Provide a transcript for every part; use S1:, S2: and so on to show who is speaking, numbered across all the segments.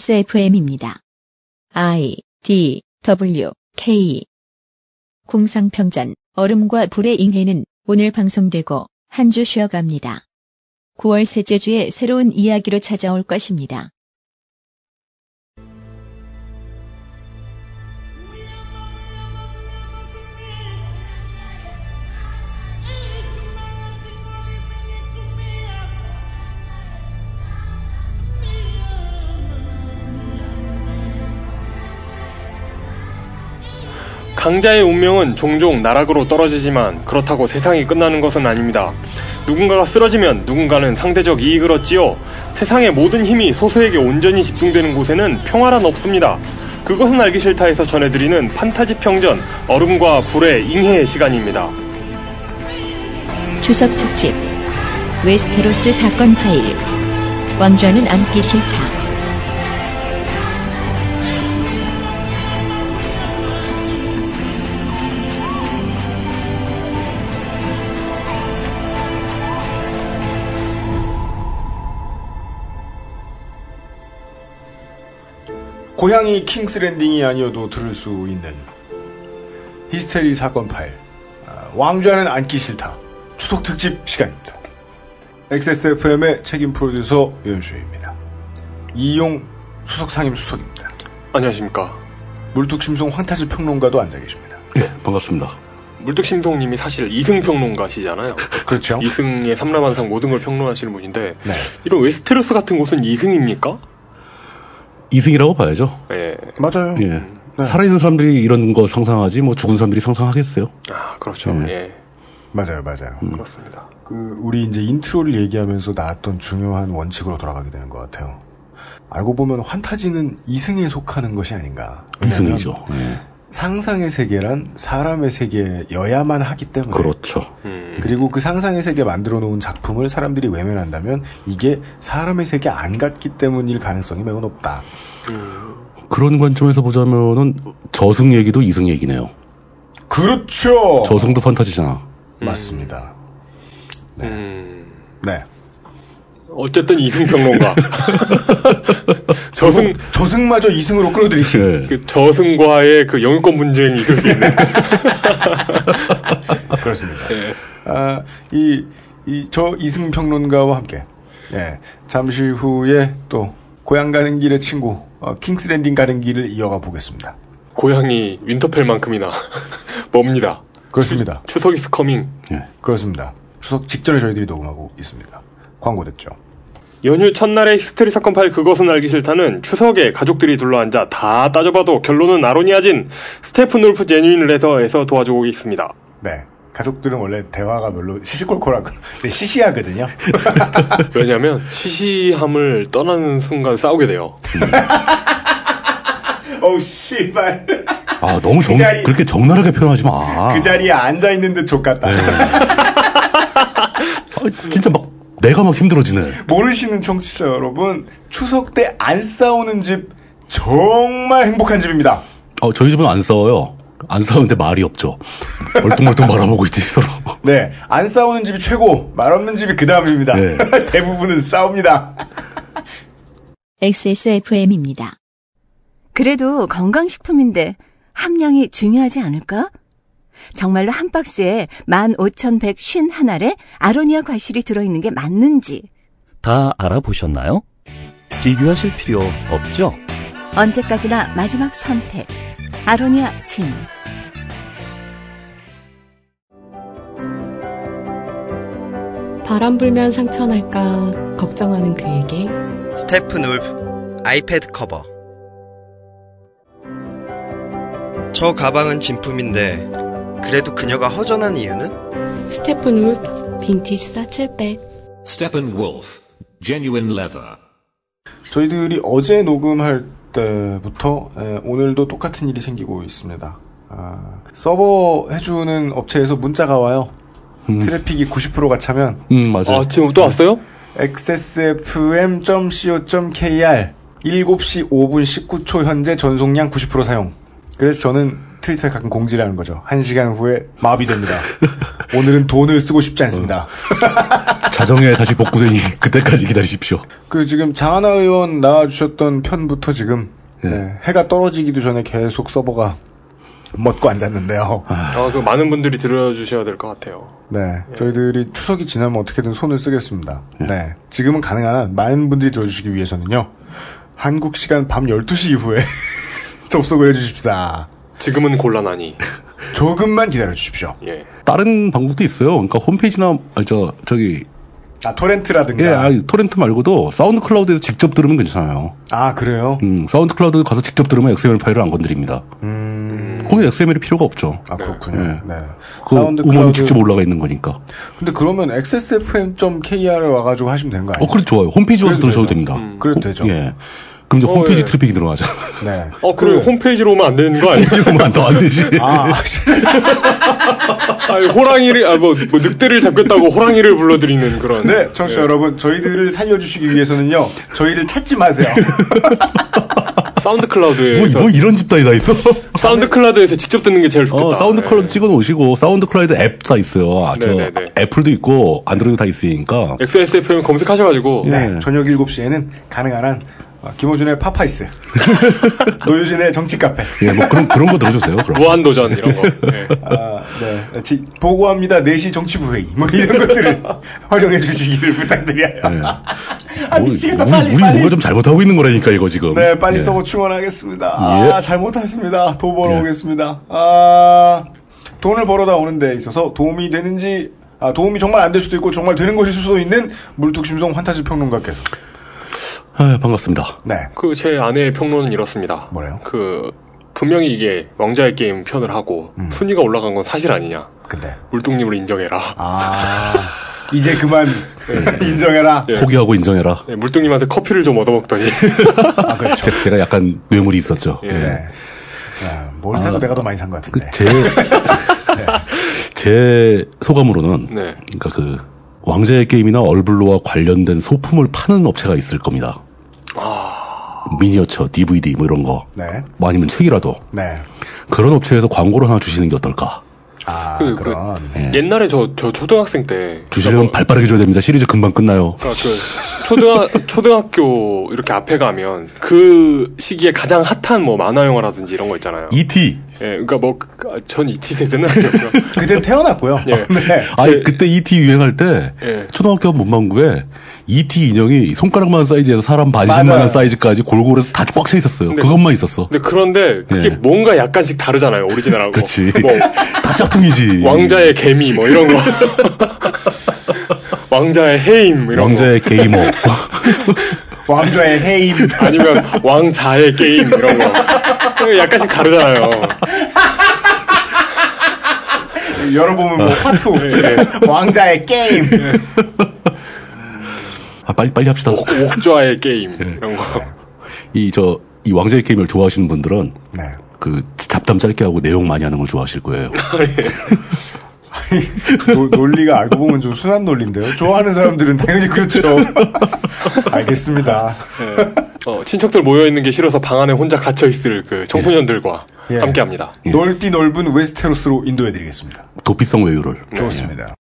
S1: XSFM입니다. I D W K 공상평전 얼음과 불의 잉해는 오늘 방송되고 한 주 쉬어갑니다. 9월 셋째 주에 새로운 이야기로 찾아올 것입니다.
S2: 강자의 운명은 종종 나락으로 떨어지지만 그렇다고 세상이 끝나는 것은 아닙니다. 누군가가 쓰러지면 누군가는 상대적 이익을 얻지요. 세상의 모든 힘이 소수에게 온전히 집중되는 곳에는 평화란 없습니다. 그것은 알기 싫다에서 전해드리는 판타지 평전 얼음과 불의 잉해의 시간입니다.
S1: 주석 특집 웨스테로스 사건 파일 왕좌는 앉기 싫다.
S3: 고향이 킹스랜딩이 아니어도 들을 수 있는 히스테리 사건 파일 아, 왕좌는 앉기 싫다 추석 특집 시간입니다. XSFM의 책임 프로듀서 윤수입니다. 이용 수석 상임 수석입니다.
S2: 안녕하십니까.
S3: 물뚝심송 황타지 평론가도 앉아 계십니다.
S4: 예, 반갑습니다.
S2: 물뚝심통님이 사실 이승 평론가시잖아요.
S3: 그렇죠?
S2: 이승의 삼라만상 모든 걸 평론하시는 분인데
S3: 네.
S2: 이런 웨스테로스 같은 곳은 이승입니까?
S4: 이승이라고 봐야죠.
S2: 예.
S3: 맞아요. 네.
S4: 예. 살아있는 사람들이 이런 거 상상하지, 뭐 죽은 사람들이 상상하겠어요?
S2: 아 그렇죠. 예.
S3: 맞아요, 맞아요.
S4: 음.
S2: 그렇습니다.
S3: 그 우리 이제 인트로를 얘기하면서 나왔던 중요한 원칙으로 돌아가게 되는 것 같아요. 알고 보면 환타지는 이승에 속하는 것이 아닌가. 왜냐면
S4: 이승이죠. 예.
S3: 상상의 세계란 사람의 세계여야만 하기 때문에
S4: 그렇죠.
S3: 그리고 그 상상의 세계 만들어 놓은 작품을 사람들이 외면한다면 이게 사람의 세계 안 같기 때문일 가능성이 매우 높다.
S4: 그런 관점에서 보자면은 저승 얘기도 이승 얘기네요.
S3: 그렇죠.
S4: 저승도 판타지잖아.
S3: 맞습니다.
S2: 음.
S3: 네.
S2: 어쨌든 이승 평론가. 저승
S3: 저승 저승마저 이승으로 끌어들이시.
S4: 예.
S2: 그 저승과의 그 영유권 분쟁이 있을 수 있는.
S3: 그렇습니다.
S2: 네.
S3: 아, 이, 이, 저 이승 평론가와 함께, 예, 잠시 후에 또, 고향 가는 길의 친구, 어, 킹스랜딩 가는 길을 이어가 보겠습니다.
S2: 고향이 윈터펠만큼이나 멉니다.
S3: 그렇습니다.
S2: 추석 이스 커밍.
S4: 예.
S3: 그렇습니다. 추석 직전에 저희들이 녹음하고 있습니다. 광고 됐죠.
S2: 연휴 첫날의 히스테리 사건 파일 그것은 알기 싫다는 추석에 가족들이 둘러앉아 다 따져봐도 결론은 아로니아진 스테프 놀프 제뉴인 레더에서 도와주고 있습니다.
S3: 네. 가족들은 원래 대화가 별로 시시콜콜하고, 네, 시시하거든요.
S2: 왜냐면 하 시시함을 떠나는 순간 싸우게 돼요.
S3: 어우, 씨발.
S4: 아, 너무 정,
S3: 그 자리-
S4: 그렇게 적나라하게 표현하지 마.
S3: 그 자리에 앉아있는 듯 족같다.
S4: 아, 진짜 막, 내가 막 힘들어지네.
S3: 모르시는 청취자 여러분, 추석 때 안 싸우는 집, 정말 행복한 집입니다.
S4: 어, 저희 집은 안 싸워요. 안 싸우는데 말이 없죠. 얼뚱얼뚱 말아먹고 있지, 서로.
S3: 네, 안 싸우는 집이 최고, 말 없는 집이 그 다음입니다.
S4: 네.
S3: 대부분은 싸웁니다.
S1: XSFM입니다.
S5: 그래도 건강식품인데 함량이 중요하지 않을까? 정말로 한 박스에 15,151알에 아로니아 과실이 들어있는 게 맞는지
S6: 다 알아보셨나요? 비교하실 필요 없죠?
S5: 언제까지나 마지막 선택 아로니아 진
S7: 바람 불면 상처 날까 걱정하는 그에게
S8: 스테픈 울프 아이패드 커버 저 가방은 진품인데 그래도 그녀가 허전한 이유는
S7: 스테픈 울프 빈티지 사칠백
S9: Steppenwolf, genuine leather.
S3: 저희들이 어제 녹음할 때부터 에, 오늘도 똑같은 일이 생기고 있습니다. 아, 서버 해주는 업체에서 문자가 와요. 음. 트래픽이 90%가 차면
S4: 음, 맞아요.
S2: 아 지금 또 왔어요?
S3: xsfm.co.kr 7시 5분 19초 현재 전송량 90% 사용. 그래서 저는 트위터에 가끔 공지라는 거죠. 한 시간 후에 마비됩니다. 오늘은 돈을 쓰고 싶지 않습니다.
S4: 아, 자정에 다시 복구되니 그때까지 기다리십시오.
S3: 그 지금 장하나 의원 나와주셨던 편부터 지금 네, 해가 떨어지기도 전에 계속 서버가 멎고 앉았는데요.
S2: 아, 그 많은 분들이 들어주셔야 될 것 같아요.
S3: 네,
S4: 예.
S3: 저희들이 추석이 지나면 어떻게든 손을 쓰겠습니다. 네, 지금은 가능한 한 많은 분들이 들어주시기 위해서는요. 한국 시간 밤 12시 이후에 접속을 해주십사.
S2: 지금은 곤란하니.
S3: 조금만 기다려주십시오.
S2: 예.
S4: 다른 방법도 있어요. 그러니까 홈페이지나 아, 저 저기
S3: 아, 토렌트라든가.
S4: 예, 아, 토렌트 말고도 사운드 클라우드에서 직접 들으면 괜찮아요.
S3: 아, 그래요?
S4: 음, 사운드 클라우드 가서 직접 들으면 XML 파일을 안 건드립니다. 거기 XML이 필요가 없죠.
S3: 아, 그렇군요.
S4: 예.
S3: 네.
S4: 그
S3: 음. 사운드
S4: 음원이
S3: 클라우드.
S4: 직접 올라가 있는 거니까.
S3: 근데 그러면 xsfm.kr에 와가지고 하시면 되는 거
S4: 어,
S3: 아니에요?
S4: 그래도 좋아요. 홈페이지 와서
S3: 그래도
S4: 들으셔도
S3: 되죠. 음,
S4: 됩니다.
S3: 그래도 되죠.
S4: 예. 그럼 이제
S2: 어,
S4: 홈페이지
S2: 예.
S4: 트래픽이 들어가죠.
S3: 네.
S2: 어, 그리고 홈페이지로 오면 안 되는 거 아니에요?
S4: 이러면 더안 되지.
S3: 아,
S2: 아니, 호랑이를, 아, 뭐, 뭐, 늑대를 잡겠다고 호랑이를 불러드리는 그런.
S3: 네, 청취자 여러분, 저희들을 살려주시기 위해서는요, 저희를 찾지 마세요.
S2: 사운드
S4: 뭐,
S2: 클라우드에서.
S4: 뭐 이런 집단이 다 있어?
S2: 사운드 클라우드에서 직접 듣는 게 제일 좋겠다.
S4: 어, 사운드
S3: 네.
S2: 예.
S4: 클라우드 찍어 놓으시고, 사운드 클라우드 앱 다 있어요. 아, 저
S2: 네네네.
S4: 애플도 있고, 안드로이드 다 있으니까.
S2: XSFM 검색하셔가지고.
S3: 네, 저녁 7시에는 가능한 한, 어, 김호준의 파파이스. 노유진의 정치 카페.
S4: 예, 뭐 그런, 그런 거 들어주세요. 그럼.
S2: 무한도전 이런 거. 예.
S3: 아, 네. 지- 보고합니다. 4시 정치부회의. 뭐 이런 것들을 활용해 주시기를 부탁드려요. 아, 미치겠다.
S4: 네. 뭐, 우리,
S3: 빨리,
S4: 우리
S3: 빨리.
S4: 뭔가 좀 잘못하고 있는 거라니까, 이거 지금.
S3: 네, 빨리
S4: 예.
S3: 서버 충원하겠습니다. 아,
S4: 예.
S3: 잘못했습니다. 돈 벌어오겠습니다. 아, 돈을 벌어다 오는 데 있어서 도움이 되는지, 아, 도움이 정말 안 될 수도 있고, 정말 되는 것일 수도 있는 물뚝심송 환타지 평론가께서.
S4: 아, 반갑습니다.
S3: 네.
S2: 그 제 아내의 평론은 이렇습니다.
S3: 뭐래요?
S2: 그 분명히 이게 왕자의 게임 편을 하고 순위가 올라간 건 사실 아니냐.
S3: 근데.
S2: 물뚱님을 인정해라.
S3: 그 아, 이제 그만 인정해라.
S2: 예.
S4: 포기하고 인정해라.
S2: 네, 물뚱님한테 커피를 좀 얻어먹더니
S4: 제- 제가 약간 뇌물이 있었죠.
S2: 예.
S4: 예.
S3: 네. 아, 뭘 사도 내가 더 많이 산 것
S4: 그
S3: 같은데.
S4: 제, 예. 제 소감으로는,
S2: 네.
S4: 그러니까 그 왕자의 게임이나 얼블로와 관련된 소품을 파는 업체가 있을 겁니다.
S2: 아.
S4: 미니어처, DVD 뭐 이런 거,
S3: 네.
S4: 뭐 아니면 책이라도
S3: 네.
S4: 그런 업체에서 광고를 하나 주시는 게 어떨까?
S3: 아,
S2: 그-
S3: 그,
S2: 그-
S3: 런
S2: 옛날에 저, 저 초등학생 때
S4: 주시려면 발 빠르게 줘야 됩니다. 시리즈 금방 끝나요.
S2: 그러니까 그 초등학, 초등학교 이렇게 앞에 가면 그 시기에 가장 핫한 뭐 만화 영화라든지 이런 거 있잖아요.
S4: E.T.
S2: 예, 그러니까 뭐 전 ET 세대는 아니었고요.
S3: 그때 태어났고요.
S2: 예.
S3: 네.
S4: 아니 그때 E.T. 유행할 때
S2: 예.
S4: 초등학교 문방구에 E.T. 인형이 손가락만 한 사이즈에서 사람
S3: 맞아요.
S4: 반신만한 사이즈까지 골고루 다 꽉 차 있었어요.
S2: 근데-
S4: 그것만 있었어.
S2: 근데 그런데 그게
S4: 예.
S2: 뭔가 약간씩 다르잖아요. 오리지널하고.
S4: 그렇지. 음.
S2: 뭐
S4: 다 짝퉁이지.
S2: 왕자의 개미 뭐 이런 거. 왕자의 해임 이런
S4: 왕자의 게이머.
S3: 왕좌의 해임.
S2: 거. 아니면 왕자의 게임 이런 거. 약간씩 다르잖아요.
S3: 열어보면 뭐 화투. 왕좌의 게임.
S4: 아, 빨리 빨리 합시다.
S2: 옥, 옥좌의 게임
S4: 예.
S2: 이런 거.
S4: 이 저 이 왕자의 게임을 좋아하시는 분들은
S3: 네.
S4: 그 잡담 짧게 하고 내용 많이 하는 걸 좋아하실 거예요.
S3: 노- 논리가 알고 보면 좀 순한 논리인데요. 좋아하는 사람들은 당연히 그렇죠. 알겠습니다.
S2: 예. 어, 친척들 모여 있는 게 싫어서 방 안에 혼자 갇혀 있을 그 청소년들과
S3: 예.
S2: 함께합니다.
S3: 넓디 넓은 웨스테로스로 인도해드리겠습니다.
S4: 도피성 외유를.
S3: 좋습니다.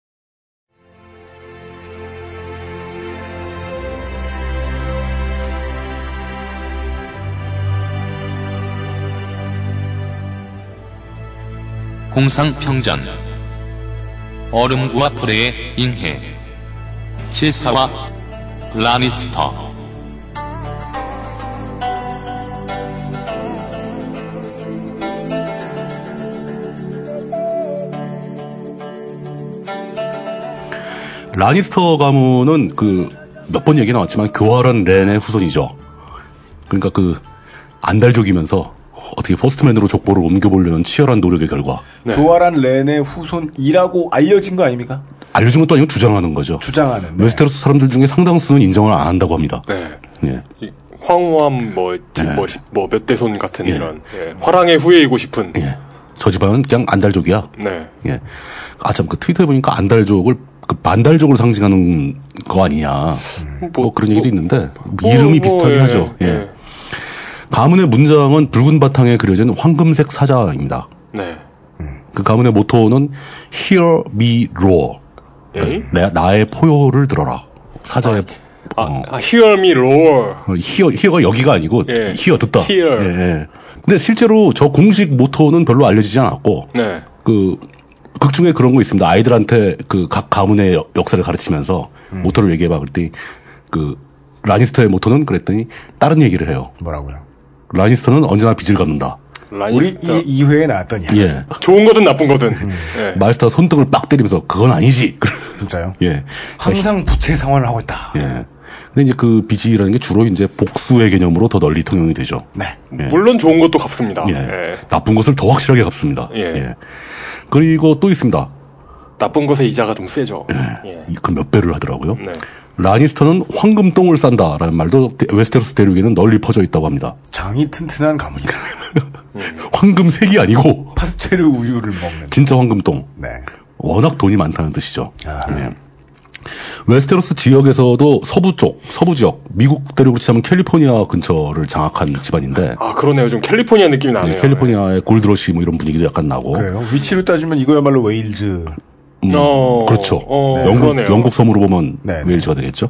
S10: 공상평전 얼음과 불의 잉해 제사와 라니스터
S4: 라니스터 가문은 그 몇 번 얘기 나왔지만 교활한 렌의 후손이죠. 그러니까 그 안달족이면서 어떻게 포스트맨으로 족보를 옮겨보려는 치열한 노력의 결과
S3: 교활한 렌의 후손이라고 알려진 거 아닙니까?
S4: 알려준 것도 아니고 주장하는 거죠.
S3: 주장하는. 네.
S4: 웨스테로스 사람들 중에 상당수는 인정을 안 한다고 합니다.
S2: 네.
S4: 예.
S2: 이 황후암 뭐,
S4: 네.
S2: 뭐뭐몇 대손 같은 이런 예. 화랑의 후예이고 싶은
S4: 예. 저 집안은 그냥 안달족이야.
S2: 네.
S4: 예. 아, 참, 그 트위터에 보니까 안달족을, 그 반달족을 상징하는 거 아니냐. 뭐, 그런 얘기도 있는데, 이름이 비슷하긴
S2: 예,
S4: 하죠. 예. 가문의 문장은 붉은 바탕에 그려진 황금색 사자입니다.
S2: 네.
S4: 그 가문의 모토는 Hear me roar. 네,
S2: 에이?
S4: 내, 나의 포효를 들어라. 사자의
S2: 예. 아,
S4: 어.
S2: 아, hear me roar.
S4: 히어 히어가 여기가 아니고
S2: 예.
S4: 히어 듣다.
S2: Hear.
S4: 예, 예. 근데 실제로 저 공식 모토는 별로 알려지지 않았고
S2: 네.
S4: 그 극중에 그런 거 있습니다. 아이들한테 그 각 가문의 역- 역사를 가르치면서
S2: 음.
S4: 모토를 얘기해봐 그랬더니 그 라니스터의 모토는 그랬더니 다른 얘기를 해요.
S3: 뭐라고요?
S4: 라니스터는 언제나 빚을 갚는다.
S3: 우리
S2: 라니스터.
S3: 이, 2회에 나왔던 이야기.
S4: 그러니까 예.
S2: 좋은 거든 나쁜 거든.
S4: 음.
S2: 예.
S4: 마스터 손등을 빡 때리면서 그건 아니지.
S3: 진짜요?
S4: 예.
S3: 항상 부채 상환을 하고 있다.
S4: 예. 근데 이제 그 빚이라는 게 주로 이제 복수의 개념으로 더 널리 통용이 되죠.
S3: 네.
S2: 물론 좋은 것도 갚습니다.
S4: 예.
S2: 예.
S4: 나쁜 것을 더 확실하게 갚습니다.
S2: 예.
S4: 그리고 또 있습니다.
S2: 나쁜 것의 이자가 좀 세죠. 예.
S4: 그 몇 배를 하더라고요.
S2: 네.
S4: 라니스터는 황금똥을 싼다라는 말도 데- 웨스테로스 대륙에는 널리 퍼져 있다고 합니다.
S3: 장이 튼튼한 가문이다.
S4: 그 황금색이 아니고
S3: 파스텔 우유를 먹는.
S4: 진짜 황금똥.
S3: 네.
S4: 워낙 돈이 많다는 뜻이죠.
S3: 아.
S4: 예. 웨스테로스 지역에서도 서부 쪽, 서부 지역, 미국 대륙으로 치자면 캘리포니아 근처를 장악한 집안인데
S2: 아 그러네요. 좀 캘리포니아 느낌이 나네요.
S4: 예, 캘리포니아의 골드러시 뭐 이런 분위기도 약간 나고
S3: 그래요. 위치로 따지면 이거야말로 웨일즈.
S4: 음,
S2: 어,
S4: 그렇죠.
S2: 어,
S4: 영국,
S2: 그러네요.
S4: 영국 섬으로 보면
S3: 네, 네.
S4: 웨일즈가 되겠죠.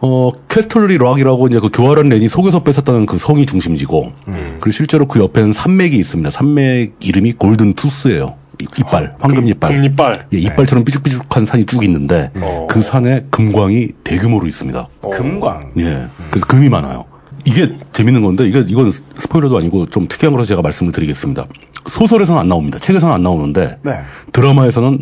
S4: 어, 캐스털리 락이라고 이제 그 교활한 렌이 속에서 뺏었다는 그 성이 중심지고, 그리고 실제로 그 옆에는 산맥이 있습니다. 산맥 이름이 골든 투스예요. 이- 이빨, 황금 이빨.
S2: 금리빨.
S4: 예, 이빨처럼 삐죽삐죽한 산이 쭉 있는데, 그 산에 금광이 대규모로 있습니다.
S3: 금광.
S4: 어. 예. 그래서 금이 많아요. 이게 재밌는 건데, 이게, 이건 스- 스포일러도 아니고 좀 특이한 거라서 제가 말씀을 드리겠습니다. 소설에서는 안 나옵니다. 책에서는 안 나오는데,
S3: 네.
S4: 드라마에서는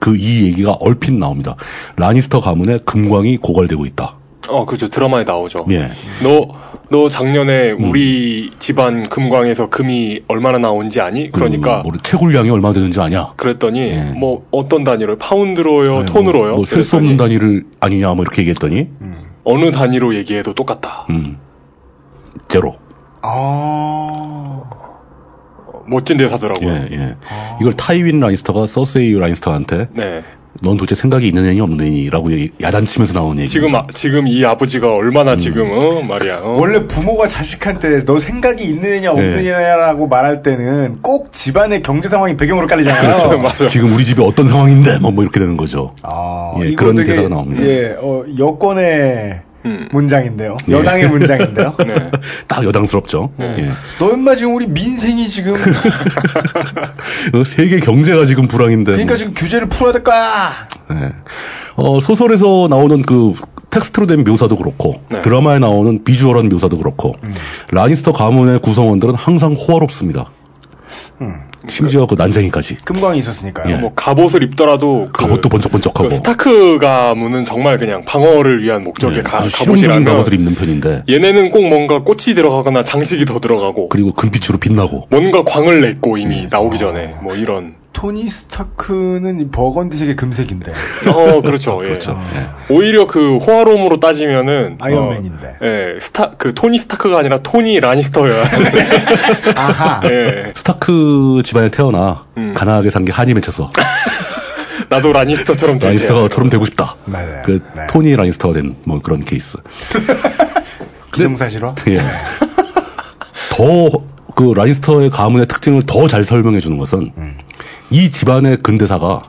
S4: 그 이 얘기가 얼핏 나옵니다. 라니스터 가문의 금광이 고갈되고 있다.
S2: 어 그죠. 드라마에 나오죠.
S4: 예.
S2: 너, 너 작년에 우리 집안 금광에서 금이 얼마나 나온지 아니? 그러니까
S4: 그, 뭐, 채굴량이 얼마나 되는지 아냐.
S2: 그랬더니 뭐 어떤 단위로 파운드로요, 네, 톤으로요.
S4: 뭐, 셀
S2: 그랬더니
S4: 수 없는 단위를 아니냐, 뭐, 이렇게 얘기했더니,
S2: 어느 단위로 얘기해도 똑같다.
S4: 음. 제로.
S3: 아.
S2: 멋진 대사더라고요.
S4: 예, 예. 이걸 타이윈 라니스터가 서세이 라니스터한테,
S2: 네.
S4: 넌 도대체 생각이 있는 애니 없는 애니라고 얘기- 야단치면서 나온 얘기.
S2: 지금 아, 지금 이 아버지가
S4: 음.
S2: 얼마나 지금 어 말이야. 어.
S3: 원래 부모가 자식한테 너 생각이
S4: 예.
S3: 있느냐 없느냐라고 말할 때는 꼭 집안의 경제 상황이 배경으로 깔리잖아요.
S4: 그렇죠.
S2: 맞아.
S4: 지금 우리 집이 어떤 상황인데 뭐, 뭐 이렇게 되는 거죠.
S3: 아,
S4: 예,
S3: 이거
S4: 그런 대사가 나옵니다.
S3: 예, 어, 여권의
S2: 음.
S3: 문장인데요.
S4: 예.
S3: 여당의 문장인데요.
S2: 네.
S4: 딱 여당스럽죠. 예.
S3: 너 인마 지금 우리 민생이 지금
S4: 어, 세계 경제가 지금 불황인데.
S3: 그러니까
S4: 뭐.
S3: 지금 규제를 풀어야 될 거야.
S4: 예. 어, 소설에서 나오는 그 텍스트로 된 묘사도 그렇고
S2: 네. 음.
S4: 드라마에 나오는 비주얼한 묘사도 그렇고 라니스터 가문의 구성원들은 항상 호화롭습니다.
S2: 음.
S4: 심지어 그 난생이까지
S3: 금광이
S4: 예.
S3: 있었으니까요.
S2: 뭐 갑옷을 입더라도 그,
S4: 갑옷도 번쩍번쩍하고
S2: 그 스타크 가문은 정말 그냥 방어를 위한 목적의
S4: 예,
S2: 가, 예.
S4: 아주 실용적인
S2: 갑옷이라면
S4: 갑옷을 입는 편인데
S2: 얘네는 꼭 뭔가 꽃이 들어가거나 장식이 더 들어가고
S4: 그리고 금빛으로 빛나고
S2: 뭔가 광을 냈고
S4: 네.
S2: 이미 나오기 전에
S4: 아.
S2: 뭐 이런
S3: 토니 스타크는 이 버건디색의 금색인데
S2: 어 그렇죠 예.
S4: 네.
S2: 오히려 그 호화로움으로 따지면은
S3: 아이언맨인데.
S2: 어, 예 스타 그 토니 스타크가 아니라 토니 라니스터야
S4: 네.
S3: 아하.
S2: 예
S4: 스타크 집안에 태어나
S2: 음.
S4: 가난하게 산 게 한이 맺혀서
S2: 네. 나도 라니스터처럼 될 테야.
S4: 라니스터처럼 되고 싶다.
S3: 맞아요.
S4: 그
S3: 네.
S4: 토니 라니스터가 된 뭐 그런 케이스.
S3: 기동사실화.
S4: 예. 더 그 라니스터의 가문의 특징을 더 잘 설명해 주는 것은 이 집안의 근대사가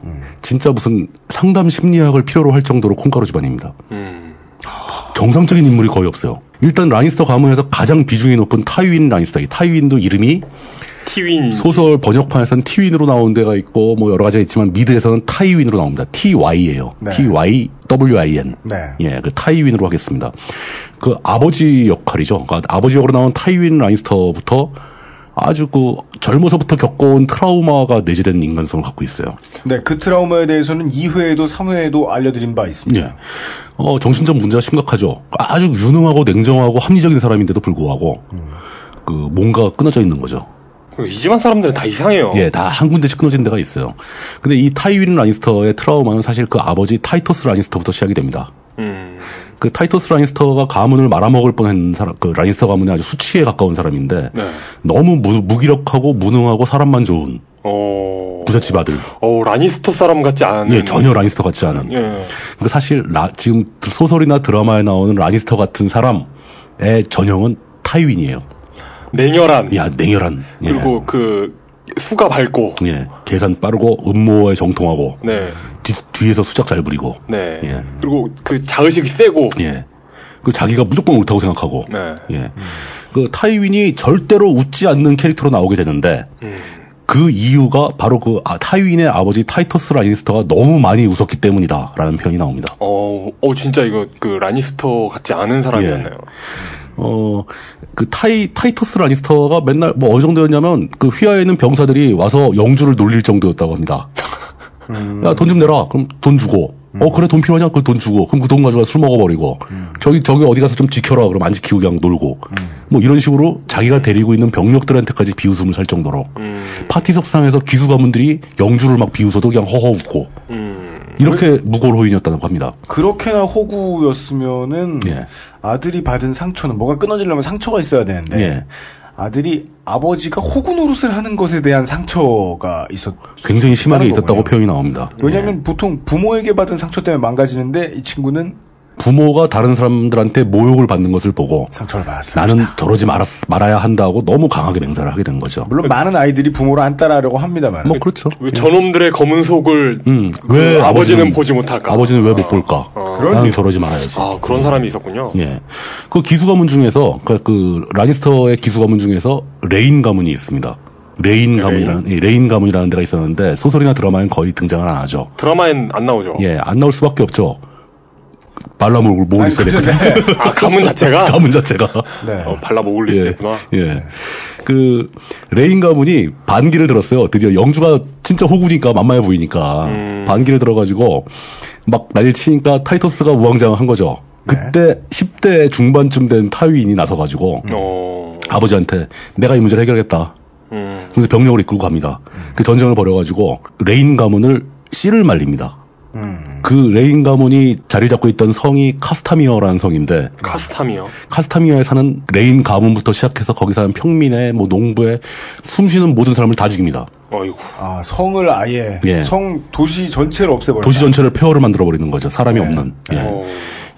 S4: 진짜 무슨 상담 심리학을 필요로 할 정도로 콩가루 집안입니다. 정상적인 인물이 거의 없어요. 일단 라니스터 가문에서 가장 비중이 높은 타유인 라니스터. 이 타유인도 이름이
S2: 티윈이
S4: 음. 소설 번역판에서는 티윈으로 나온 데가 있고 뭐 여러 가지가 있지만 미드에서는 타이윈으로 나옵니다. TY예요.
S3: 네.
S4: TY WIN.
S3: 네.
S4: 예, 그 타이윈으로 하겠습니다. 그 아버지 역할이죠. 그러니까 아버지 역으로 나온 타이윈 라니스터부터 아주 그 젊어서부터 겪어온 트라우마가 내재된 인간성을 갖고 있어요.
S3: 네, 그 트라우마에 대해서는 2회에도 3회에도 알려드린 바 있습니다.
S4: 예. 어, 정신적 문제가 심각하죠. 아주 유능하고 냉정하고 합리적인 사람인데도 불구하고
S3: 음.
S4: 그 뭔가 끊어져 있는 거죠.
S2: 그 이 집안 사람들은 다 이상해요
S4: 예, 다 한 군데씩 끊어진 데가 있어요. 근데 이 타이윈 라니스터의 트라우마는 사실 그 아버지 타이토스 라니스터부터 시작이 됩니다.
S2: 음.
S4: 그 타이토스 라니스터가 가문을 말아먹을 뻔한 사람, 그 라니스터 가문에 아주 수치에 가까운 사람인데
S2: 네.
S4: 너무 무, 기력하고 무능하고 사람만 좋은
S2: 어...
S4: 부잣집 아들.
S2: 어 라니스터 사람 같지 않은
S4: 예, 전혀 라니스터 같지 않은.
S2: 예.
S4: 그러니까 사실 라- 지금 소설이나 드라마에 나오는 라니스터 같은 사람의 전형은 타이윈이에요.
S2: 냉혈한
S4: 야, 냉혈한. 예.
S2: 그리고 그 수가 밝고
S4: 예, 계산 빠르고 음모에 정통하고
S2: 네.
S4: 뒤, 뒤에서 수작 잘 부리고
S2: 네.
S4: 예.
S2: 그리고 그 자의식이 세고
S4: 예. 그 자기가 무조건 옳다고 생각하고
S2: 네.
S4: 예. 그 타이윈이 절대로 웃지 않는 캐릭터로 나오게 되는데
S2: 음.
S4: 그 이유가 바로 그 아, 타이윈의 아버지 타이터스 라니스터가 너무 많이 웃었기 때문이다라는 표현이 나옵니다.
S2: 어, 어 진짜 이거 그 라니스터 같지 않은
S4: 예.
S2: 사람이었네요.
S4: 어, 그 타이, 타이토스 라니스터가 맨날 뭐 어느 정도였냐면 그 휘하에 있는 병사들이 와서 영주를 놀릴 정도였다고 합니다. 야, 돈 좀 내라. 그럼 돈 주고. 어, 그래, 돈 필요하냐? 그 돈 주고. 그럼 그 돈 가져가 술 먹어버리고. 저기, 저기 어디 가서 좀 지켜라. 그럼 안 지키고 그냥 놀고. 뭐 이런 식으로 자기가 데리고 있는 병력들한테까지 비웃음을 살 정도로. 파티 석상에서 기수 가문들이 영주를 막 비웃어도 그냥 허허 웃고. 이렇게 무골호인이었다고 합니다.
S3: 그렇게나 호구였으면은
S4: 예.
S3: 아들이 받은 상처는 뭐가 끊어지려면 상처가 있어야 되는데
S4: 예.
S3: 아들이 아버지가 호구 노릇을 하는 것에 대한 상처가 있었.
S4: 굉장히 심하게 있었다고 표현이 나옵니다.
S3: 왜냐하면 보통 부모에게 받은 상처 때문에 망가지는데 이 친구는
S4: 부모가 다른 사람들한테 모욕을 받는 것을 보고
S3: 상처를 받았어요.
S4: 나는 저러지 말았, 말아야 한다고 너무 강하게 맹세를 하게 된 거죠.
S3: 물론 많은 아이들이 부모를 안 따라하려고 합니다만.
S4: 뭐 그렇죠.
S2: 왜 저놈들의 검은 속을
S4: 음,
S2: 음, 그 아버지는 보지 못할까? 어.
S4: 아버지는 왜 못 볼까?
S2: 그런
S4: 나는
S2: 이유.
S4: 저러지 말아야지.
S2: 아 그런 사람이 있었군요.
S4: 예. 그 기수 가문 중에서 그, 그 라니스터의 기수 가문 중에서 레인 가문이 있습니다. 레인 가문이라는 예, 레인 가문이라는 데가 있었는데 소설이나 드라마엔 거의 등장을 안 하죠.
S2: 드라마엔 안 나오죠.
S4: 예, 안 나올 수밖에 없죠. 발라먹을 모을 있어야 되거든요.
S2: 아 가문 자체가
S4: 가문 자체가.
S3: 네.
S2: 어, 발라 모을
S4: 예,
S2: 리스 있구나.
S4: 예. 그 레인 가문이 반기를 들었어요. 드디어 영주가 진짜 호구니까 만만해 보이니까
S2: 음.
S4: 반기를 들어가지고 막 난리를 치니까 타이토스가 우왕좌왕한 거죠. 그때 10대 중반쯤 된 타위인이 나서가지고
S2: 네. 어,
S4: 아버지한테 내가 이 문제를 해결하겠다.
S2: 음,
S4: 그래서 병력을 이끌고 갑니다. 그 전쟁을 벌여가지고 레인 가문을 씨를 말립니다.
S2: 음.
S4: 그 레인 가문이 자리를 잡고 있던 성이 카스타미어라는 성인데
S2: 카스탐이요.
S4: 카스타미아에 사는 레인 가문부터 시작해서 거기 사는 평민의 뭐 농부의 숨쉬는 모든 사람을 다 죽입니다.
S2: 어이구.
S3: 아 성을 아예
S4: 예.
S3: 성 도시 전체를 없애버려.
S4: 도시 전체를 폐허를 만들어 버리는 거죠. 사람이 없는. 예.
S2: 어,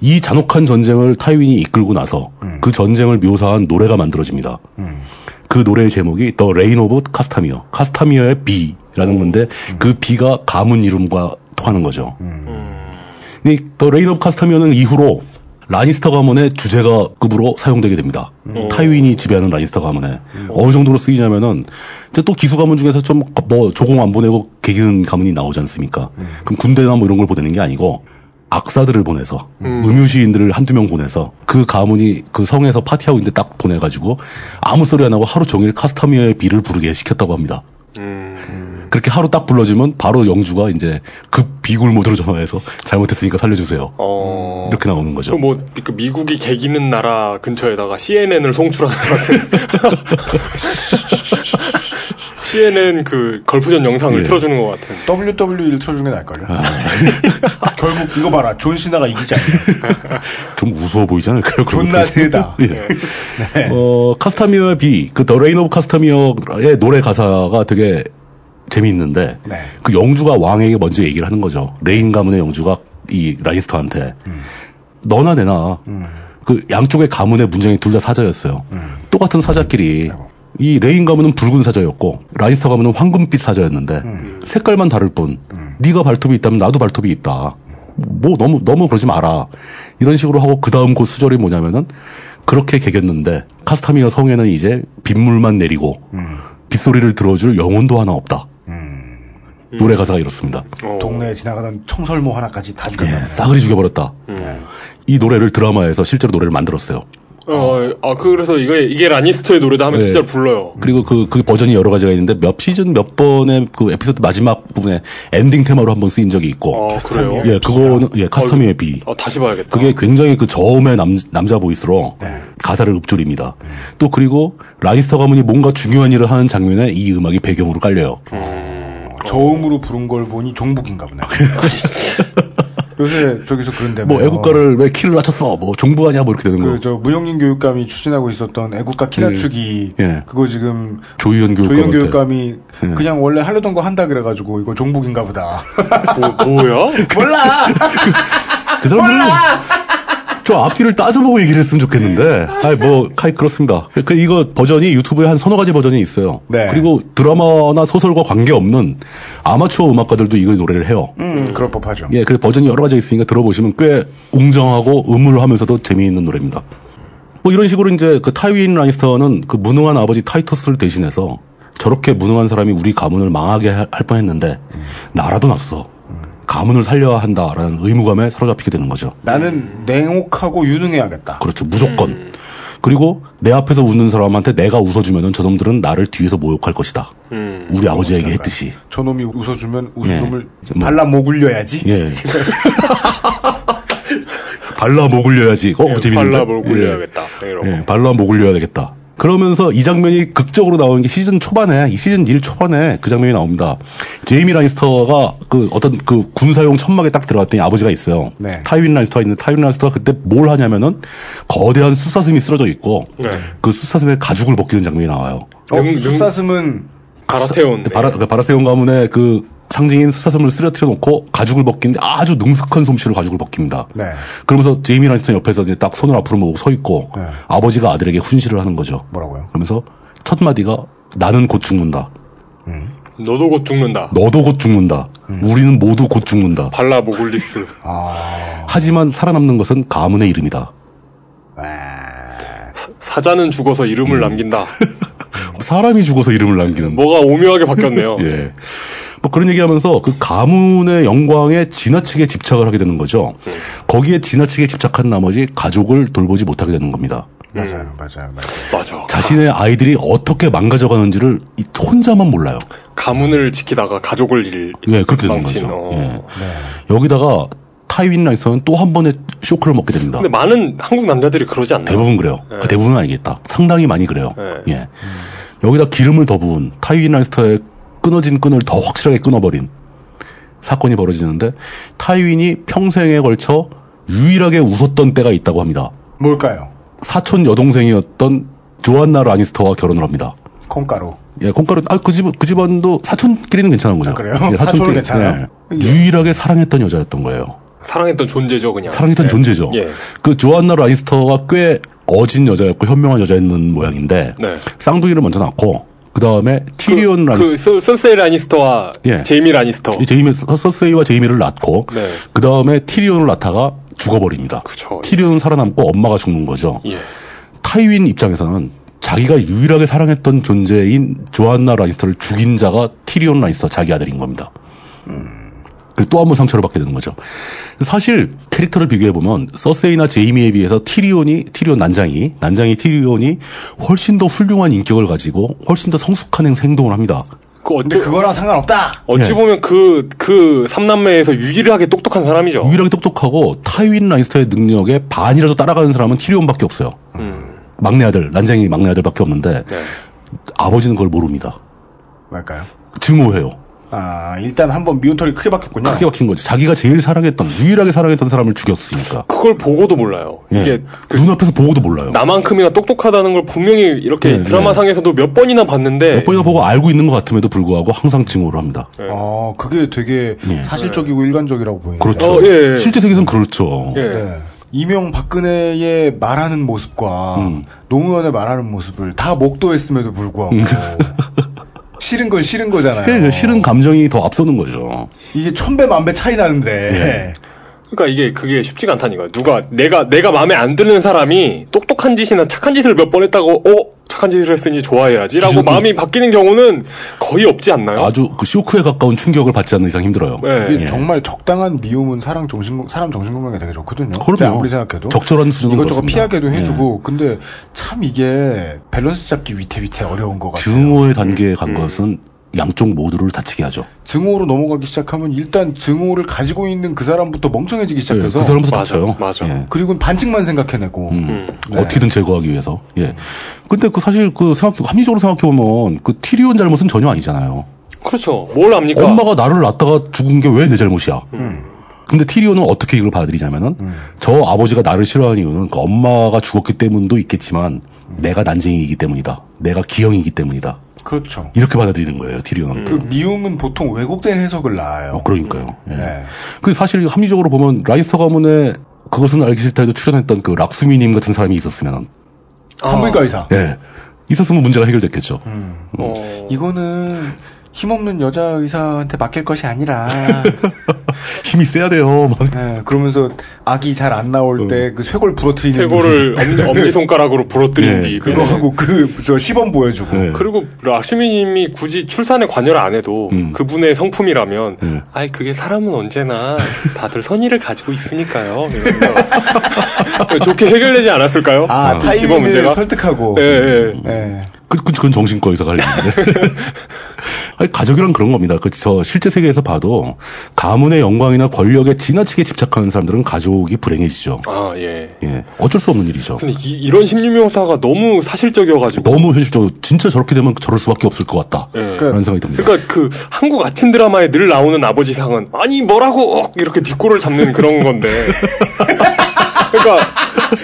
S4: 이 잔혹한 전쟁을 타이윈이 이끌고 나서 그 전쟁을 묘사한 노래가 만들어집니다. 그 노래의 제목이 The Rain of Castamere, 카스타미어의 비라는 건데 그 비가 가문 이름과 통하는 거죠. 이 The Rain of Castamiore는 이후로 라니스터 가문의 주제가 급으로 사용되게 됩니다. 타이윈이 지배하는 라니스터 가문에 어느 정도로 쓰이냐면은 이제 또 기수 가문 중에서 좀 뭐 조공 안 보내고 개기는 가문이 나오지 않습니까? 그럼 군대나 뭐 이런 걸 보내는 게 아니고 악사들을 보내서 음유시인들을 한두 명 보내서 그 가문이 그 성에서 파티하고 있는데 딱 보내가지고 아무 소리 안 하고 하루 종일 카스타미어의 비를 부르게 시켰다고 합니다. 그렇게 하루 딱 불러주면 바로 영주가 이제 급 비굴 모드로 전화해서 잘못했으니까 살려주세요.
S2: 어.
S4: 이렇게 나오는 거죠.
S2: 뭐, 그 미국이 개기는 나라 근처에다가 CNN을 송출하는 같은. CNN 그 걸프전 영상을
S4: 예.
S2: 틀어주는 것 같은.
S3: WWE를 쳐주는 게 나을걸요.
S4: 아.
S3: 결국 이거 봐라 존 시나가 이기지 않냐.
S4: 좀 우스워 보이지 않을까요? 그런
S3: 존나
S4: 것도?
S3: 세다. 네.
S4: 예. 어, 카스타미어의 비, 그 더 레인 오브 카스타미어의 노래 가사가 되게 재미있는데
S3: 네.
S4: 그 영주가 왕에게 먼저 얘기를 하는 거죠. 레인 가문의 영주가 이 라니스터한테 너나 내나 그 양쪽의 가문의 문장이 둘 다 사자였어요. 똑같은 사자끼리 이 레인 가문은 붉은 사자였고 라니스터 가문은 황금빛 사자였는데 색깔만 다를 뿐 네가 발톱이 있다면 나도 발톱이 있다. 뭐 너무 너무 그러지 마라 이런 식으로 하고 그 다음 그 수절이 뭐냐면은 그렇게 개겼는데 카스타미어 성에는 이제 빗물만 내리고 빗소리를 들어줄 영혼도 하나 없다. 노래 가사가 이렇습니다.
S3: 동네에 지나가던 청설모 하나까지 다 죽였나.
S4: 예, 싸그리 죽여버렸다.
S2: 네.
S4: 이 노래를 드라마에서 실제로 노래를 만들었어요.
S2: 어, 아, 그래서 이게, 이게 라니스터의 노래다 하면
S4: 네.
S2: 진짜 불러요.
S4: 그리고 그, 그 버전이 여러 가지가 있는데 몇 시즌 몇 번의 그 에피소드 마지막 부분에 엔딩 테마로 한번 쓰인 적이 있고.
S2: 아, 그래요?
S4: 예, 그거는, 예, 카스터미의 비.
S2: 아, 다시 봐야겠다.
S4: 그게 굉장히 그 저음의 남, 남자 보이스로
S3: 네.
S4: 가사를 읊조립니다.
S2: 네.
S4: 또 그리고 라니스터 가문이 뭔가 중요한 일을 하는 장면에 이 음악이 배경으로 깔려요.
S3: 저음으로 부른 걸 보니 종북인가 보네. 요새 저기서 그런데
S2: 어.
S4: 뭐 애국가를 왜 키를 낮췄어? 뭐 종부하냐? 뭐 이렇게 되는 거.
S3: 그저 무영민 교육감이 추진하고 있었던 애국가 키낮추기
S4: 예. 예.
S3: 그거 지금
S4: 조희연 교육감. 예.
S3: 조영 교육감이 그냥 원래 하려던 거 한다 그래가지고 이거 종북인가 보다.
S2: 뭐, 뭐야?
S3: 몰라.
S4: 그 사람들은 저 앞뒤를 따져보고 얘기를 했으면 좋겠는데. 아이, 뭐, 카이, 그렇습니다. 그, 이거 버전이 유튜브에 한 서너 가지 버전이 있어요.
S3: 네.
S4: 그리고 드라마나 소설과 관계없는 아마추어 음악가들도 이거 노래를 해요.
S3: 음, 그럴 법하죠.
S4: 예, 그래서 버전이 여러 가지 있으니까 들어보시면 꽤 웅장하고 음울하면서도 재미있는 노래입니다. 뭐 이런 식으로 이제 그 타이윈 라니스터는 그 무능한 아버지 타이터스를 대신해서 저렇게 무능한 사람이 우리 가문을 망하게 할 뻔했는데 나라도 났어. 가문을 살려야 한다라는 의무감에 사로잡히게 되는 거죠.
S3: 나는 냉혹하고 유능해야겠다.
S4: 그렇죠. 무조건. 그리고 내 앞에서 웃는 사람한테 내가 웃어주면은 저놈들은 나를 뒤에서 모욕할 것이다. 우리 아버지에게 했듯이.
S3: 저놈이 웃어주면
S4: 예.
S3: 웃음놈을
S4: 뭐.
S3: 발라 목을려야지.
S4: 예. 발라 목을려야지. 어, 재밌는데.
S2: 예, 발라 뭘
S4: 예.
S2: 굴려야겠다. 이런
S4: 예, 발로 목을려야 되겠다. 그러면서 이 장면이 극적으로 나오는 게 시즌 초반에 이 시즌 1 초반에 그 장면이 나옵니다. 제이미 라니스터가 그 어떤 그 군사용 천막에 딱 들어갔더니 아버지가 있어요.
S3: 네.
S4: 타이윈 라니스터가 있는데 타이윈 라니스터가 그때 뭘 하냐면은 거대한 수사슴이 쓰러져 있고
S2: 네.
S4: 그 수사슴의 가죽을 벗기는 장면이 나와요.
S3: 어,
S2: 능- 능-
S3: 수사슴은 네.
S2: 갈아태운.
S4: 바라, 그 바라세온 가문의 그 상징인 수사슴을 쓰러뜨려 놓고 가죽을 벗기는데 아주 능숙한 솜씨로 가죽을 벗깁니다.
S3: 네.
S4: 그러면서 제이미 라니스턴 옆에서 이제 딱 손을 앞으로 모으고 서 있고 아버지가 아들에게 훈시를 하는 거죠.
S3: 네. 뭐라고요?
S4: 그러면서 첫 마디가 나는 곧 죽는다.
S2: 너도 곧 죽는다.
S4: 너도 곧 죽는다.
S3: 음.
S4: 우리는 모두 곧 죽는다.
S3: 네.
S2: 발라 모글리스.
S4: 하지만 살아남는 것은 가문의 이름이다.
S2: 사자는 죽어서 이름을 남긴다.
S4: 사람이 죽어서 이름을 남기는.
S2: 뭐가 오묘하게 바뀌었네요.
S4: 예. 뭐 그런 얘기하면서 그 가문의 영광에 지나치게 집착을 하게 되는 거죠.
S2: 네.
S4: 거기에 지나치게 집착한 나머지 가족을 돌보지 못하게 되는 겁니다.
S3: 맞아요, 맞아요, 맞아요.
S2: 맞아.
S4: 자신의 아이들이 어떻게 망가져가는지를 이- 혼자만 몰라요.
S2: 가문을 지키다가 가족을 일.
S4: 예, 그렇게 되는
S2: 망친,
S4: 거죠.
S2: 어.
S4: 예. 여기다가 타이윈 라이서는 또 한 번의 쇼크를 먹게 됩니다.
S2: 근데 많은 한국 남자들이 그러지 않나요?
S4: 대부분 그래요.
S3: 네.
S4: 아, 대부분은 아니겠다. 상당히 많이 그래요.
S2: 네.
S4: 예. 여기다 기름을 더 부은 타이윈 라니스터의 끊어진 끈을 더 확실하게 끊어버린 사건이 벌어지는데 타이윈이 평생에 걸쳐 유일하게 웃었던 때가 있다고 합니다.
S3: 뭘까요?
S4: 사촌 여동생이었던 조안나 라니스터와 결혼을 합니다.
S3: 콩가루.
S4: 예, 콩가루 아그 집, 그 집안도 사촌끼리는 괜찮은 거죠.
S3: 아, 그래요?
S4: 예,
S3: 사촌은 괜찮아요?
S4: 예. 유일하게 사랑했던 여자였던 거예요.
S2: 사랑했던 존재죠, 그냥.
S4: 사랑했던 존재죠.
S2: 예.
S4: 그 조안나 라니스터가 꽤 어진 여자였고 현명한 여자였는 모양인데
S2: 네.
S4: 쌍둥이를 먼저 낳고 그 다음에 티리온 라니
S2: 그 서- 서세이 라니스터와
S4: 예.
S2: 제이미 라니스터.
S4: 이 제이미 서- 서세이와 제이미를 낳고
S2: 네.
S4: 그 다음에 티리온을 낳다가 죽어버립니다.
S2: 그쵸.
S4: 티리온은 살아남고 엄마가 죽는 거죠.
S2: 예.
S4: 타이윈 입장에서는 자기가 유일하게 사랑했던 존재인 조안나 라니스터를 죽인 자가 티리온 라니스터 자기 아들인 겁니다. 그리고 또 한 번 상처를 받게 되는 거죠. 사실 캐릭터를 비교해 보면 서세이나 제이미에 비해서 티리온이 티리온 난장이 난장이 티리온이 훨씬 더 훌륭한 인격을 가지고 훨씬 더 성숙한 행- 행동을 합니다.
S2: 그 어찌,
S3: 근데 그거랑 상관없다.
S2: 어찌
S4: 예.
S2: 보면 그, 그 삼남매에서 유일하게 똑똑한 사람이죠.
S4: 유일하게 똑똑하고 타이윈 라니스터의 능력에 반이라도 따라가는 사람은 티리온밖에 없어요. 막내 아들 난장이 막내 아들밖에 없는데
S2: 네.
S4: 아버지는 그걸 모릅니다.
S3: 뭘까요?
S4: 증오해요.
S3: 아, 일단 한번 미운털이 크게 바뀌었군요.
S2: 네.
S4: 크게 막힌 거죠. 자기가 제일 사랑했던 유일하게 사랑했던 사람을 죽였으니까.
S2: 그걸 보고도 몰라요.
S4: 예.
S2: 이게 그
S4: 눈앞에서 보고도 몰라요.
S2: 나만큼이나 똑똑하다는 걸 분명히 이렇게
S4: 예,
S2: 드라마상에서도 몇 번이나 봤는데
S4: 몇 번이나 보고 알고 있는 것 같음에도 불구하고 항상 증오를 합니다.
S2: 네.
S3: 아, 그게 되게
S4: 예.
S3: 사실적이고 일관적이라고 보이네요.
S4: 그렇죠.
S2: 어, 예, 예.
S4: 실제 세계에서는 그렇죠.
S2: 예.
S3: 네. 이명 박근혜의 말하는 모습과
S4: 음.
S3: 노무현의 말하는 모습을 다 목도했음에도 불구하고 싫은 건 싫은 거잖아요.
S4: 네. 그게 싫은 감정이 더 앞서는
S2: 어?
S4: 거죠.
S3: 이게 천배 만배 차이
S4: 예.
S3: 나는데
S2: 그러니까 이게 그게 쉽지가 않다니까. 누가 내가 내가 마음에 안 드는 사람이 똑똑한 짓이나 착한 짓을 몇 번 했다고 어 착한 짓을 했으니 좋아해야지라고
S4: 기준이-
S2: 마음이 바뀌는 경우는 거의 없지 않나요?
S4: 아주 그 쇼크에 가까운 충격을 받지 않는 이상 힘들어요.
S2: 예.
S3: 이게 정말 적당한 미움은 사람 정신 사람 정신 건강에 되게 좋거든요.
S4: 그럼요.
S3: 제가 아무리 생각해도
S4: 적절한 수준은
S3: 이것저것
S4: 그렇습니다. 예.
S3: 피하게도 해주고 근데 참 이게 밸런스 잡기 위태위태 어려운 것 같아요.
S4: 증오의 단계에
S2: 음.
S4: 간 것은 양쪽 모두를 다치게 하죠.
S3: 증오로 넘어가기 시작하면 일단 증오를 가지고 있는 그 사람부터 멍청해지기
S4: 예,
S3: 시작해서
S4: 그 사람부터 음.
S2: 맞아,
S4: 다쳐요.
S2: 맞아. 네.
S4: 예.
S3: 그리고는 반칙만 생각해내고
S4: 어떻게든 제거하기 위해서. 예. 근데 그 사실 그 생각 합리적으로 생각해 보면 그 티리온 잘못은 전혀 아니잖아요.
S2: 그렇죠. 뭘 압니까? 음.
S4: 엄마가 나를 낳다가 죽은 게 왜 내 잘못이야? 음. 근데 티리온은 어떻게 이걸 받아들이냐면은 저 아버지가 나를 싫어하는 이유는 그 엄마가 죽었기 때문도 있겠지만 내가 난쟁이이기 때문이다. 내가 기형이기 때문이다.
S3: 그렇죠.
S4: 이렇게 받아들이는 거예요, 티리온은.
S2: 음.
S3: 그 미움은 보통 왜곡된 해석을 낳아요.
S4: 어, 그러니까요. 예.
S3: 네.
S4: 그 사실 합리적으로 보면 라이스터 가문의 그것은 알기 싫다에도 출연했던 그 락수미님 같은 사람이 있었으면
S3: 산부인과 의사.
S4: 예 있었으면 문제가 해결됐겠죠.
S2: 음.
S3: 이거는 힘없는 여자 의사한테 맡길 것이 아니라
S4: 힘이 세야 돼요. 막.
S3: 예, 그러면서 아기 잘 안 나올
S4: 어.
S3: 때 그 쇄골 부러뜨리는
S2: 쇄골을
S4: 예.
S3: 무슨-
S2: 엄지, 손가락으로 부러뜨린
S3: 예,
S2: 뒤 네.
S3: 그거 하고 그 저 시범 보여주고
S4: 네.
S2: 그리고 락슈미님이 굳이 출산에 관여를 안 해도
S4: 음.
S2: 그분의 성품이라면
S4: 예.
S2: 아이 그게 사람은 언제나 다들 선의를 가지고 있으니까요. 이러면서 좋게 해결되지 않았을까요?
S3: 아,
S2: 이 집안
S3: 타이밍을
S2: 문제가?
S3: 설득하고
S2: 예, 예.
S3: 예.
S4: 그, 그, 그건 정신과 의사가 할 일인데. 아니, 가족이란 그런 겁니다. 그, 저, 실제 세계에서 봐도, 가문의 영광이나 권력에 지나치게 집착하는 사람들은 가족이 불행해지죠.
S2: 아 예.
S4: 예. 어쩔 수 없는 일이죠.
S2: 근데 이, 런 심리묘사가 너무 사실적이어가지고.
S4: 너무 현실적으로, 진짜 저렇게 되면 저럴 수밖에 없을 것 같다.
S2: 예.
S4: 라는 생각이 듭니다.
S2: 그러니까 그 한국 아침 드라마에 늘 나오는 아버지 상은 아니 뭐라고 억! 이렇게 뒷골을 잡는 그런 건데. 그러니까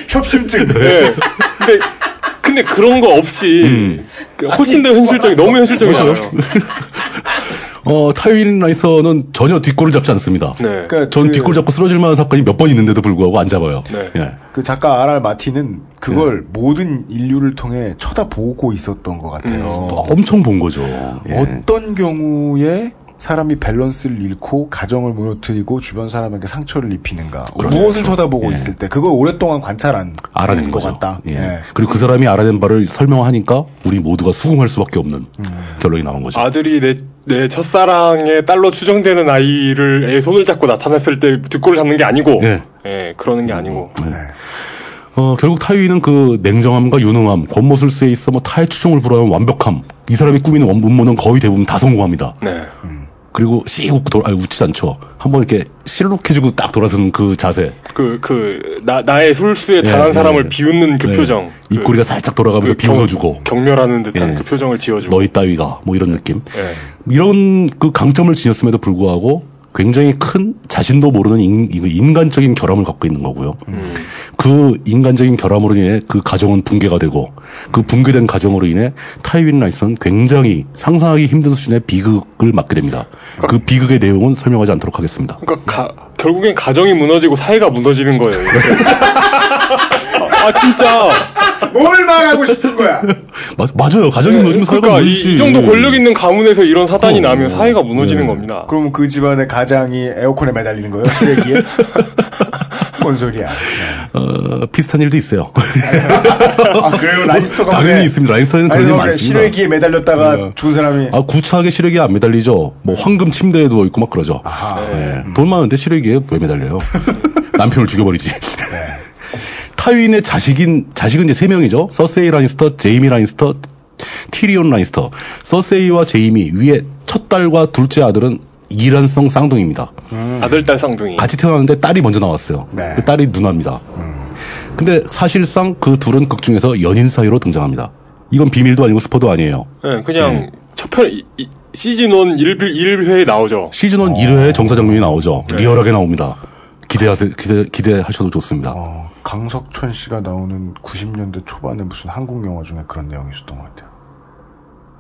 S3: 협심증.
S4: 네.
S2: 예. 근데 근데 그런 거 없이
S4: 음.
S2: 그 훨씬 더 현실적이 너무 현실적이잖아요.
S4: 어, 타이윈 라이서는 전혀 뒷골을 잡지 않습니다.
S2: 네.
S3: 그러니까
S4: 전
S3: 그-
S4: 뒷골 잡고 쓰러질 만한 사건이 몇 번 있는데도 불구하고 안 잡아요.
S2: 네.
S4: 예.
S3: 그 작가 R.R. 마틴은 그걸
S4: 네.
S3: 모든 인류를 통해 쳐다보고 있었던 것
S2: 음.
S3: 같아요.
S4: 엄청 본 거죠. 예.
S3: 어떤 경우에 사람이 밸런스를 잃고 가정을 무너뜨리고 주변 사람에게 상처를 입히는가 무엇을 쳐다보고 있을 때 그걸 오랫동안 관찰한
S4: 그렇죠. 예. 알아낸
S3: 것
S4: 거죠.
S3: 같다.
S4: 예.
S3: 예.
S4: 그리고 그 사람이 알아낸 바를 설명하니까 우리 모두가 수긍할 수밖에 없는 결론이 나온 거죠.
S2: 아들이 내, 내 첫사랑의 딸로 추정되는 아이를 애 손을 잡고 나타났을 때 뒷골을 잡는 게 아니고,
S4: 예.
S2: 예, 그러는 게 아니고.
S4: 네. 어, 결국 타이위는 그 냉정함과 유능함, 권모술수에 있어 뭐 타의 추종을 불허한 완벽함, 이 사람이 꾸미는 원- 음모는 거의 대부분 다 성공합니다.
S2: 네.
S4: 그리고 씩 웃고 돌, 아니, 웃지 않죠. 한번 이렇게 실룩해지고 딱 돌아서는 그 자세.
S2: 그, 그, 나, 나의 술수에
S4: 예,
S2: 당한
S4: 예,
S2: 사람을
S4: 예.
S2: 비웃는 그
S4: 예.
S2: 표정. 그-
S4: 입꼬리가 살짝 돌아가면서
S2: 경-
S4: 비웃어주고.
S2: 경멸하는 듯한
S4: 예.
S2: 그 표정을 지어주고.
S4: 너희 따위가 뭐 이런 느낌.
S2: 예.
S4: 이런 그 강점을 지녔음에도 불구하고 굉장히 큰 자신도 모르는 인, 이거 인간적인 결함을 갖고 있는 거고요. 그 인간적인 결함으로 인해 그 가정은 붕괴가 되고 그 붕괴된 가정으로 인해 타이윈 라이스는 굉장히 상상하기 힘든 수준의 비극을 맞게 됩니다. 그 비극의 내용은 설명하지 않도록 하겠습니다.
S2: 그러니까
S4: 뭐.
S2: 가- 결국엔 가정이 무너지고 사회가 무너지는 거예요. 이렇게. 아 진짜.
S3: 뭘 말하고 싶은 거야?
S4: 마, 맞아요. 가정이 무너지면 사회가
S2: 그러니까 이,
S4: 무너지지. 어. 예.
S2: 이 정도 권력 있는 가문에서 이런 사단이
S4: 그럼.
S2: 나면 사회가 무너지는 겁니다.
S3: 그럼 그 집안의 가장이 에어컨에 매달리는 거예요? 쓰레기에? 뭔 소리야?
S4: 어, 비슷한 일도 있어요.
S3: 아, 그래요? 라이스터가
S4: 뭐 당연히 있습니다. 라인스터에는 그런 일 많습니다.
S3: 실외기에 매달렸다가 죽은 사람이
S4: 아, 구차하게 실외기에 안 매달리죠. 뭐 황금 침대에 누워 있고 막 그러죠. 예. 돈 많은데 실외기에 왜 매달려요? 남편을 죽여버리지. 타윈의 자식인 자식은 이제 세 명이죠. 서세이 라니스터, 제이미 라니스터, 티리온 라니스터. 서세이와 제이미 위에 첫 딸과 둘째 아들은 이란성 쌍둥이입니다.
S2: 아들 딸 쌍둥이.
S4: 같이 태어났는데 딸이 먼저 나왔어요.
S3: 네.
S4: 그 딸이 누나입니다. 근데 사실상 그 둘은 극 중에서 연인 사이로 등장합니다. 이건 비밀도 아니고 스포도 아니에요.
S2: 예, 그냥 첫편 이- 이- 시즌 1 1일 1회에 나오죠.
S4: 시즌 1 1회 정사 장면이 나오죠. 리얼하게 나옵니다. 기대하세 기대 기대하셔도 좋습니다.
S3: 어, 강석천 씨가 나오는 90년대 초반에 무슨 한국 영화 중에 그런 내용이 있었던 것 같아요.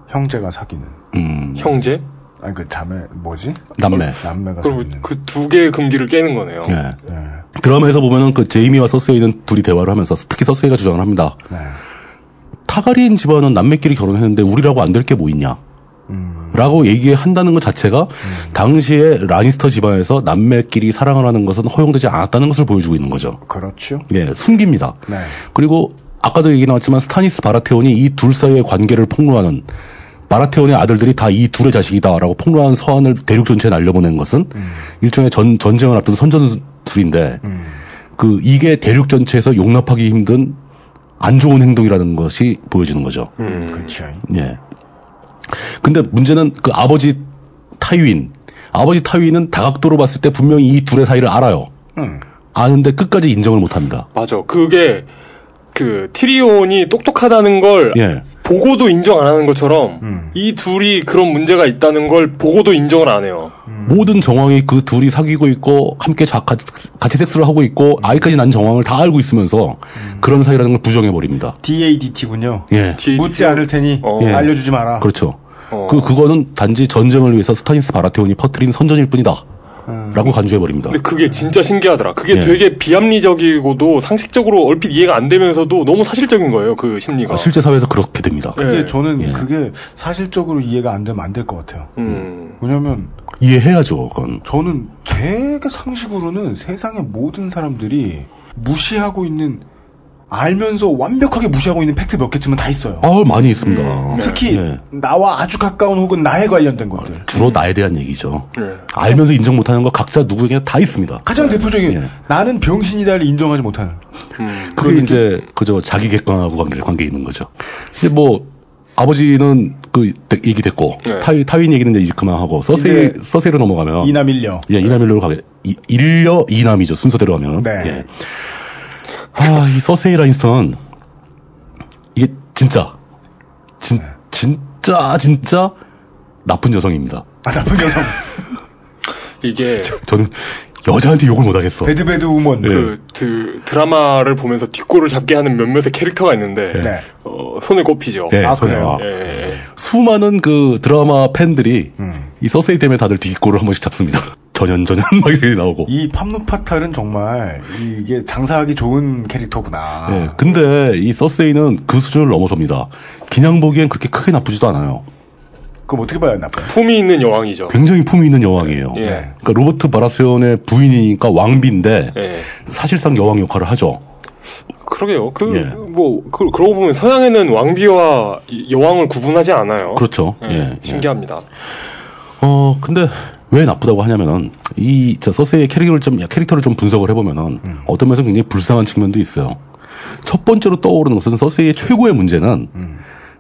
S3: 형제가 사귀는.
S4: 음.
S2: 형제.
S3: 아니, 그 자매, 뭐지?
S4: 남매.
S3: 남매가
S2: 그리고
S3: 사귀는.
S2: 그 두 개의 금기를 깨는 거네요.
S4: 예. 드라마에서 보면은 그 제이미와 서세이는 둘이 대화를 하면서 특히 서세이가 주장을 합니다. 타가리인 집안은 남매끼리 결혼했는데 우리라고 안 될 게 뭐 있냐? 라고 얘기한다는 것 자체가 당시에 라니스터 집안에서 남매끼리 사랑을 하는 것은 허용되지 않았다는 것을 보여주고 있는 거죠.
S3: 그렇죠.
S4: 예, 숨깁니다.
S3: 네.
S4: 그리고 아까도 얘기 나왔지만 스타니스 바라테온이 이 둘 사이의 관계를 폭로하는 바라테온의 아들들이 다 이 둘의 자식이다라고 폭로한 서한을 대륙 전체에 날려보낸 것은 일종의 전, 전쟁을 앞둔 선전술인데 그 이게 대륙 전체에서 용납하기 힘든 안 좋은 행동이라는 것이 보여지는 거죠.
S2: 음.
S3: 그렇죠.
S4: 예. 근데 문제는 그 아버지 타유인, 아버지 타유인은 다각도로 봤을 때 분명히 이 둘의 사이를 알아요. 아는데 끝까지 인정을 못 합니다.
S2: 맞아. 그게 그 티리온이 똑똑하다는 걸
S4: 예. 음.
S2: 보고도 인정 안 하는 것처럼 이 둘이 그런 문제가 있다는 걸 보고도 인정을 안 해요.
S4: 모든 정황이 그 둘이 사귀고 있고 함께 자, 같이, 같이 섹스를 하고 있고 아이까지 난 정황을 다 알고 있으면서 그런 사이라는 걸 부정해 버립니다.
S3: DADT군요.
S4: 예.
S2: 뒤에
S3: 묻지 않을 테니
S2: 어.
S4: 예.
S3: 알려주지 마라.
S4: 그렇죠. 그 그거는 단지 전쟁을 위해서 스타니스 바라테온이 퍼뜨린 선전일 뿐이다. 라고
S2: 음.
S4: 간주해버립니다.
S2: 근데 그게 진짜 신기하더라. 그게
S4: 예.
S2: 되게 비합리적이고도 상식적으로 얼핏 이해가 안 되면서도 너무 사실적인 거예요. 그 네. 심리가. 예.
S4: 아, 실제 사회에서 그렇게 됩니다.
S3: 근데 저는 그게 사실적으로 이해가 안 되면 안 될 것 같아요.
S2: 음.
S3: 왜냐면
S4: 이해해야죠, 그건.
S3: 저는 제 상식으로는 세상의 모든 사람들이 무시하고 있는 알면서 완벽하게 무시하고 있는 팩트 몇 개쯤은 다 있어요.
S4: 아, 많이 있습니다.
S2: 음. 네.
S3: 특히
S4: 예. 어,
S3: 나와 아주 가까운 혹은 나에 관련된 것들.
S4: 주로 나에 대한 얘기죠.
S2: 네.
S4: 알면서 인정 못하는 거 각자 누구에게나 다 있습니다.
S3: 가장 대표적인
S4: 예.
S3: 나는 병신이다를 인정하지 못하는.
S4: 그게 이제 그저 자기 객관하고 관계, 관계 있는 거죠. 근데 뭐 아버지는 그 대- 얘기 됐고
S3: 네.
S4: 타위 타윈 얘기는 이제 그만하고 서세
S3: 이제
S4: 서세로 넘어가면
S3: 이남 일녀.
S4: 예 이남일로 가게 이- 일녀 이남이죠 순서대로 하면
S3: 네.
S4: 예. 아이 서세이 라인선 이게 진짜 진 진짜 진짜 나쁜 여성입니다.
S3: 아 나쁜
S4: 어.
S3: 여성.
S2: 이게
S4: 저는 여자한테 욕을 못하겠어.
S3: 배드배드 우먼.
S4: 예.
S2: 그, 드, 드라마를 보면서 뒷골을 잡게 하는 몇몇의 캐릭터가 있는데
S4: 네.
S2: 어, 손에 꼽히죠.
S4: 예, 아, 손에. 그래요?
S2: 예, 예, 예.
S4: 수많은 그 드라마 팬들이
S2: 음.
S4: 이 서세이 때문에 다들 뒷골을 한 번씩 잡습니다. 전연 전연 막 이렇게 나오고.
S3: 이 팜누파탈은 정말 이게 장사하기 좋은 캐릭터구나.
S4: 예, 근데 이 서세이는 그 수준을 넘어섭니다. 그냥 보기엔 그렇게 크게 나쁘지도 않아요.
S3: 그럼 어떻게 봐야 나빠?
S2: 품이 있는 여왕이죠.
S4: 굉장히 품이 있는 여왕이에요.
S2: 예.
S4: 그러니까 로버트 바라세온의 부인이니까 왕비인데
S2: 예.
S4: 사실상 여왕 역할을 하죠.
S2: 그러게요. 그,
S4: 예.
S2: 뭐, 그, 그러고 보면 서양에는 왕비와 이- 여왕을 구분하지 않아요.
S4: 그렇죠.
S2: 예,
S4: 예,
S2: 신기합니다.
S4: 어, 근데 왜 나쁘다고 하냐면은 이 저 서세이의 캐릭터를 좀 캐릭터를 좀 분석을 해보면은 어떤 면에서 굉장히 불쌍한 측면도 있어요. 첫 번째로 떠오르는 것은 서세이의 최고의 문제는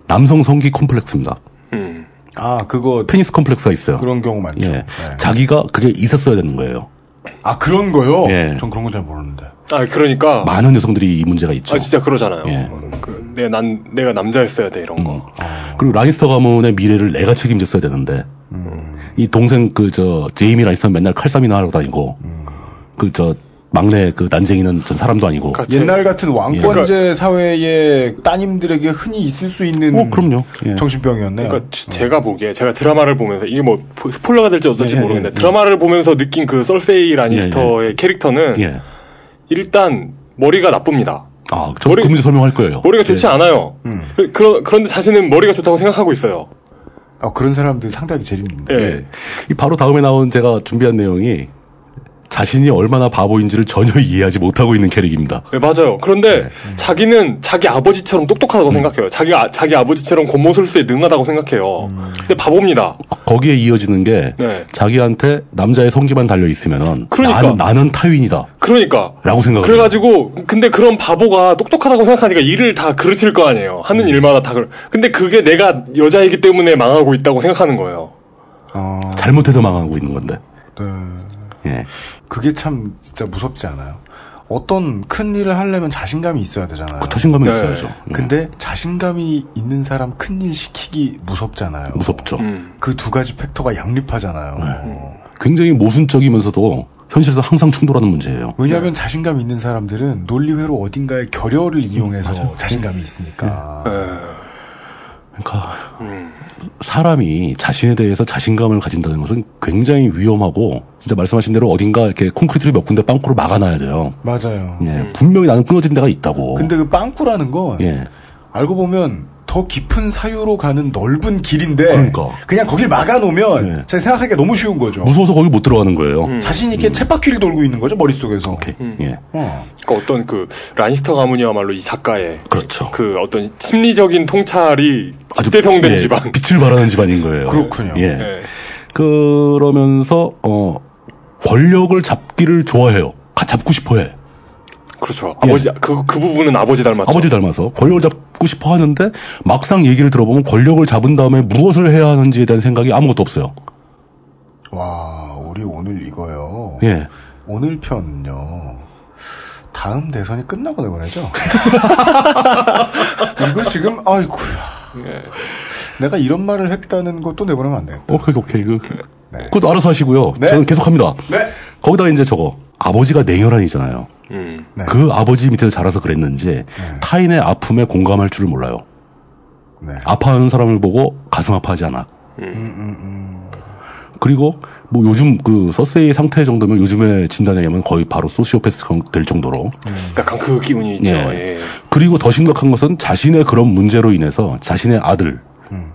S4: 남성 성기 콤플렉스입니다.
S3: 아 그거
S4: 페니스 콤플렉스가 있어요.
S3: 그런 경우 많죠.
S2: 그렇죠.
S3: 네.
S4: 예.
S2: 네.
S4: 자기가 그게 있었어야 되는 거예요.
S3: 아 그런 거요?
S4: 예.
S3: 전 그런 거 잘 모르는데.
S2: 아, 그러니까.
S4: 많은 여성들이 이 문제가 있죠.
S2: 아, 진짜 그러잖아요.
S4: 예. 음. 아.
S2: 그, 내, 난, 내가 남자였어야 돼, 이런 거.
S4: 그리고 라니스터 가문의 미래를 내가 책임졌어야 되는데
S2: 음.
S4: 이 동생 그 저 제이미 라니스터 맨날 칼싸미나 하러 다니고
S2: 음.
S4: 그 저 막내 그 난쟁이는 전 사람도 아니고
S3: 옛날 같은 왕권제
S4: 그러니까
S3: 사회의 따님들에게 흔히 있을 수 있는
S4: 어, 그럼요. 예.
S3: 정신병이었네요.
S2: 그러니까 지- 제가 보기에 제가 드라마를 보면서 이게 뭐 포- 스포일러가 될지 어떨지
S3: 예, 예,
S2: 모르겠는데
S3: 예.
S2: 드라마를 보면서 느낀 그 썰세이 라니스터의 캐릭터는
S4: 예.
S2: 일단 머리가 나쁩니다.
S4: 아, 저그 문제 설명할 거예요. 음.
S2: 머리가 좋지 않아요. 그, 그런 그런데 자신은 머리가 좋다고 생각하고 있어요.
S3: 아, 그런 사람들 상당히 재밌는데.
S4: 예. 이 바로 다음에 나온 제가 준비한 내용이 자신이 얼마나 바보인지를 전혀 이해하지 못하고 있는 캐릭입니다.
S2: 네, 맞아요. 그런데 자기는 자기 아버지처럼
S4: 음.
S2: 똑똑하다고 생각해요. 자기 아, 자기 아버지처럼 겉모술수에 능하다고 생각해요.
S4: 음.
S2: 근데 바보입니다.
S4: 거기에 이어지는 게
S2: 네.
S4: 자기한테 남자의 성기만 달려 있으면은
S2: 그러니까.
S4: 나는, 나는 타윈이다.
S2: 그러니까
S4: 라고 생각을 해요.
S2: 그래가지고 근데 그런 바보가 똑똑하다고 생각하니까 일을 다 그르칠 거 아니에요. 하는
S4: 음.
S2: 일마다 다 그런. 근데 그게 내가 여자이기 때문에 망하고 있다고 생각하는 거예요. 아.
S4: 잘못해서 망하고 있는 건데. 예.
S3: 네. 그게 참 진짜 무섭지 않아요? 어떤 큰 일을 하려면 자신감이 있어야 되잖아요.
S4: 자신감은 네. 있어야죠.
S3: 근데 자신감이 있는 사람 큰 일 시키기 무섭잖아요.
S4: 무섭죠.
S2: 음.
S4: 네.
S3: 그 두 가지 팩터가 양립하잖아요.
S4: 굉장히 모순적이면서도 현실에서 항상 충돌하는 문제예요.
S3: 왜냐하면 자신감 있는 사람들은 논리회로 어딘가의
S4: 음,
S3: 결여를 이용해서 자신감이 있으니까.
S4: 네. 그러니까
S2: 음.
S4: 사람이 자신에 대해서 자신감을 가진다는 것은 굉장히 위험하고 진짜 말씀하신 대로 어딘가 이렇게 콘크리트를 몇 군데 빵꾸로 막아놔야 돼요.
S3: 맞아요.
S4: 예,
S2: 음.
S4: 분명히 나는 끊어진 데가 있다고.
S3: 근데 그 빵꾸라는 건
S4: 예.
S3: 알고 보면 더 깊은 사유로 가는 넓은 길인데 그냥 거길 막아놓으면 제가 생각하기가 너무 쉬운 거죠.
S4: 그러니까. 예.
S3: 음.
S4: 무서워서 거기 못 들어가는 거예요.
S2: 음.
S3: 자신
S4: 음.
S3: 있게 쳇바퀴를 돌고 있는 거죠 머릿속에서.
S4: 예.
S2: 그러니까 어떤 그 라니스터 가문이야말로 이 작가의
S4: 그렇죠.
S2: 그 어떤 심리적인 통찰이 집대성된
S4: 예,
S2: 지방.
S4: 빛을 발하는 집안인 거예요.
S2: 그렇군요.
S4: 예.
S2: 예.
S4: 그러면서 어 권력을 잡기를 좋아해요. 가- 잡고 싶어해.
S2: 그렇죠. 아버지 그 그 부분은 아버지 닮았죠.
S4: 예. 아버지 닮아서 권력을 잡고 싶어 하는데 막상 얘기를 들어보면 권력을 잡은 다음에 무엇을 해야 하는지에 대한 생각이 아무것도 없어요.
S3: 와 우리 오늘 이거요.
S4: 예.
S3: 오늘 편은요. 다음 대선이 끝나고 내보내죠. 이거 지금 아이쿠야. 내가 이런 말을 했다는 것도 내보내면 안 되겠다.
S4: 오케이 오케이 그 그것도 알아서 하시고요. 저는 계속합니다. 거기다가 이제 저거 아버지가 냉혈한이잖아요.
S2: 음.
S4: 그 아버지 밑에서 자라서 그랬는지 타인의 아픔에 공감할 줄을 몰라요.
S3: 네.
S4: 아. 아파하는 사람을 보고 가슴 아파하지 않아. 그리고 뭐 요즘 그 서세이 상태 정도면 요즘에 진단에 의하면 거의 바로 소시오패스 될 정도로
S2: 약간 그 기운이 있죠. 예.
S4: 그리고 더 심각한 것은 자신의 그런 문제로 인해서 자신의 아들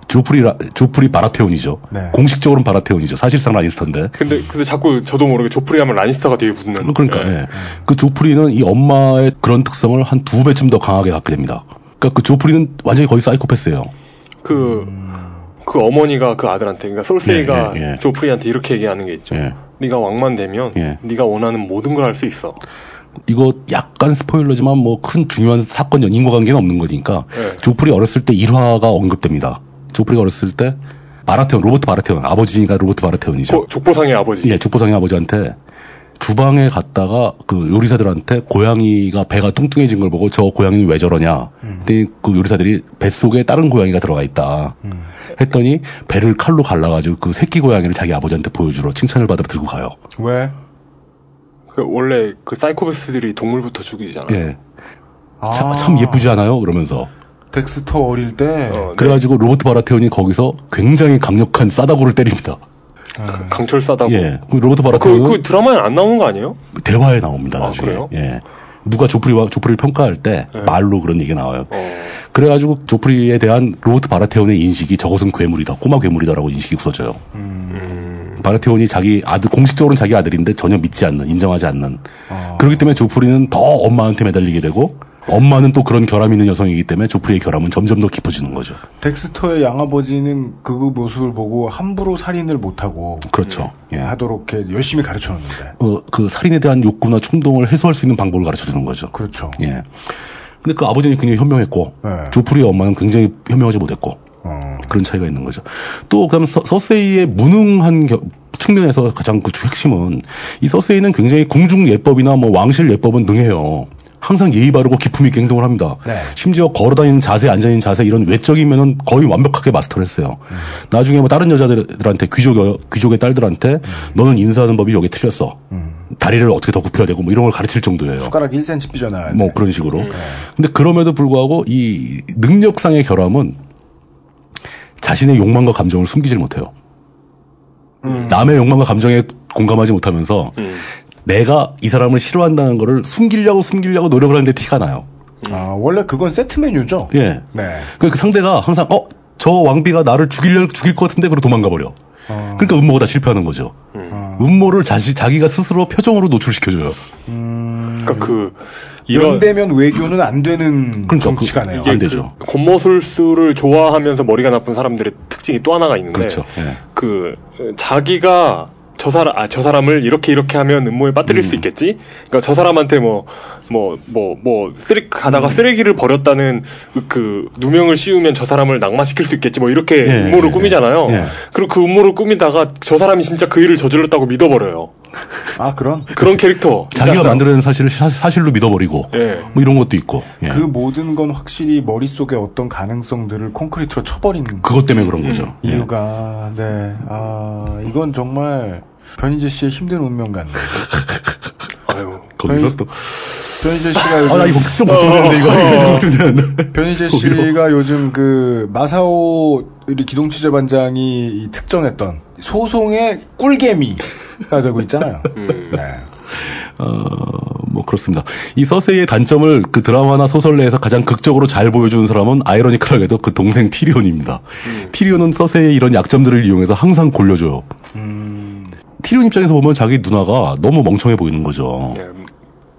S4: 조프리 라- 조프리 바라테온이죠. 공식적으로는 바라테온이죠. 사실상 라니스터인데.
S2: 근데 근데 자꾸 저도 모르게 조프리 하면 라니스터가 되게 붙는.
S4: 그러니까 예. 그 조프리는 이 엄마의 그런 특성을 한 두 배쯤 더 강하게 갖게 됩니다. 그러니까 그 조프리는 완전히 거의 사이코패스예요.
S2: 그, 그 어머니가 그 아들한테, 그러니까 솔세이가 조프리한테 이렇게 얘기하는 게 있죠. 네가 왕만 되면
S4: 예.
S2: 네가 원하는 모든 걸 할 수 있어.
S4: 이거 약간 스포일러지만 뭐 큰 중요한 사건 연 인과관계는 없는 거니까
S2: 네.
S4: 조프리 어렸을 때 일화가 언급됩니다. 조프리가 어렸을 때 바라테온 로버트 바라테온 아버지가 로버트 바라테온이죠.
S2: 족보상의 아버지.
S4: 예, 족보상의 아버지한테 주방에 갔다가 그 요리사들한테 고양이가 배가 뚱뚱해진 걸 보고 저 고양이는 왜 저러냐. 근데 그 요리사들이 뱃속에 다른 고양이가 들어가 있다. 했더니 배를 칼로 갈라가지고 그 새끼 고양이를 자기 아버지한테 보여주러 칭찬을 받으러 들고 가요.
S3: 왜?
S2: 그 원래 그 사이코패스들이 동물부터 죽이잖아.
S4: 예. 참, 참 예쁘지 않아요? 그러면서.
S3: 덱스터 어릴 때
S2: 네.
S4: 그래가지고 로버트 바라테온이 거기서 굉장히 강력한 싸다구를 때립니다.
S2: 강철 싸다고.
S4: 예. 그 로버트 바라테온은
S2: 어. 그, 그 드라마에 안 나오는 거 아니에요?
S4: 대화에 나옵니다. 나중에.
S2: 그래요? 네.
S4: 예. 누가 조프리와 조프리를 평가할 때 말로 그런 얘기가 나와요.
S2: 어.
S4: 그래가지고 조프리에 대한 로버트 바라테온의 인식이 저것은 괴물이다, 꼬마 괴물이다라고 인식이 굳어져요.
S2: 음.
S4: 바라테온이 자기 아들 공식적으로는 자기 아들인데 전혀 믿지 않는, 인정하지 않는.
S2: 아.
S4: 그렇기 때문에 조프리는 더 엄마한테 매달리게 되고 엄마는 또 그런 결함 있는 여성이기 때문에 조프리의 결함은 점점 더 깊어지는 거죠.
S3: 덱스터의 양아버지는 그 모습을 보고 함부로 살인을 못하고 예,
S4: 그렇죠.
S3: 하도록 이렇게 열심히 가르쳐놓는데
S4: 어, 그 살인에 대한 욕구나 충동을 해소할 수 있는 방법을 가르쳐 주는 거죠.
S3: 그렇죠.
S4: 예. 근데 그 아버지는 굉장히 현명했고, 조프리의 엄마는 굉장히 현명하지 못했고,
S3: 어,
S4: 그런 차이가 있는 거죠. 또, 그럼 서, 서세이의 무능한 겨- 측면에서 가장 그 핵심은, 이 서세이는 굉장히 궁중 예법이나 뭐 왕실 예법은 능해요. 항상 예의 바르고 기품 있게 행동을 합니다. 심지어 걸어다니는 자세, 앉아있는 자세 이런 외적인 면은 거의 완벽하게 마스터를 했어요. 나중에 뭐 다른 여자들한테 귀족 여- 귀족의 딸들한테 너는 인사하는 법이 여기 틀렸어. 다리를 어떻게 더 굽혀야 되고 뭐 이런 걸 가르칠 정도예요.
S3: 음. 숟가락 1cm 삐져나야
S4: 뭐 그런 식으로. 근데 그럼에도 불구하고 이 능력상의 결함은 자신의 욕망과 감정을 숨기질 못해요. 남의 욕망과 감정에 공감하지 못하면서 내가 이 사람을 싫어한다는 거를 숨기려고 숨기려고 노력을 하는데 티가 나요.
S3: 아, 원래 그건 세트 메뉴죠?
S4: 예.
S3: 네.
S4: 그 상대가 항상 어 저 왕비가 나를 죽이려 죽일 것 같은데 그러 도망가 버려. 그러니까 음모가 다 실패하는 거죠. 어. 음모를 자시, 자기가 스스로 표정으로 노출시켜줘요. 아,
S2: 그러니까 그
S4: 예.
S2: 이런
S3: 연대면 외교는 안 되는
S4: 그러니까
S3: 정치가네요.
S2: 이게 그 권모술수를 좋아하면서 머리가 나쁜 사람들의 특징이 또 하나가 있는데
S4: 그렇죠.
S2: 그 자기가 저 사람 아 저 사람을 이렇게 이렇게 하면 음모에 빠뜨릴 수 있겠지. 그러니까 저 사람한테 뭐 뭐 뭐 뭐 쓰레
S4: 음.
S2: 가다가 쓰레기를 버렸다는 그- 그 누명을 씌우면 저 사람을 낙마시킬 수 있겠지. 뭐 이렇게
S4: 예,
S2: 음모를
S4: 예,
S2: 꾸미잖아요.
S4: 예.
S2: 그리고 그 음모를 꾸미다가 저 사람이 진짜 그 일을 저질렀다고 믿어버려요.
S3: 아 그런
S2: 그런 캐릭터
S4: 그렇죠. 자기가
S2: 있잖아요.
S4: 만들어낸 사실을 사, 사실로 믿어버리고
S2: 예.
S4: 뭐 이런 것도 있고. 예.
S3: 그 모든 건 확실히 머릿속에 어떤 가능성들을 콘크리트로 쳐버린
S4: 그것 때문에 그런 거죠.
S3: 음.
S4: 예.
S3: 이유가 네. 아, 이건 정말 변희재 씨의 힘든 운명 같네요.
S2: 아유,
S4: 거기서 또
S3: 변희재 씨가 요즘
S4: 아, 나 이거 좀 걱정되는데, 이거. 이거 좀 걱정되는데.
S3: 변희재
S4: 거기로.
S3: 씨가 요즘 그 마사오 우리 기동취재 반장이 이 특정했던 소송의 꿀개미가 되고 있잖아요.
S4: 음.
S3: 네,
S4: 어뭐 그렇습니다. 이 서세이의 단점을 그 드라마나 소설 내에서 가장 극적으로 잘 보여주는 사람은 아이러니컬하게도 그 동생 티리온입니다. 티리온은 서세이의 이런 약점들을 이용해서 항상 골려줘요. 티리온 입장에서 보면 자기 누나가 너무 멍청해 보이는 거죠.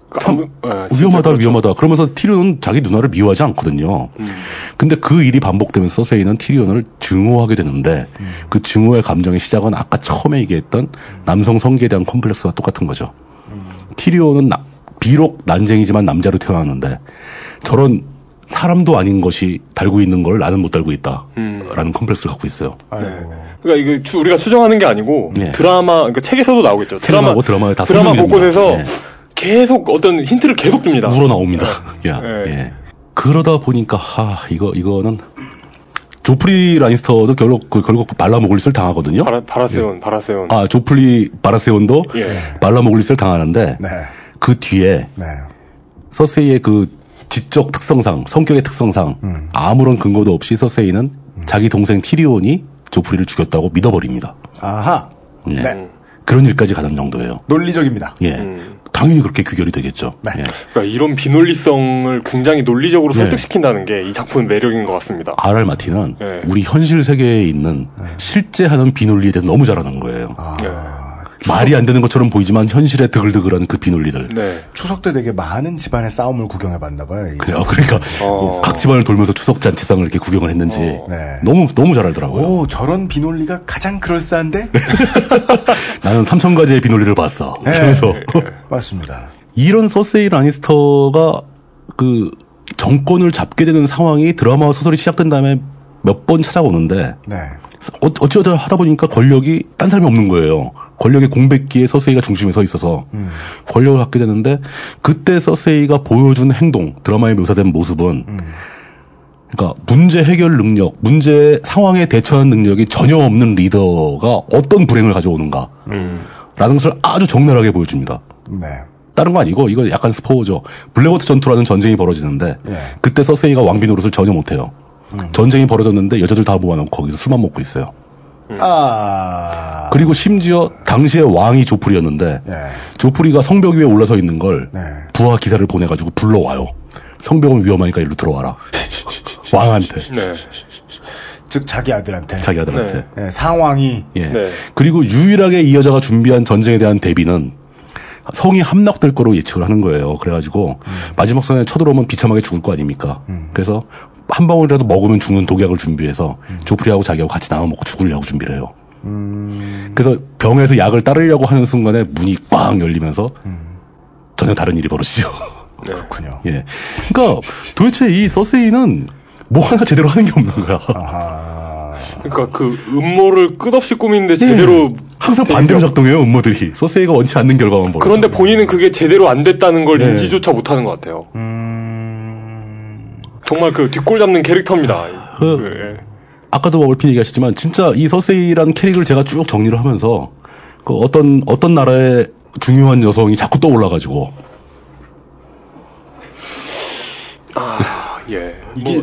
S2: 그
S4: 참
S2: 예, 아,
S4: 위험하다 위험하다 그러면서 티리온은 자기 누나를 미워하지 않거든요. 근데 그 일이 반복되면서 서세이는 티리온을 증오하게 되는데 그 증오의 감정의 시작은 아까 처음에 얘기했던 남성 성기에 대한 콤플렉스와 똑같은 거죠. 티리온은 나- 비록 난쟁이지만 남자로 태어났는데 저런 사람도 아닌 것이 달고 있는 걸 나는 못 달고 있다라는 콤플렉스를 갖고 있어요.
S2: 그러니까 이거 추- 우리가 추정하는 게 아니고
S4: 예.
S2: 드라마 그러니까 책에서도 나오겠죠. 드라마
S4: 책하고 드라마에 다
S2: 드라마
S4: 설명이 됩니다. 네.
S2: 곳곳에서 계속 어떤 힌트를 계속 줍니다.
S4: 우러나옵니다.
S2: 네.
S4: 야, 예. 그러다 보니까 하 이거 이거는 조프리 라니스터도 결국 그 결국 발라모글리스를 당하거든요.
S2: 바라, 바라세온, 바라세온.
S4: 아 조프리 바라세온도
S2: 예. 네.
S4: 발라모글리스를 당하는데
S3: 네,
S4: 그 뒤에 서세이의 그 지적 특성상 성격의 특성상
S2: 음.
S4: 아무런 근거도 없이 서세이는 자기 동생 티리온이 조프리를 죽였다고 믿어버립니다.
S3: 아하. 네,
S4: 예. 그런 일까지 가는 정도예요.
S3: 논리적입니다.
S4: 예.
S2: 음.
S4: 당연히 그렇게 규결이 되겠죠. 예.
S2: 그러니까 이런 비논리성을 굉장히 논리적으로
S4: 네. 아.
S2: 설득시킨다는 게 이 작품의 매력인 것 같습니다.
S4: R.R. 마틴은
S2: 예.
S4: 우리 현실 세계에 있는 실제 하는 비논리에 대해서 너무 잘하는 거예요. 말이 안 되는 것처럼 보이지만 현실의 드글드글한 그 비논리들.
S2: 네.
S3: 추석 때 되게 많은 집안의 싸움을 구경해봤나 봐요. 이게.
S4: 그래요. 그러니까
S3: 어.
S4: 각 집안을 돌면서 추석 잔치상을 이렇게 구경을 했는지 너무 너무 잘 알더라고요.
S3: 오 저런 비논리가 가장 그럴싸한데?
S4: 나는 삼천 가지의 비논리를 봤어. 그래서
S3: 맞습니다.
S4: 이런 서세이 라니스터가 그 정권을 잡게 되는 상황이 드라마와 소설이 시작된 다음에 몇 번 찾아오는데
S3: 네.
S4: 어- 어찌어찌 하다 보니까 권력이 딴 사람이 없는 거예요. 권력의 공백기에 서세이가 중심에 서 있어서 권력을 갖게 되는데 그때 서세이가 보여준 행동, 드라마에 묘사된 모습은 그러니까 문제 해결 능력, 문제 상황에 대처하는 능력이 전혀 없는 리더가 어떤 불행을 가져오는가 라는 것을 아주 적나라하게 보여줍니다.
S3: 네.
S4: 다른 거 아니고 이거 약간 스포죠. 블랙워터 전투라는 전쟁이 벌어지는데
S3: 예.
S4: 그때 서세이가 왕비 노릇을 전혀 못해요. 전쟁이 벌어졌는데 여자들 다 모아놓고 거기서 술만 먹고 있어요. 음.
S3: 아
S4: 그리고 심지어 당시에 왕이 조풀이었는데
S3: 네, 예.
S4: 조풀이가 성벽 위에 올라서 있는 걸 부하 기사를 보내가지고 불러와요. 성벽은 위험하니까 일로 들어와라. 왕한테
S2: 네.
S3: 즉 자기 아들한테
S4: 자기 아들한테.
S3: 네, 상황이
S4: 예.
S2: 네.
S4: 그리고 유일하게 이 여자가 준비한 전쟁에 대한 대비는 성이 함락될 거로 예측을 하는 거예요. 그래가지고 마지막 선에 쳐들어오면 비참하게 죽을 거 아닙니까? 그래서 한 방울이라도 먹으면 죽는 독약을 준비해서 조프리하고 자기하고 같이 나눠 먹고 죽으려고 준비를 해요. 그래서 병에서 약을 따르려고 하는 순간에 문이 꽝 열리면서 전혀 다른 일이 벌어지죠.
S3: 그렇군요.
S4: 예. 그러니까 도대체 이 서세이는 뭐 하나 제대로 하는 게 없는 거야.
S2: 아, 그러니까 그 음모를 끝없이 꾸미는데 제대로 네. 그러니까
S4: 항상 반대로 작동해요 음모들이 서세이가 원치 않는 결과만 벌어.
S2: 그런데 본인은 그게 제대로 안 됐다는 걸
S4: 네.
S2: 인지조차 못하는 것 같아요.
S4: 음.
S2: 정말 그 뒷골 잡는 캐릭터입니다. 그,
S4: 아까도 월핀 얘기하셨지만 진짜 이 서세이라는 캐릭을 제가 쭉 정리를 하면서 그 어떤 어떤 나라의 중요한 여성이 자꾸 떠올라가지고
S2: 아, 예. 이게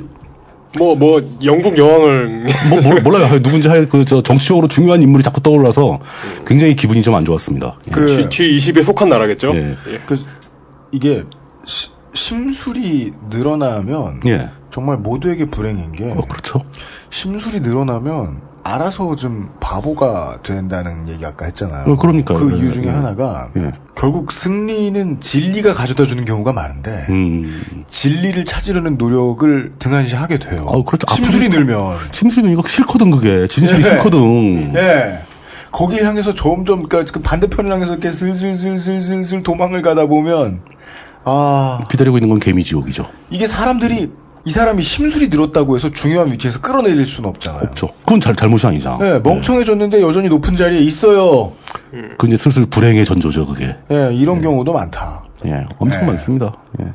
S2: 뭐, 뭐, 뭐 영국 여왕을
S4: 뭐 몰- 몰라요 누군지 할 그 저 정치적으로 중요한 인물이 자꾸 떠올라서 굉장히 기분이 좀 안 좋았습니다. 예.
S2: 그 G, 2 0에 속한 나라겠죠? 예.
S3: 그 이게 시- 심술이 늘어나면
S4: 예.
S3: 정말 모두에게 불행인 게
S4: 그렇죠.
S3: 심술이 늘어나면 알아서 좀 바보가 된다는 얘기 아까 했잖아요.
S4: 어, 그러니까요.
S3: 그
S4: 네,
S3: 이유 중에
S4: 네.
S3: 하나가
S4: 예.
S3: 결국 승리는 진리가 가져다 주는 경우가 많은데
S4: 음.
S3: 진리를 찾으려는 노력을 등한시하게 돼요.
S4: 아 그렇죠.
S3: 심술이
S4: 아프리카-
S3: 늘면
S4: 심술이 늘니까 싫거든 그게 진실이
S3: 네.
S4: 싫거든.
S3: 예. 거길 향해서 점점 그러니까 그 반대편을 향해서 이렇게 슬슬슬슬슬슬 도망을 가다 보면 아
S4: 기다리고 있는 건 개미 지옥이죠.
S3: 이게 사람들이 이 사람이 심술이 늘었다고 해서 중요한 위치에서 끌어내릴 수는 없잖아요.
S4: 그렇죠. 네. 그건 잘 잘못이 아니잖아.
S3: 예, 멍청해졌는데 여전히 높은 자리에 있어요.
S4: 그 이제 슬슬 불행의 전조죠 그게.
S3: 예, 이런 경우도 많다.
S4: 예, 엄청
S3: 네.
S4: 많습니다. 예.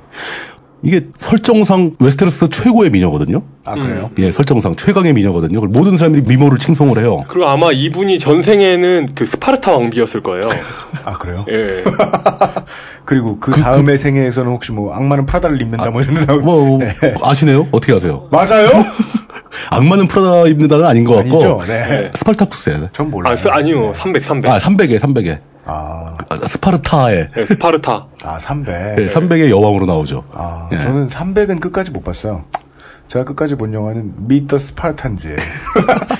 S4: 이게 설정상 웨스테로스 최고의 미녀거든요.
S3: 아
S2: 음.
S3: 그래요?
S4: 예, 설정상 최강의 미녀거든요. 그걸 모든 사람들이 미모를 칭송을 해요.
S2: 그리고 아마 이분이 전생에는 그 스파르타 왕비였을 거예요.
S3: 아 그래요?
S2: 예.
S3: 그리고 그, 다음의 생애에서는 혹시 뭐 악마는 프라다를 입는다 뭐 이런 거
S4: 뭐, 아시네요? 어떻게 아세요?
S3: 맞아요?
S4: 악마는 프라다 입는다는 아닌 것 같고. 예,
S2: 아니죠, 네.
S4: 스파르타쿠스에.
S3: 전 네.
S2: 아, 스- 아니요. 300, 300.
S4: 아, 300에, 300에.
S3: 아.
S4: 스파르타에.
S2: 예, 스파르타.
S3: 아 300.
S4: 예, 300의 여왕으로 나오죠.
S3: 아, 저는 300은 끝까지 못 봤어요. 제가 끝까지 본 영화는 미더 스파르탄즈예요.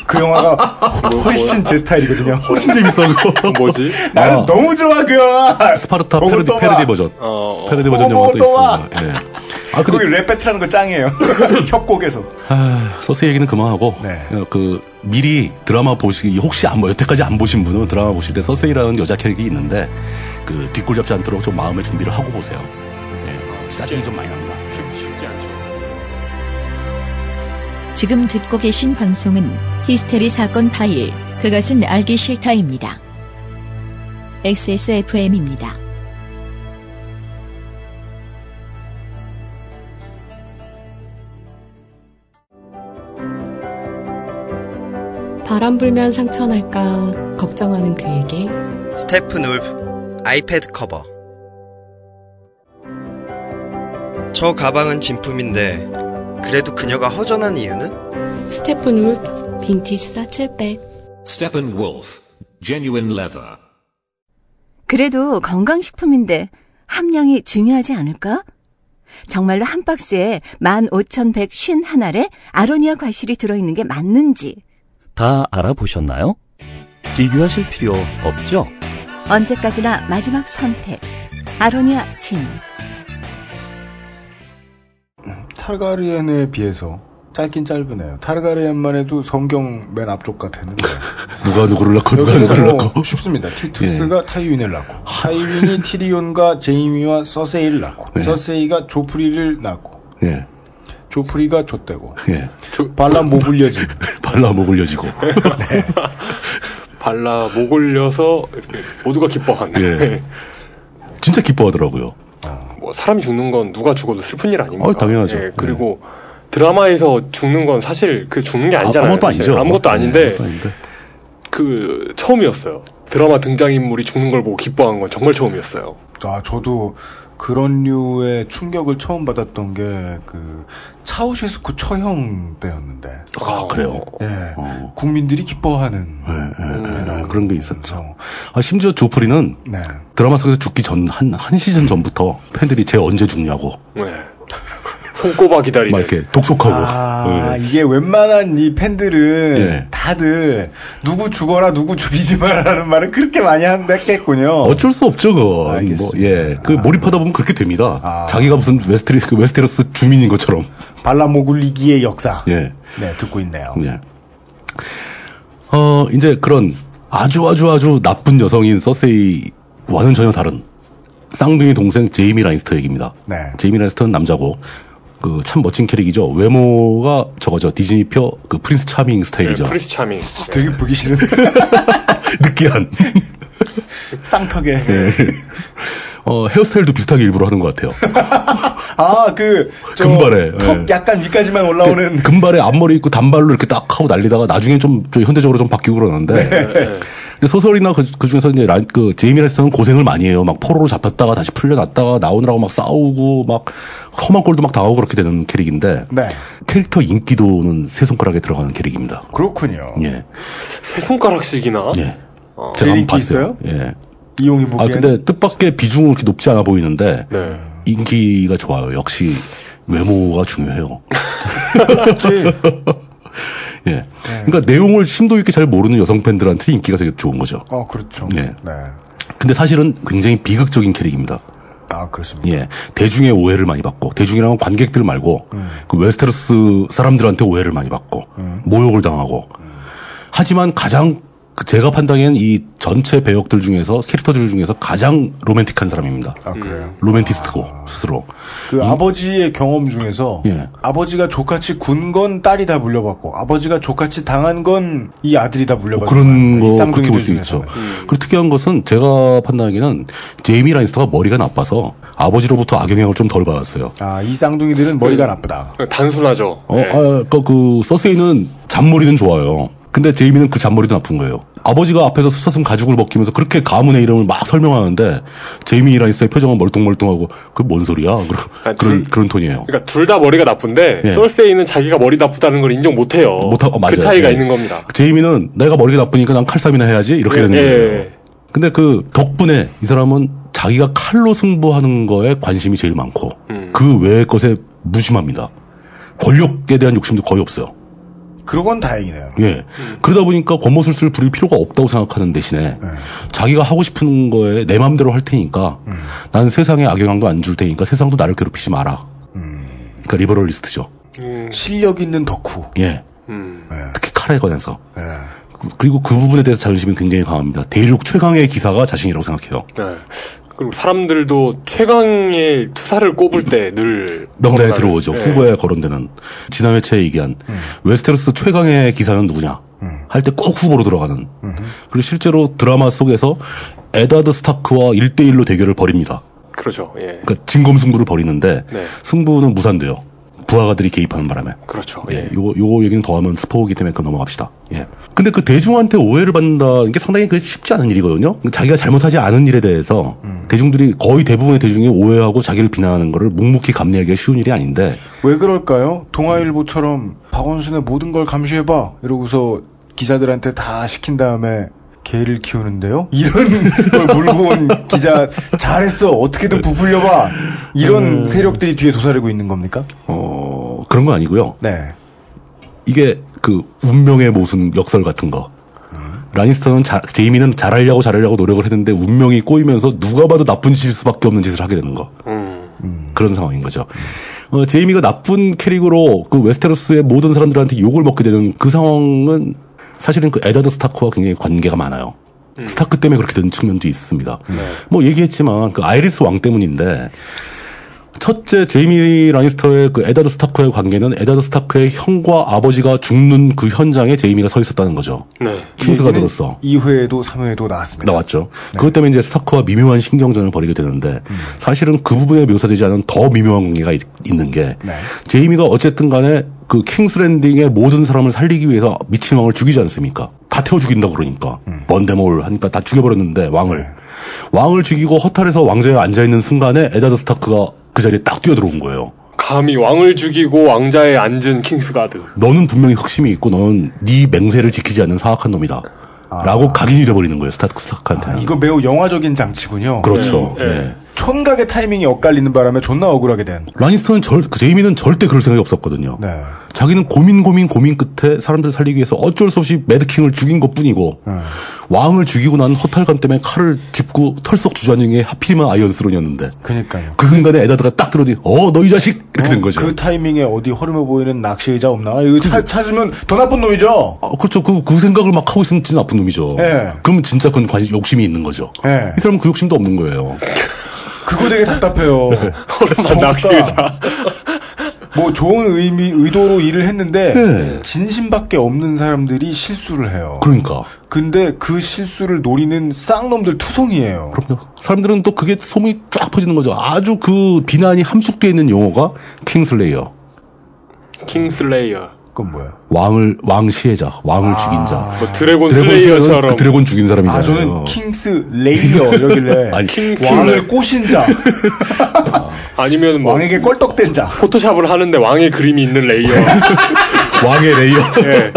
S3: 그 영화가
S2: 뭐,
S3: 훨씬 제 스타일이거든요.
S4: 훨씬 재밌어, 그거.
S2: 뭐지?
S3: 나는 너무 좋아 그 영화.
S4: 어, 스파르타 페르디,
S3: 보고 또
S4: 페르디
S3: 봐.
S4: 버전.
S2: 어,
S4: 페르디 버전
S3: 보고
S4: 영화도
S3: 또 봐.
S4: 있습니다. 예. 아, 근데
S3: 거기 랩 배틀하는 거 짱이에요. 협곡에서.
S4: 아, 소스 얘기는 그만하고
S3: 네.
S4: 어, 그 미리 드라마 보시기 혹시 안 보- 여태까지 안 보신 분은 드라마 보실 때 서세이라는 여자 캐릭이 있는데 그 뒷골 잡지 않도록 좀 마음의 준비를 하고 보세요. 예, 짜증이 좀 많이 납니다.
S2: 쉽지 않죠.
S1: 지금 듣고 계신 방송은 히스테리 사건 파일, 그것은 알기 싫다입니다. XSFM입니다.
S7: 바람 불면 상처 날까 걱정하는 그에게
S8: 스테픈 울프 아이패드 커버 저 가방은 진품인데 그래도 그녀가 허전한 이유는?
S7: 스테픈 울프 빈티지 사칠백
S9: Steppenwolf, genuine leather.
S5: 그래도 건강식품인데 함량이 중요하지 않을까? 정말로 한 박스에 15,151알의 아로니아 과실이 들어있는 게 맞는지
S6: 다 알아보셨나요? 비교하실 필요 없죠?
S5: 언제까지나 마지막 선택. 아로니아 진.
S3: 타르가리엔에 비해서 짧긴 짧으네요. 타르가리엔만 해도 성경 맨 앞쪽 같았는데.
S4: 누가 누구를 낳고 누가
S3: 여기는
S4: 누구를
S3: 뭐
S4: 낳고
S3: 쉽습니다. 티투스가 타이윈을 낳고, 타이윈이 티리온과 제이미와 서세이를 낳고,
S4: 예.
S3: 서세이가 조프리를 낳고,
S4: 예.
S3: 조프리가 좆대고,
S4: 예.
S3: 발람 모불려지.
S4: 발라 목을 여지고
S2: 발라 목 올려서 이렇게 모두가 기뻐한다.
S4: 예. 진짜 기뻐하더라고요.
S2: 뭐 사람 죽는 건 누가 죽어도 슬픈 일 아닙니까?
S4: 어, 당연하죠.
S2: 예, 그리고 드라마에서 죽는 건 사실 그 죽는 게 아니잖아요.
S4: 아무것도
S2: 사실.
S4: 아니죠.
S2: 아무것도
S4: 예,
S2: 아닌데
S4: 아무것도 아닌데.
S2: 그 처음이었어요. 드라마 등장인물이 죽는 걸 보고 기뻐한 건 정말 처음이었어요.
S3: 아, 저도 그런 류의 충격을 처음 받았던 게, 그, 차우셰스쿠 처형 때였는데.
S4: 아, 그래요.
S3: 예. 국민들이 기뻐하는.
S4: 어. 예, 그런 게 있었죠. 아, 심지어 조프리는
S3: 음. 네.
S4: 드라마 속에서 죽기 전, 한, 한 시즌 전부터 팬들이 쟤 언제 죽냐고,
S2: 네. 손꼽아
S4: 막
S2: 기다리는.
S4: 이렇게 독촉하고.
S3: 예. 아,
S4: 예.
S3: 이게 웬만한 이 팬들은
S4: 예.
S3: 다들 누구 죽어라, 누구 죽이지 마라는 말을 그렇게 많이 한다 했겠군요.
S4: 어쩔 수 없죠, 그건. 뭐,
S3: 알겠습니다.
S4: 예. 그 몰입하다 보면 그렇게 됩니다.
S3: 아.
S4: 자기가 무슨 웨스테리, 그 웨스테로스 주민인 것처럼.
S3: 발라모굴리기의 역사.
S4: 예.
S3: 네, 듣고 있네요.
S4: 예. 어, 이제 그런 아주 아주 아주 나쁜 여성인 서세이와는 전혀 다른 쌍둥이 동생 제이미 라인스터 얘기입니다.
S3: 네.
S4: 제이미 라인스터는 남자고 그 참 멋진 캐릭이죠. 외모가 저거죠. 디즈니표 그 프린스 차밍
S2: 네,
S4: 스타일이죠. 아,
S2: 프리스 차밍.
S3: 되게 보기 싫은
S4: 느끼한.
S3: 쌍턱에.
S4: 예. 어, 헤어스타일도 비슷하게 일부러 하는 것 같아요.
S3: 아, 그. 저
S4: 금발에,
S3: 턱
S4: 예. 그,
S3: 약간 위까지만 올라오는.
S4: 금발에 앞머리 있고 단발로 이렇게 딱 하고 날리다가 나중에 좀, 좀 현대적으로 좀 바뀌고 그러는데. 근데 소설이나 그, 그 중에서 이제 라, 그 제이미 라스터는 고생을 많이 해요. 막 포로로 잡혔다가 다시 풀려났다가 나오느라고 막 싸우고 막 험한 꼴도 막 당하고 그렇게 되는 캐릭인데.
S3: 네.
S4: 캐릭터 인기도는 세 손가락에 들어가는 캐릭입니다.
S3: 그렇군요.
S4: 예.
S2: 세 손가락씩이나.
S4: 예.
S3: 제일
S4: 제가 한번
S3: 인기 있어요?
S4: 봤어요. 예.
S3: 이용이
S4: 아,
S3: 보기에는.
S4: 근데 뜻밖의 비중은 그렇게 높지 않아 보이는데.
S2: 네.
S4: 인기가 좋아요. 역시 외모가 중요해요. 예.
S3: 네.
S4: 그러니까 내용을 심도 있게 잘 모르는 여성 팬들한테 인기가 되게 좋은 거죠.
S3: 어, 그렇죠.
S4: 예.
S3: 네.
S4: 근데 사실은 굉장히 비극적인 캐릭입니다.
S3: 아, 그렇습니다.
S4: 예. 대중의 오해를 많이 받고, 대중이랑 관객들 말고,
S3: 음.
S4: 그 웨스테로스 사람들한테 오해를 많이 받고, 모욕을 당하고. 하지만 가장, 그 제가 판단엔 이 전체 배역들 중에서, 캐릭터들 중에서 가장 로맨틱한 사람입니다.
S3: 아, 그래요.
S4: 로맨티스트고, 스스로.
S3: 그 아버지의 경험 중에서
S4: 음. 예.
S3: 아버지가 족같이 군 건 딸이 다 물려받고 아버지가 족같이 당한 건 이 아들이 다 물려받고
S4: 그런 거 그렇게 볼 수 있죠. 그리고 특이한 것은 제가 판단하기는 제이미 라인스터가 머리가 나빠서 아버지로부터 악영향을 좀 덜 받았어요.
S3: 아, 이 쌍둥이들은 머리가 나쁘다.
S2: 단순하죠.
S4: 어,
S2: 네.
S4: 아, 그, 그 서세이는 잔머리는 좋아요. 근데 제이미는 그 잔머리도 나쁜 거예요. 아버지가 앞에서 수사슴 가죽을 벗기면서 그렇게 가문의 이름을 막 설명하는데 제이미 라인스터의 표정은 멀뚱멀뚱하고 그 뭔 소리야?
S2: 아,
S4: 그런 그런,
S2: 둘-
S4: 그런 톤이에요.
S2: 그러니까 둘 다 머리가 나쁜데
S4: 예.
S2: 솔세이는 자기가 머리 나쁘다는 걸 인정 못해요.
S4: 못하고 맞아요.
S2: 그 차이가
S4: 예.
S2: 있는 겁니다.
S4: 제이미는 내가 머리가 나쁘니까 난 칼싸움이나 해야지 이렇게
S2: 예,
S4: 되는 거예요.
S2: 예.
S4: 근데 그 덕분에 이 사람은 자기가 칼로 승부하는 거에 관심이 제일 많고
S2: 음.
S4: 그 외의 것에 무심합니다. 권력에 대한 욕심도 거의 없어요.
S3: 그러건 다행이네요.
S4: 예.
S2: 음.
S4: 그러다 보니까 권모술수를 부릴 필요가 없다고 생각하는 대신에 자기가 하고 싶은 거에 내 마음대로 할 테니까 난 세상에 악영향도 안 줄 테니까 세상도 나를 괴롭히지 마라. 그러니까 리버럴리스트죠.
S3: 실력 있는 덕후.
S4: 예.
S2: 음.
S4: 특히 칼에 관해서.
S3: 예.
S4: 그- 그리고 그 부분에 대해서 자존심이 굉장히 강합니다. 대륙 최강의 기사가 자신이라고 생각해요.
S2: 네. 그리고 사람들도 최강의 투사를 꼽을 때 늘 네.
S4: 명단에 들어오죠.
S2: 예.
S4: 후보에 거론되는 지난 회차에 얘기한 웨스테로스 최강의 기사는 누구냐 할 때 꼭 후보로 들어가는 그리고 실제로 드라마 속에서 에다드 스타크와 1대1로 대결을 벌입니다.
S2: 그렇죠. 예.
S4: 그러니까 진검승부를 벌이는데
S2: 네.
S4: 승부는 무산돼요. 부하가들이 개입하는 바람에.
S2: 그렇죠.
S4: 예,
S2: 예.
S4: 요거, 요거 얘기는 더하면 스포이기 때문에 그 넘어갑시다. 예. 근데 그 대중한테 오해를 받는다는 게 상당히 그게 쉽지 않은 일이거든요. 자기가 잘못하지 않은 일에 대해서 대중들이 거의 대부분의 대중이 오해하고 자기를 비난하는 거를 묵묵히 감내하기가 쉬운 일이 아닌데
S3: 왜 그럴까요? 동아일보처럼 박원순의 모든 걸 감시해봐 이러고서 기자들한테 다 시킨 다음에 개를 키우는데요? 이런 걸 물고 온 기자 잘했어 어떻게든 부풀려봐 이런
S4: 음.
S3: 세력들이 뒤에 도사리고 있는 겁니까?
S4: 어 그런 거 아니고요.
S3: 네.
S4: 이게 그 운명의 모순 역설 같은 거. 라니스터는 자- 제이미는 잘하려고 잘하려고 노력을 했는데 운명이 꼬이면서 누가 봐도 나쁜 짓일 수밖에 없는 짓을 하게 되는 거. 음, 그런 상황인 거죠. 어, 제이미가 나쁜 캐릭으로 그 웨스테로스의 모든 사람들한테 욕을 먹게 되는 그 상황은 사실은 그 에다드 스타크와 굉장히 관계가 많아요. 스타크 때문에 그렇게 된 측면도 있습니다. 뭐 얘기했지만 그 아이리스 왕 때문인데 첫째 제이미 라니스터의 그 에다드 스타크와의 관계는 에다드 스타크의 형과 아버지가 죽는 그 현장에 제이미가 서 있었다는 거죠.
S2: 네.
S4: 킹스가 들었어.
S3: 2회에도 3회에도 나왔습니다.
S4: 나왔죠.
S3: 네.
S4: 그것 때문에 이제 스타크와 미묘한 신경전을 벌이게 되는데
S3: 음.
S4: 사실은 그 부분에 묘사되지 않은 더 미묘한 관계가 있, 는게
S3: 네.
S4: 제이미가 어쨌든 간에 그 킹스랜딩의 모든 사람을 살리기 위해서 미친 왕을 죽이지 않습니까? 다 태워 죽인다 그러니까
S3: 음.
S4: 뭔데 뭘 하니까 다 죽여버렸는데
S3: 네.
S4: 왕을 왕을 죽이고 허탈해서 왕좌에 앉아 있는 순간에 에다드 스타크가 그 자리에 딱 뛰어들어온 거예요.
S2: 감히 왕을 죽이고 왕자에 앉은 킹스가드.
S4: 너는 분명히 흑심이 있고 너는 네 맹세를 지키지 않는 사악한 놈이다. 라고 각인이 돼버리는 거예요 스타크 스타크한테는.
S3: 아. 이거 매우 영화적인 장치군요.
S4: 그렇죠.
S3: 네.
S4: 예.
S3: 총각의 타이밍이 엇갈리는 바람에 존나 억울하게 된. 네.
S4: 라니스터는 절, 그 제이미는 절대 그럴 생각이 없었거든요. 자기는 고민 고민 고민 끝에 사람들 살리기 위해서 어쩔 수 없이 매드킹을 죽인 것 뿐이고, 왕을 죽이고 난 허탈감 때문에 칼을 짚고 털썩 주저앉은 게 하필이면 아이언스론이었는데.
S3: 그니까요.
S4: 그 순간에 에다드가 딱 들어오니, 어, 너 이 자식! 이렇게 된 거죠.
S3: 그 타이밍에 어디 허름해 보이는 낚시 의자 없나? 이거 찾- 찾으면 더 나쁜 놈이죠.
S4: 아, 그렇죠. 그, 그 생각을 막 하고 있으면 진짜 나쁜 놈이죠.
S3: 예.
S4: 그럼 진짜 그건 관심, 욕심이 있는 거죠.
S3: 예.
S4: 이 사람은 그 욕심도 없는 거예요.
S3: 그거 되게 답답해요.
S4: 네.
S3: 어,
S2: 허름한 낚시 의자.
S3: 뭐 좋은 의미 의도로 일을 했는데 진심밖에 없는 사람들이 실수를 해요.
S4: 네. 그러니까.
S3: 근데 그 실수를 노리는 쌍놈들 투성이에요.
S4: 그럼요. 사람들은 또 그게 소문이 쫙 퍼지는 거죠. 아주 그 비난이 함축되어 있는 용어가 킹슬레이어.
S2: 킹슬레이어.
S3: 그건 뭐야?
S4: 왕을 왕 시해자, 왕을 죽인 자.
S2: 뭐 드래곤
S4: 슬레이어는
S2: 슬레이어처럼.
S4: 아. 그 드래곤 죽인 사람이잖아요.
S3: 아 저는 킹스 레이어 이러길래
S4: 어. 아니,
S3: 왕을 꼬신 자,
S2: 아니면 뭐
S3: 왕에게 껄떡댄 자.
S2: 포토샵을 하는데 왕의 그림이 있는 레이어.
S4: 왕의 레이어.
S2: 예.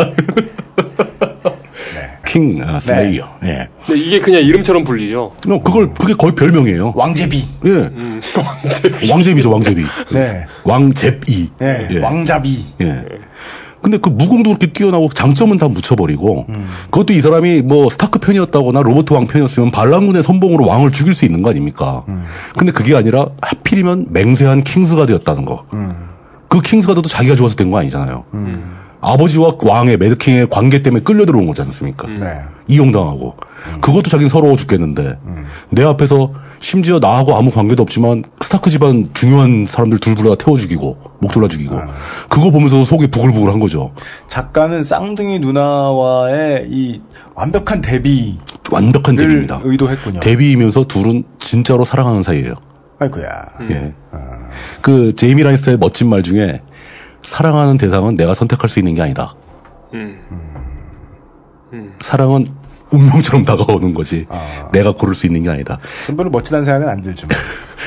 S4: 킹 아, 슬레이어. 예.
S2: 근데 이게 그냥 이름처럼 불리죠.
S4: 어, 그걸 그게 거의 별명이에요.
S3: 왕제비.
S4: 예. 왕제비죠, 왕제비.
S3: 네.
S4: 왕제비.
S3: 네,
S4: 예.
S3: 왕자비.
S4: 예. 근데 그 무공도 그렇게 뛰어나고 장점은 다 묻혀버리고 그것도 이 사람이 뭐 스타크 편이었다거나 로버트 왕 편이었으면 반란군의 선봉으로 왕을 죽일 수 있는 거 아닙니까? 근데 그게 아니라 하필이면 맹세한 킹스가드였다는 거. 그 킹스가드도 자기가 좋아서 된 거 아니잖아요. 아버지와 왕의 매드킹의 관계 때문에 끌려 들어온 거지 않습니까?
S3: 네.
S4: 이용당하고 그것도 자기는 서러워 죽겠는데 내 앞에서 심지어 나하고 아무 관계도 없지만 스타크 집안 중요한 사람들 둘불다 태워 죽이고 목 졸라 죽이고 그거 보면서 속이 부글부글한 거죠
S3: 작가는 쌍둥이 누나와의 이 완벽한 대비를
S4: 완벽한 대비입니다
S3: 의도했군요.
S4: 대비이면서 둘은 진짜로 사랑하는 사이예요
S3: 음. 아이고야.
S4: 예. 그 제이미 라이스의 멋진 말 중에 사랑하는 대상은 내가 선택할 수 있는 게 아니다
S3: 음.
S4: 사랑은 운명처럼 다가오는 거지
S3: 아.
S4: 내가 고를 수 있는 게 아니다
S3: 좀 별로 멋지다는 생각은 안 들지만.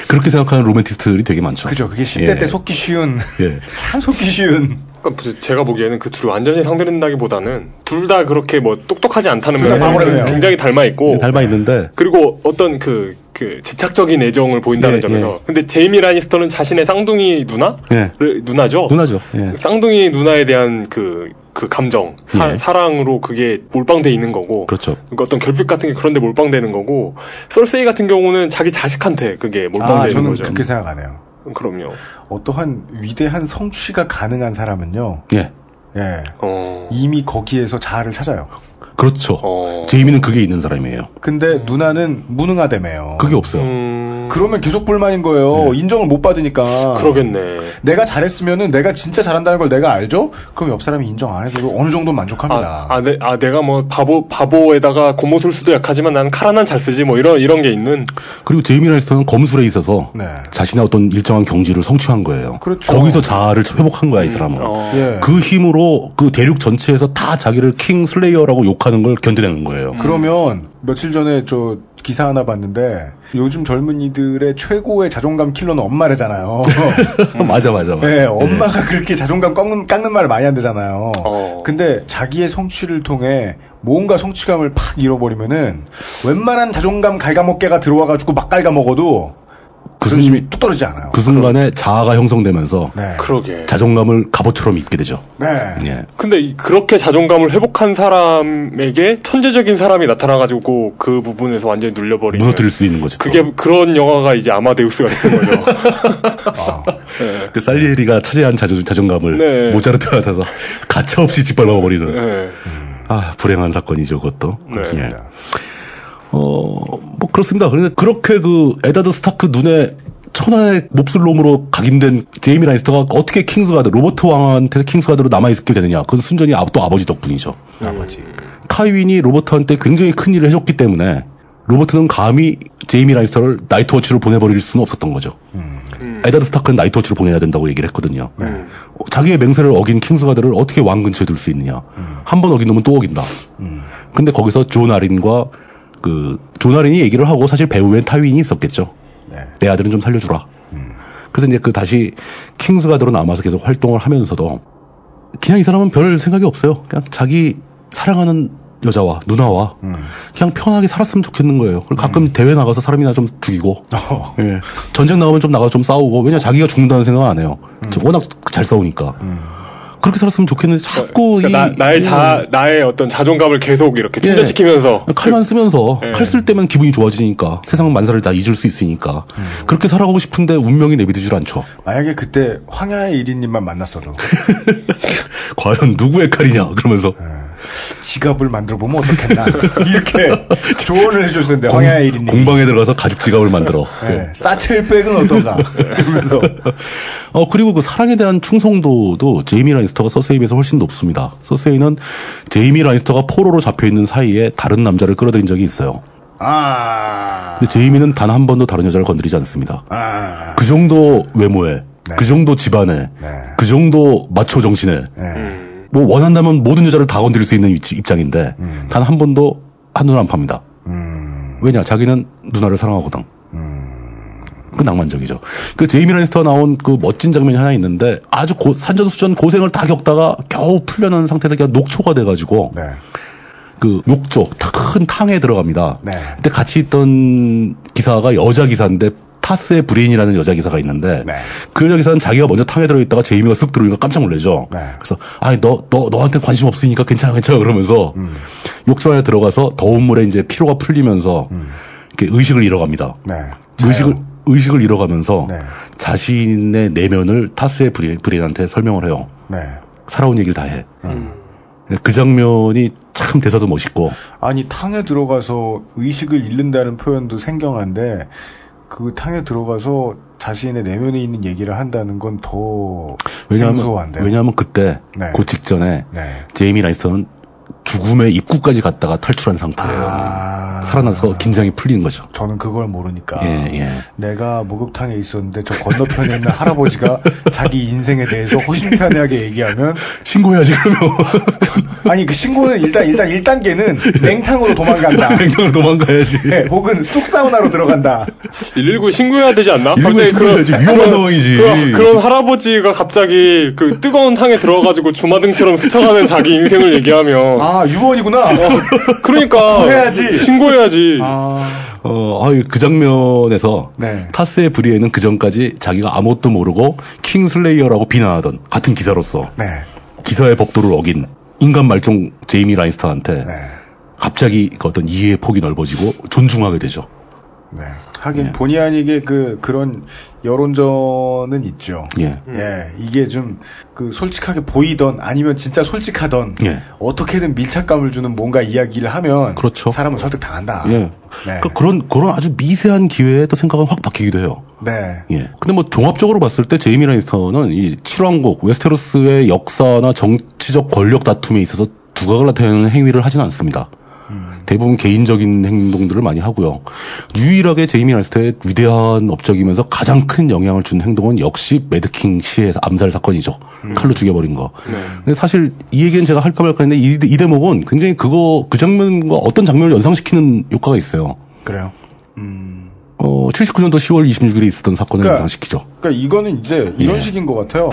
S4: 그렇게 생각하는 로맨티스트들이 되게 많죠
S3: 그죠. 그게 10대
S4: 예.
S3: 때 속기 쉬운.
S4: 예.
S3: 참 속기 쉬운.
S2: 그러니까 무슨 제가 보기에는 그 둘이 완전히 상대된다기보다는 둘 다 그렇게 뭐 똑똑하지 않다는
S3: 둘다
S2: 면에서
S3: 바보라네요.
S2: 굉장히 닮아 있고
S4: 닮아 예, 있는데
S2: 그리고 어떤 그, 그 집착적인 애정을 보인다는
S4: 예,
S2: 점에서 근데 제이미 라니스터는 자신의 쌍둥이 누나
S4: 예.
S2: 를- 누나죠
S4: 누나죠. 예.
S2: 쌍둥이 누나에 대한 그, 그 감정 사,
S4: 예.
S2: 랑으로 그게 몰빵돼 있는 거고
S4: 그렇죠.
S2: 그러니까 어떤 결핍 같은 게 그런데 몰빵되는 거고 썰세이 같은 경우는 자기 자식한테 그게
S3: 아,
S2: 몰빵되는
S3: 저는
S2: 거죠 음,
S3: 그렇게 생각 안 해요.
S2: 그럼요
S3: 어떠한 위대한 성취가 가능한 사람은요.
S4: 예.
S3: 예.
S2: 어,
S3: 이미 거기에서 자아를 찾아요.
S4: 그렇죠.
S2: 어.
S4: 제이미는 그게 있는 사람이에요.
S3: 근데 누나는 무능하다며요.
S4: 그게 없어요.
S2: 음,
S3: 그러면 계속 불만인 거예요. 인정을 못 받으니까.
S2: 네. 그러겠네
S3: 내가 잘했으면은 내가 진짜 잘한다는 걸 내가 알죠? 그럼 옆 사람이 인정 안 해줘도 어느 정도 만족합니다.
S2: 아, 아, 내, 아, 내가 뭐 바보 바보에다가 고모술 수도 약하지만 난 칼 하나는 잘 쓰지 뭐 이런 이런 게 있는
S4: 그리고 제이미 라이스터는 검술에 있어서
S3: 네.
S4: 자신의 어떤 일정한 경지를 성취한 거예요.
S3: 그렇죠.
S4: 거기서 자아를 회복한 거야, 이 사람은.
S3: 예.
S4: 그 힘으로 그 대륙 전체에서 다 자기를 킹 슬레이어라고 욕하는 걸 견뎌내는 거예요.
S3: 그러면 며칠 전에 저 기사 하나 봤는데 요즘 젊은이들의 최고의 자존감 킬러는 엄마래잖아요.
S4: 맞아, 맞아, 맞아.
S3: 네, 엄마가 그렇게 자존감 꺾는, 깎는 말을 많이 한다잖아요.
S4: 어.
S3: 근데 자기의 성취를 통해 뭔가 성취감을 팍 잃어버리면은 웬만한 자존감 갉아먹개가 들어와가지고 막 갉아먹어도
S4: 그
S3: 그런 힘이
S4: 순-
S3: 뚝 떨어지지 않아요.
S4: 그 순간에 자아가 형성되면서
S2: 그러게.
S4: 자존감을 갑옷처럼 입게 되죠.
S3: 네.
S4: 예.
S2: 근데 이- 그렇게 자존감을 회복한 사람에게 천재적인 사람이 나타나가지고 그 부분에서 완전히 눌려버리는.
S4: 무너뜨릴 수 있는 거죠. 또.
S2: 그게 그런 영화가 이제 아마데우스가 되는 거죠.
S4: 그 살리에리가 차지한 자존, 자존감을
S2: 네.
S4: 모차르트가 타서 가차없이 짓밟아버리는
S2: 네.
S4: 아 불행한 사건이죠 그것도 예.
S2: 네.
S4: 어뭐 그렇습니다 그런데 그렇게 그 에다드 스타크 눈에 천하의 몹쓸놈으로 각인된 제이미 라니스터가 어떻게 킹스가드 로버트 왕한테 킹스가드로 남아있게 되느냐 그건 순전히 아- 또 아버지 덕분이죠
S3: 아버지.
S4: 네. 타윈이 로버트한테 굉장히 큰 일을 해줬기 때문에 로버트는 감히 제이미 라니스터를 나이트워치로 보내버릴 수는 없었던 거죠. 에다드 스타크는 나이트워치로 보내야 된다고 얘기를 했거든요. 어, 자기의 맹세를 어긴 킹스가드를 어떻게 왕 근처에 둘 수 있느냐. 한 번 어긴 놈은 또 어긴다. 근데 거기서 존 아린과 그, 존 아린이 얘기를 하고 사실 배우엔 타윈이 있었겠죠. 내 아들은 좀 살려주라. 그래서 이제 그 다시 킹스가드로 남아서 계속 활동을 하면서도 그냥 이 사람은 별 생각이 없어요. 그냥 자기 사랑하는 여자와 누나와
S2: 음.
S4: 그냥 편하게 살았으면 좋겠는 거예요. 그리고 가끔 대회 나가서 사람이나 좀 죽이고
S3: 어.
S2: 네.
S4: 예. 전쟁 나가면 좀 나가서 좀 싸우고 왜냐 자기가 죽는다는 생각 안 해요.
S2: 음.
S4: 저 워낙 잘 싸우니까 그렇게 살았으면 좋겠는데 자꾸
S2: 그러니까 나,
S4: 이 음.
S2: 나의
S4: 이-
S2: 자, 나의 어떤 자존감을 계속 이렇게
S4: 예.
S2: 충전시키면서.
S4: 칼만 쓰면서
S2: 예.
S4: 칼 쓸 때면 기분이 좋아지니까 세상 만사를 다 잊을 수 있으니까
S2: 음.
S4: 그렇게 살아가고 싶은데 운명이 내비두질 않죠.
S3: 만약에 그때 황야의 일인님만 만났어도
S4: 과연 누구의 칼이냐 그러면서
S3: 지갑을 만들어 보면 어떻겠나 이렇게 조언을 해주셨는데 황야의
S2: 네.
S3: 일인님.
S4: 공방에 들어가서 가죽 지갑을 만들어.
S3: 네. 사첼백은 어떤가? 그러면서
S4: 어 그리고 그 사랑에 대한 충성도도 제이미 라니스터가 서세이 비해서 훨씬 높습니다. 서세이는 제이미 라니스터가 포로로 잡혀 있는 사이에 다른 남자를 끌어들인 적이 있어요.
S3: 아,
S4: 근데 제이미는 단 한 번도 다른 여자를 건드리지 않습니다.
S3: 아,
S4: 그 정도 외모에, 그 정도 집안에, 그 정도 마초 정신에,
S3: 네.
S4: 뭐 원한다면 모든 여자를 다 건드릴 수 있는 위치- 입장인데 단 한 번도 한눈 안 팝니다. 왜냐 자기는 누나를 사랑하거든. 그 낭만적이죠. 그 제이미 라니스터 나온 그 멋진 장면이 하나 있는데 아주 고- 산전수전 고생을 다 겪다가 겨우 풀려난 상태에서 그냥 녹초가 돼가지고
S3: 네,
S4: 그 욕조 큰 탕에 들어갑니다.
S3: 네.
S4: 그때 같이 있던 기사가 여자 기사인데 타스의 브레인이라는 여자 기사가 있는데
S3: 네.
S4: 그 여자 기사는 자기가 먼저 탕에 들어있다가 제이미가 쓱 들어오니까 깜짝 놀라죠.
S3: 네.
S4: 그래서 아니 너 너 너한테 관심 없으니까 괜찮아 괜찮아 그러면서
S3: 음.
S4: 욕조 안에 들어가서 더운 물에 이제 피로가 풀리면서
S3: 음.
S4: 이렇게 의식을 잃어갑니다.
S3: 네.
S4: 의식을 의식을 잃어가면서
S3: 네.
S4: 자신의 내면을 타스의 브레인, 브레인한테 설명을 해요.
S3: 네.
S4: 살아온 얘기를 다 해.
S3: 음.
S4: 그 장면이 참 대사도 멋있고
S3: 아니 탕에 들어가서 의식을 잃는다는 표현도 생경한데 그 탕에 들어가서 자신의 내면에 있는 얘기를 한다는 건 더
S4: 왜냐하면
S3: 생소한데.
S4: 왜냐하면 그때
S3: 네.
S4: 그 직전에
S3: 네.
S4: 제이미 라이스는 죽음의 입구까지 갔다가 탈출한 상태예요.
S3: 아.
S4: 살아나서 긴장이 풀린 거죠.
S3: 저는 그걸 모르니까
S4: 예, 예.
S3: 내가 목욕탕에 있었는데 저 건너편에 있는 할아버지가 자기 인생에 대해서 허심탄회하게 얘기하면
S4: 신고해야지 그러면
S3: 아니 그 신고는 일단 일단 1단계는 냉탕으로 도망간다.
S4: 행동으로 도망가야지.
S3: 네, 혹은 쑥사우나로 들어간다.
S2: 119 그 신고해야 되지 않나?
S4: 119
S2: 갑자기
S4: 신고해야지. 위험한 상황이지.
S2: 그런, 그런 할아버지가 갑자기 그 뜨거운 탕에 들어가가지고 주마등처럼 스쳐가는 자기 인생을 얘기하면.
S3: 아 유언이구나.
S4: 어.
S2: 그러니까.
S3: 해야지.
S2: 신고해야지.
S3: 아,
S4: 어, 아유, 그 장면에서
S3: 네.
S4: 타스의 브리에는 그 전까지 자기가 아무것도 모르고 킹슬레이어라고 비난하던 같은 기사로서
S3: 네.
S4: 기사의 법도를 어긴 인간 말종 제이미 라인스터한테
S3: 네.
S4: 갑자기 그 어떤 이해의 폭이 넓어지고 존중하게 되죠.
S3: 네. 하긴 본의 아니게 그 그런 여론전은 있죠.
S4: 예.
S3: 예, 이게 좀 그 솔직하게 보이던 아니면 진짜 솔직하던
S4: 예.
S3: 어떻게든 밀착감을 주는 뭔가 이야기를 하면
S4: 그렇죠.
S3: 사람은 설득당한다.
S4: 예.
S3: 네.
S4: 그러니까 그런 그런 아주 미세한 기회에 또 생각은 확 바뀌기도 해요.
S3: 네.
S4: 예. 근데 뭐 종합적으로 봤을 때 제이미 라니스터는 이 칠왕국 웨스테로스의 역사나 정치적 권력 다툼에 있어서 두각을 나타내는 행위를 하진 않습니다. 대부분 개인적인 행동들을 많이 하고요. 유일하게 제이미 라니스터의 위대한 업적이면서 가장 큰 영향을 준 행동은 역시 매드킹 시의 암살 사건이죠. 칼로 죽여버린 거.
S3: 네.
S4: 근데 사실 이 얘기는 제가 할까 말까 했는데 이, 이 대목은 굉장히 그거 그 장면과 어떤 장면을 연상시키는 효과가 있어요.
S3: 그래요.
S4: 어, 79년도 10월 26일에 있었던 사건을
S3: 그러니까-
S4: 연상시키죠.
S3: 그러니까 이거는 이제 이런
S4: 예.
S3: 식인 것 같아요.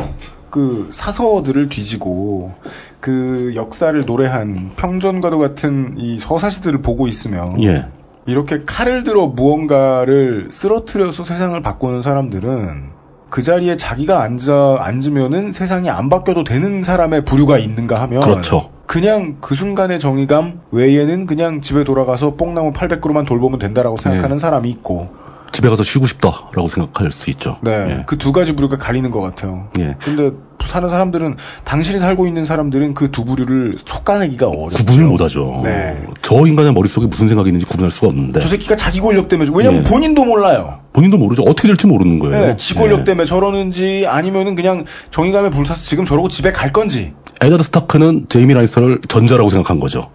S3: 그 사서들을 뒤지고 그 역사를 노래한 평전과도 같은 이 서사시들을 보고 있으면
S4: 예.
S3: 이렇게 칼을 들어 무언가를 쓰러뜨려서 세상을 바꾸는 사람들은 그 자리에 자기가 앉아 앉으면은 세상이 안 바뀌어도 되는 사람의 부류가 있는가 하면
S4: 그렇죠.
S3: 그냥 그 순간의 정의감 외에는 그냥 집에 돌아가서 뽕나무 800그루만 돌보면 된다라고 생각하는
S4: 예.
S3: 사람이 있고
S4: 집에 가서 쉬고 싶다라고 생각할 수 있죠.
S3: 네, 그 두 가지 부류가 가리는 것 같아요.
S4: 예.
S3: 근데 사는 사람들은 당신이 살고 있는 사람들은 그 두 부류를 속가내기가 어렵죠.
S4: 구분을 못하죠.
S3: 그렇죠. 네.
S4: 저 인간의 머릿속에 무슨 생각이 있는지 구분할 수가 없는데
S3: 저 새끼가 자기 권력 때문에 왜냐면
S4: 예.
S3: 본인도 몰라요.
S4: 본인도 모르죠. 어떻게 될지 모르는 거예요.
S3: 네, 지 권력
S4: 예.
S3: 때문에 저러는지 아니면은 그냥 정의감에 불타서 지금 저러고 집에 갈 건지.
S4: 에다드 스타크는 제이미 라니스터를 전자라고 생각한 거죠.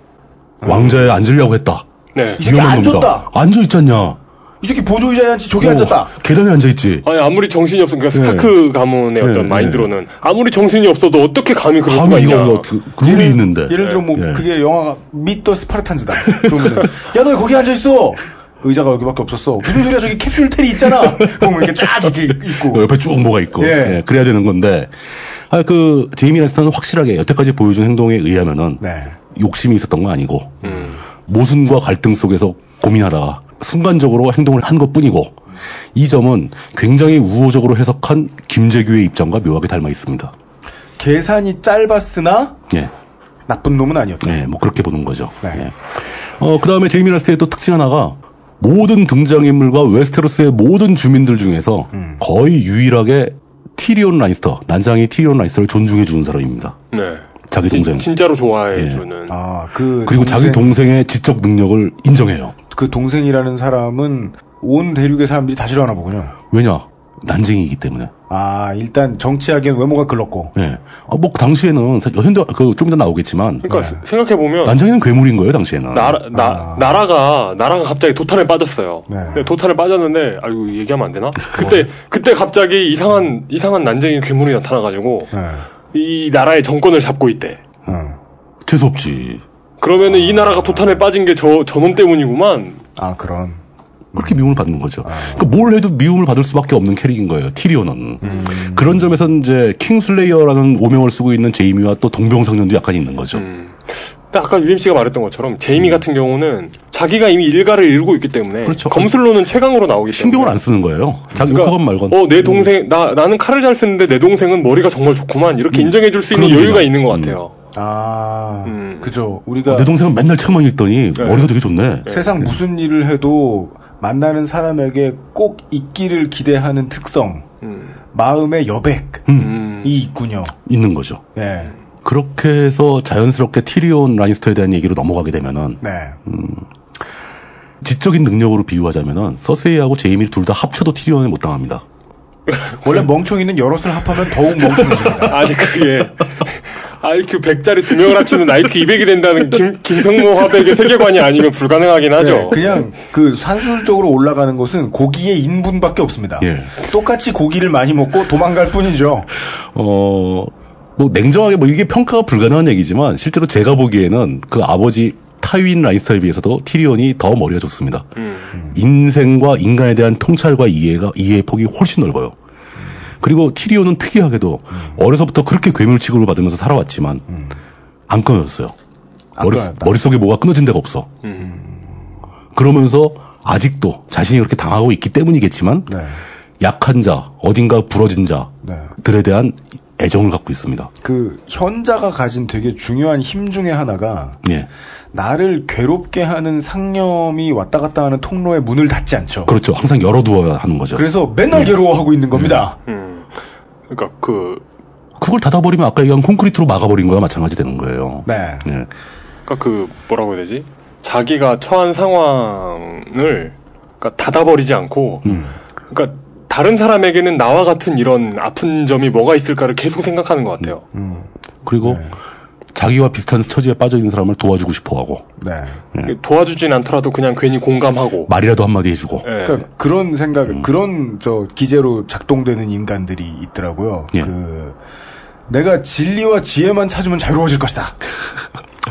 S4: 왕자에 앉으려고 했다.
S2: 네.
S3: 이 새끼 음.
S4: 위험한
S3: 안
S4: 놈이다.
S3: 줬다.
S4: 앉아있잖냐.
S3: 이 새끼 보조의자에 앉지 저기 앉았다.
S4: 계단에 앉아있지.
S2: 아니 아무리 정신이 없으면 그 스타크 가문의
S4: 네,
S2: 어떤
S4: 네.
S2: 마인드로는 아무리 정신이 없어도 어떻게 감히 그럴 수가
S4: 감히
S2: 있냐.
S4: 이거 어떻게 그 룰이 있는데.
S3: 예를 들어 뭐
S4: 예.
S3: 그게 영화가 미더 스파르탄즈다. 그러면은 야너 왜 거기 앉아 있어. 의자가 여기밖에 없었어. 무슨 소리야 저기 캡슐텔이 있잖아. 그러면 이렇게 쫙 이렇게 있고.
S4: 그 어, 옆에 쭉 뭐가 있고
S3: 예.
S4: 예, 그래야 되는 건데 아, 그 제이미 라니스터는 확실하게 여태까지 보여준 행동에 의하면은
S3: 네.
S4: 욕심이 있었던 건 아니고 모순과 갈등 속에서 고민하다가 순간적으로 행동을 한 것뿐이고 이 점은 굉장히 우호적으로 해석한 김재규의 입장과 묘하게 닮아 있습니다.
S3: 계산이 짧았으나
S4: 예.
S3: 나쁜 놈은 아니었다.
S4: 네, 뭐 그렇게 보는 거죠.
S3: 네.
S4: 예. 어, 그 다음에 제이미 라스의 또 특징 하나가 모든 등장인물과 웨스테로스의 모든 주민들 중에서 거의 유일하게 티리온 라니스터, 난장이 티리온 라니스터를 존중해 주는 사람입니다.
S2: 네.
S4: 자기
S2: 진-
S4: 동생. 예.
S2: 진짜로 좋아해주는.
S3: 아, 그
S4: 그리고 자기 그 동생의 지적 능력을 인정해요.
S3: 그 동생이라는 사람은 온 대륙의 사람들이 다 싫어하나 보군요.
S4: 왜냐? 난쟁이이기 때문에.
S3: 아, 일단 정치하기엔 외모가 글렀고.
S4: 예. 아, 뭐, 그 당시에는, 사- 현대, 그, 좀 이따 나오겠지만.
S2: 그러니까 생각해 보면
S4: 네. 난쟁이는 괴물인 거예요, 당시에는.
S2: 나라 나, 나라가 나라가 갑자기 도탄에 빠졌어요.
S3: 네.
S2: 근데 도탄에 빠졌는데 아이고 얘기하면 안 되나? 그때 그때 갑자기 이상한 이상한 난쟁이 괴물이 나타나가지고
S3: 네.
S2: 이 나라의 정권을 잡고 있대.
S3: 어.
S4: 재수없지.
S2: 그러면은 이 나라가 도탄에 빠진 게 저 저놈 때문이구만.
S3: 아, 그런.
S4: 그렇게 미움을 받는 거죠. 그러니까 뭘 해도 미움을 받을 수밖에 없는 캐릭인 거예요. 티리온은. 그런 점에서 이제 킹슬레이어라는 오명을 쓰고 있는 제이미와 또 동병상련도 약간 있는 거죠.
S2: 음. 근데 아까 유림 씨가 말했던 것처럼 제이미 같은 경우는 자기가 이미 일가를 이루고 있기 때문에
S4: 그렇죠.
S2: 검술로는 최강으로 나오기 때문에
S4: 신경을 안 쓰는 거예요. 자기
S2: 그러니까,
S4: 욕하건 음. 말건.
S2: 어, 내 동생 나 나는 칼을 잘 쓰는데 내 동생은 머리가 정말 좋구만 이렇게 인정해 줄 수 있는
S4: 음. 그런 음.
S2: 여유가
S4: 거죠.
S2: 있는 것 같아요.
S3: 아,
S2: 음.
S3: 그죠. 우리가
S4: 어, 내 동생은 맨날 책만 읽더니 머리가 되게 좋네.
S3: 세상 무슨 일을 해도 만나는 사람에게 꼭 있기를 기대하는 특성, 마음의 여백이
S2: 음.
S3: 있군요.
S4: 있는 거죠.
S3: 예.
S4: 그렇게 해서 자연스럽게 티리온 라니스터에 대한 얘기로 넘어가게 되면은
S3: 네.
S4: 음. 지적인 능력으로 비유하자면은 서세이하고 제이미를 둘 다 합쳐도 티리온에 못 당합니다.
S3: 원래 멍청이는 여럿을 합하면 더욱 멍청해집니다.
S2: 아니 그게 IQ 100짜리 두 명을 합치는 IQ 200이 된다는 김, 김성모 화백의 세계관이 아니면 불가능하긴 하죠.
S3: 네, 그냥 그 산술적으로 올라가는 것은 고기의 인분밖에 없습니다.
S4: 예.
S3: 똑같이 고기를 많이 먹고 도망갈 뿐이죠.
S4: 어, 뭐 냉정하게 뭐 이게 평가가 불가능한 얘기지만 실제로 제가 보기에는 그 아버지 타윈 라인스터에 비해서도 티리온이 더 머리가 좋습니다.
S3: 음.
S4: 인생과 인간에 대한 통찰과 이해가 이해의 폭이 훨씬 넓어요. 그리고 티리온은 특이하게도
S3: 음.
S4: 어려서부터 그렇게 괴물 취급을 받으면서 살아왔지만 안 끊어졌어요.
S3: 안
S4: 머릿,
S3: 끊어졌다. 음.
S4: 머릿속에 뭐가 끊어진 데가 없어. 그러면서 아직도 자신이 그렇게 당하고 있기 때문이겠지만
S3: 네.
S4: 약한 자, 어딘가 부러진 자들에 대한 애정을 갖고 있습니다.
S3: 그 현자가 가진 되게 중요한 힘 중에 하나가
S4: 예.
S3: 나를 괴롭게 하는 상념이 왔다 갔다 하는 통로의 문을 닫지 않죠.
S4: 그렇죠. 항상 열어두어야 하는 거죠.
S3: 그래서 맨날
S4: 네.
S3: 괴로워하고 있는 겁니다.
S2: 그러니까 그
S4: 그걸 닫아버리면 아까 얘기한 콘크리트로 막아버린 거와 마찬가지 되는 거예요.
S3: 네.
S4: 예.
S2: 그러니까 그 뭐라고 해야 되지? 자기가 처한 상황을 그러니까 닫아버리지 않고
S3: 음.
S2: 그러니까 다른 사람에게는 나와 같은 이런 아픈 점이 뭐가 있을까를 계속 생각하는 것 같아요.
S3: 음.
S4: 그리고
S3: 네.
S4: 자기와 비슷한 처지에 빠져 있는 사람을 도와주고 싶어하고
S3: 네.
S2: 도와주진 않더라도 그냥 괜히 공감하고.
S4: 말이라도 한마디 해주고.
S2: 예.
S3: 그러니까 그런 생각,
S4: 음.
S3: 그런 저 기재로 작동되는 인간들이 있더라고요.
S4: 예.
S3: 그 내가 진리와 지혜만 찾으면 자유로워질 것이다.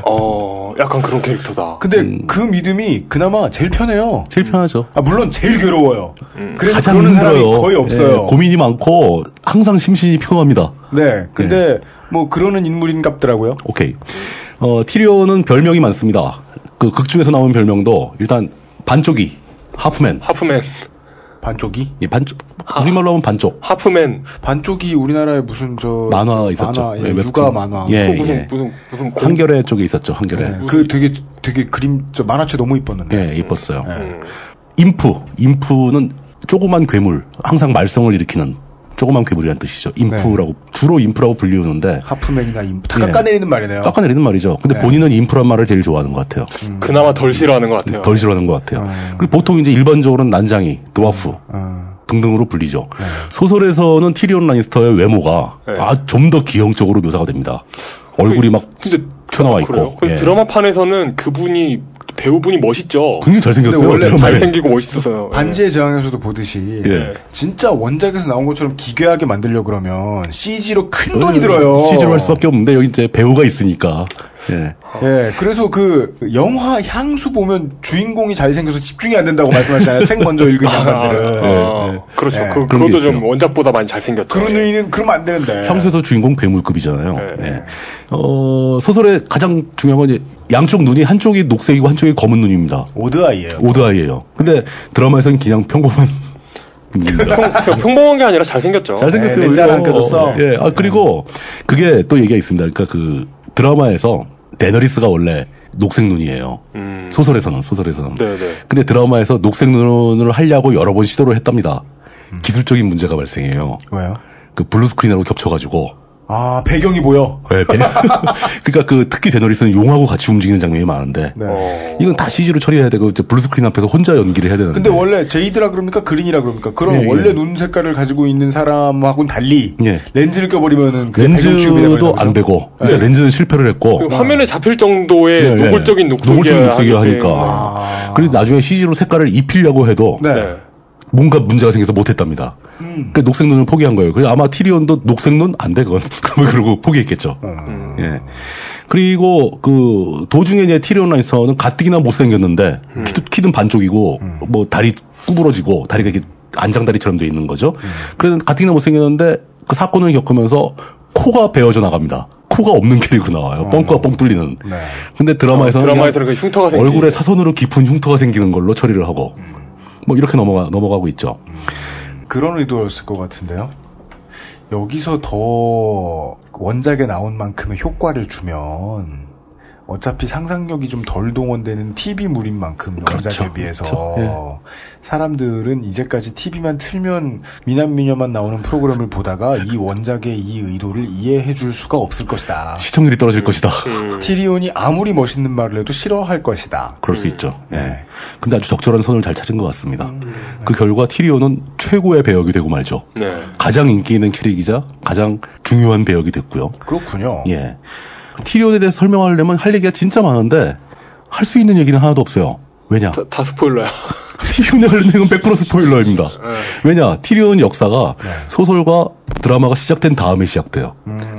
S2: 어, 약간 그런 캐릭터다.
S3: 근데
S4: 음.
S3: 그 믿음이 그나마 제일 편해요.
S4: 제일 편하죠.
S3: 아, 물론 제일 괴로워요. 그러니까 그래서
S4: 음. 가장
S3: 그러는 사람이
S4: 힘들어요.
S3: 거의 없어요.
S4: 예, 고민이 많고 항상 심신이 피곤합니다.
S3: 네, 근데
S4: 예.
S3: 뭐 그러는 인물인갑더라고요.
S4: 오케이. 어, 티리온은 별명이 많습니다. 그 극 중에서 나온 별명도 일단 반쪽이 하프맨.
S2: 하프맨.
S3: 반쪽이?
S4: 예, 반쪽. 우리말로 하면 반쪽.
S2: 하프맨.
S3: 반쪽이 우리나라에 무슨 저
S4: 만화
S3: 저
S4: 있었죠.
S3: 만화,
S4: 예,
S3: 예,
S4: 웹툰.
S3: 육아 만화.
S4: 예,
S3: 그
S4: 예.
S3: 무슨-
S2: 무슨 무슨 공-
S4: 한결의 쪽에 있었죠. 한결의.
S3: 예, 그 되게 되게 그림 저 만화책 너무
S2: 네.
S3: 이뻤는데.
S4: 예, 예뻤어요. 인프. 인프는 조그만 괴물. 항상 말썽을 일으키는 조그만 괴물이란 뜻이죠. 인프라고
S2: 네.
S4: 주로 인프라고 불리우는데
S3: 하프맨이나 인프 다 깎아내리는 말이네요.
S4: 예. 깎아내리는 말이죠. 근데
S3: 네.
S4: 본인은 인프란 말을 제일 좋아하는 것 같아요.
S2: 그나마 덜 싫어하는 것 같아요.
S4: 덜 싫어하는 것 같아요.
S2: 음.
S4: 그리고 보통 이제 일반적으로는 난장이, 드와프
S3: 어.
S4: 등등으로 불리죠. 소설에서는 티리온 라니스터의 외모가
S2: 네. 그
S4: 아, 좀 더 기형적으로 묘사가 됩니다. 얼굴이 막 튀어나와
S2: 그래요?
S4: 있고.
S2: 그
S4: 예.
S2: 드라마판에서는 그분이 배우분이 멋있죠.
S4: 굉장히 잘생겼어요.
S3: 근데 원래
S4: 드라마에.
S2: 잘생기고 멋있어서요. 예.
S3: 반지의 제왕에서도 보듯이
S4: 예.
S3: 진짜 원작에서 나온 것처럼 기괴하게 만들려 그러면 CG로 큰 돈이 들어요.
S4: 예. CG로 할 수밖에 없는데 여기 이제 배우가 있으니까. 예.
S3: 예, 그래서 그 영화 향수 보면 주인공이 잘생겨서 집중이 안 된다고 말씀하시잖아요. 책 먼저 읽은 양반들은.
S2: 아, 그렇죠.
S3: 예,
S2: 그,
S4: 예. 그런 게
S2: 그것도 좀
S4: 있어요.
S2: 원작보다 많이 잘생겼죠.
S3: 그런 의미는 그러면 안 되는데.
S4: 평소에서 주인공 괴물급이잖아요.
S2: 네.
S4: 예. 어, 소설의 가장 중요한 건 이제 양쪽 눈이 한쪽이 녹색이고 한쪽이 검은 눈입니다.
S3: 오드아이예요.
S4: 오드아이예요. 근데 드라마에서는 그냥 평범한 눈입니다.
S2: 그 그러니까 평, 평범한 게 아니라 잘생겼죠.
S4: 잘생겼어요.
S3: 네, 렌즈 안
S4: 오히려.
S3: 껴줬어.
S4: 예. 아, 그리고 그게 또 얘기가 있습니다. 그러니까 그 드라마에서 데너리스가 원래 녹색 눈이에요.
S3: 음.
S4: 소설에서는 소설에서는.
S2: 네네.
S4: 근데 드라마에서 녹색 눈을 하려고 여러 번 시도를 했답니다. 기술적인 문제가 발생해요.
S3: 왜요?
S4: 그 블루 스크린하고 겹쳐가지고.
S3: 아, 배경이 보여.
S4: 예, 배- 그러니까 그 특히 데너리스는 용하고 같이 움직이는 장면이 많은데
S3: 네.
S4: 이건 다 CG로 처리해야 되고 이제 블루 스크린 앞에서 혼자 연기를 해야 되는데.
S3: 근데 원래 제이드라 그럽니까? 그린이라 그럽니까? 그럼
S4: 네. 예,
S3: 원래
S4: 예.
S3: 눈 색깔을 가지고 있는 사람하고는 달리
S4: 예.
S3: 렌즈를 껴버리면은 그게 배경 취급이 돼버리나
S4: 렌즈도
S3: 보죠? 네.
S4: 안 되고 그러니까 렌즈는 실패를 했고
S2: 그 화면에 잡힐 정도의
S4: 예, 예.
S2: 노골적인
S4: 노골적인
S2: 녹색이어야
S4: 녹색이어야
S2: 하기
S4: 하니까.
S2: 때문에.
S4: 그리고 나중에 CG로 색깔을 입히려고 해도
S3: 네.
S2: 네.
S4: 뭔가 문제가 생겨서 못했답니다. 그래 녹색 눈을 포기한 거예요. 그래서 아마 티리온도 녹색 눈안 돼, 그건. 그러면 그러고 포기했겠죠. 예. 그리고 그 도중에 이제 티리온 라이서는 가뜩이나 못생겼는데 키도, 키는 반쪽이고 뭐 다리 구부러지고 다리가 이렇게 안장다리처럼 돼 있는 거죠. 그래서 가뜩이나 못생겼는데 그 사건을 겪으면서 코가 베어져 나갑니다. 코가 없는 캐릭으로 나와요. 뻥꾸가 뻥 뚫리는. 근데 드라마에서는
S2: 드라마에서는 그
S4: 그냥
S2: 흉터가 생기죠.
S4: 얼굴에 사선으로 깊은 흉터가 생기는 걸로 처리를 하고 뭐 이렇게 넘어가 넘어가고 있죠.
S3: 그런 의도였을 것 같은데요. 여기서 더 원작에 나온 만큼의 효과를 주면 어차피 상상력이 좀 덜 동원되는 TV물인 만큼
S4: 그렇죠.
S3: 원작에 비해서
S4: 예.
S3: 사람들은 이제까지 TV만 틀면 미남 미녀만 나오는 프로그램을 보다가 이 원작의 이 의도를 이해해 줄 수가 없을 것이다.
S4: 시청률이 떨어질 것이다.
S3: 티리온이 아무리 멋있는 말을 해도 싫어할 것이다.
S4: 그럴 수 있죠. 예. 근데 아주 적절한 선을 잘 찾은 것 같습니다. 그 결과 티리온은 최고의 배역이 되고 말죠.
S2: 네.
S4: 가장 인기 있는 캐릭이자 가장 중요한 배역이 됐고요.
S3: 그렇군요.
S4: 예. 티리온에 대해서 설명하려면 할 얘기가 진짜 많은데 할 수 있는 얘기는 하나도 없어요. 왜냐?
S2: 다, 다 스포일러야.
S4: 음. 티리온에 관련된 건 100% 스포일러입니다.
S3: 네.
S4: 왜냐? 티리온 역사가 소설과 드라마가 시작된 다음에 시작돼요.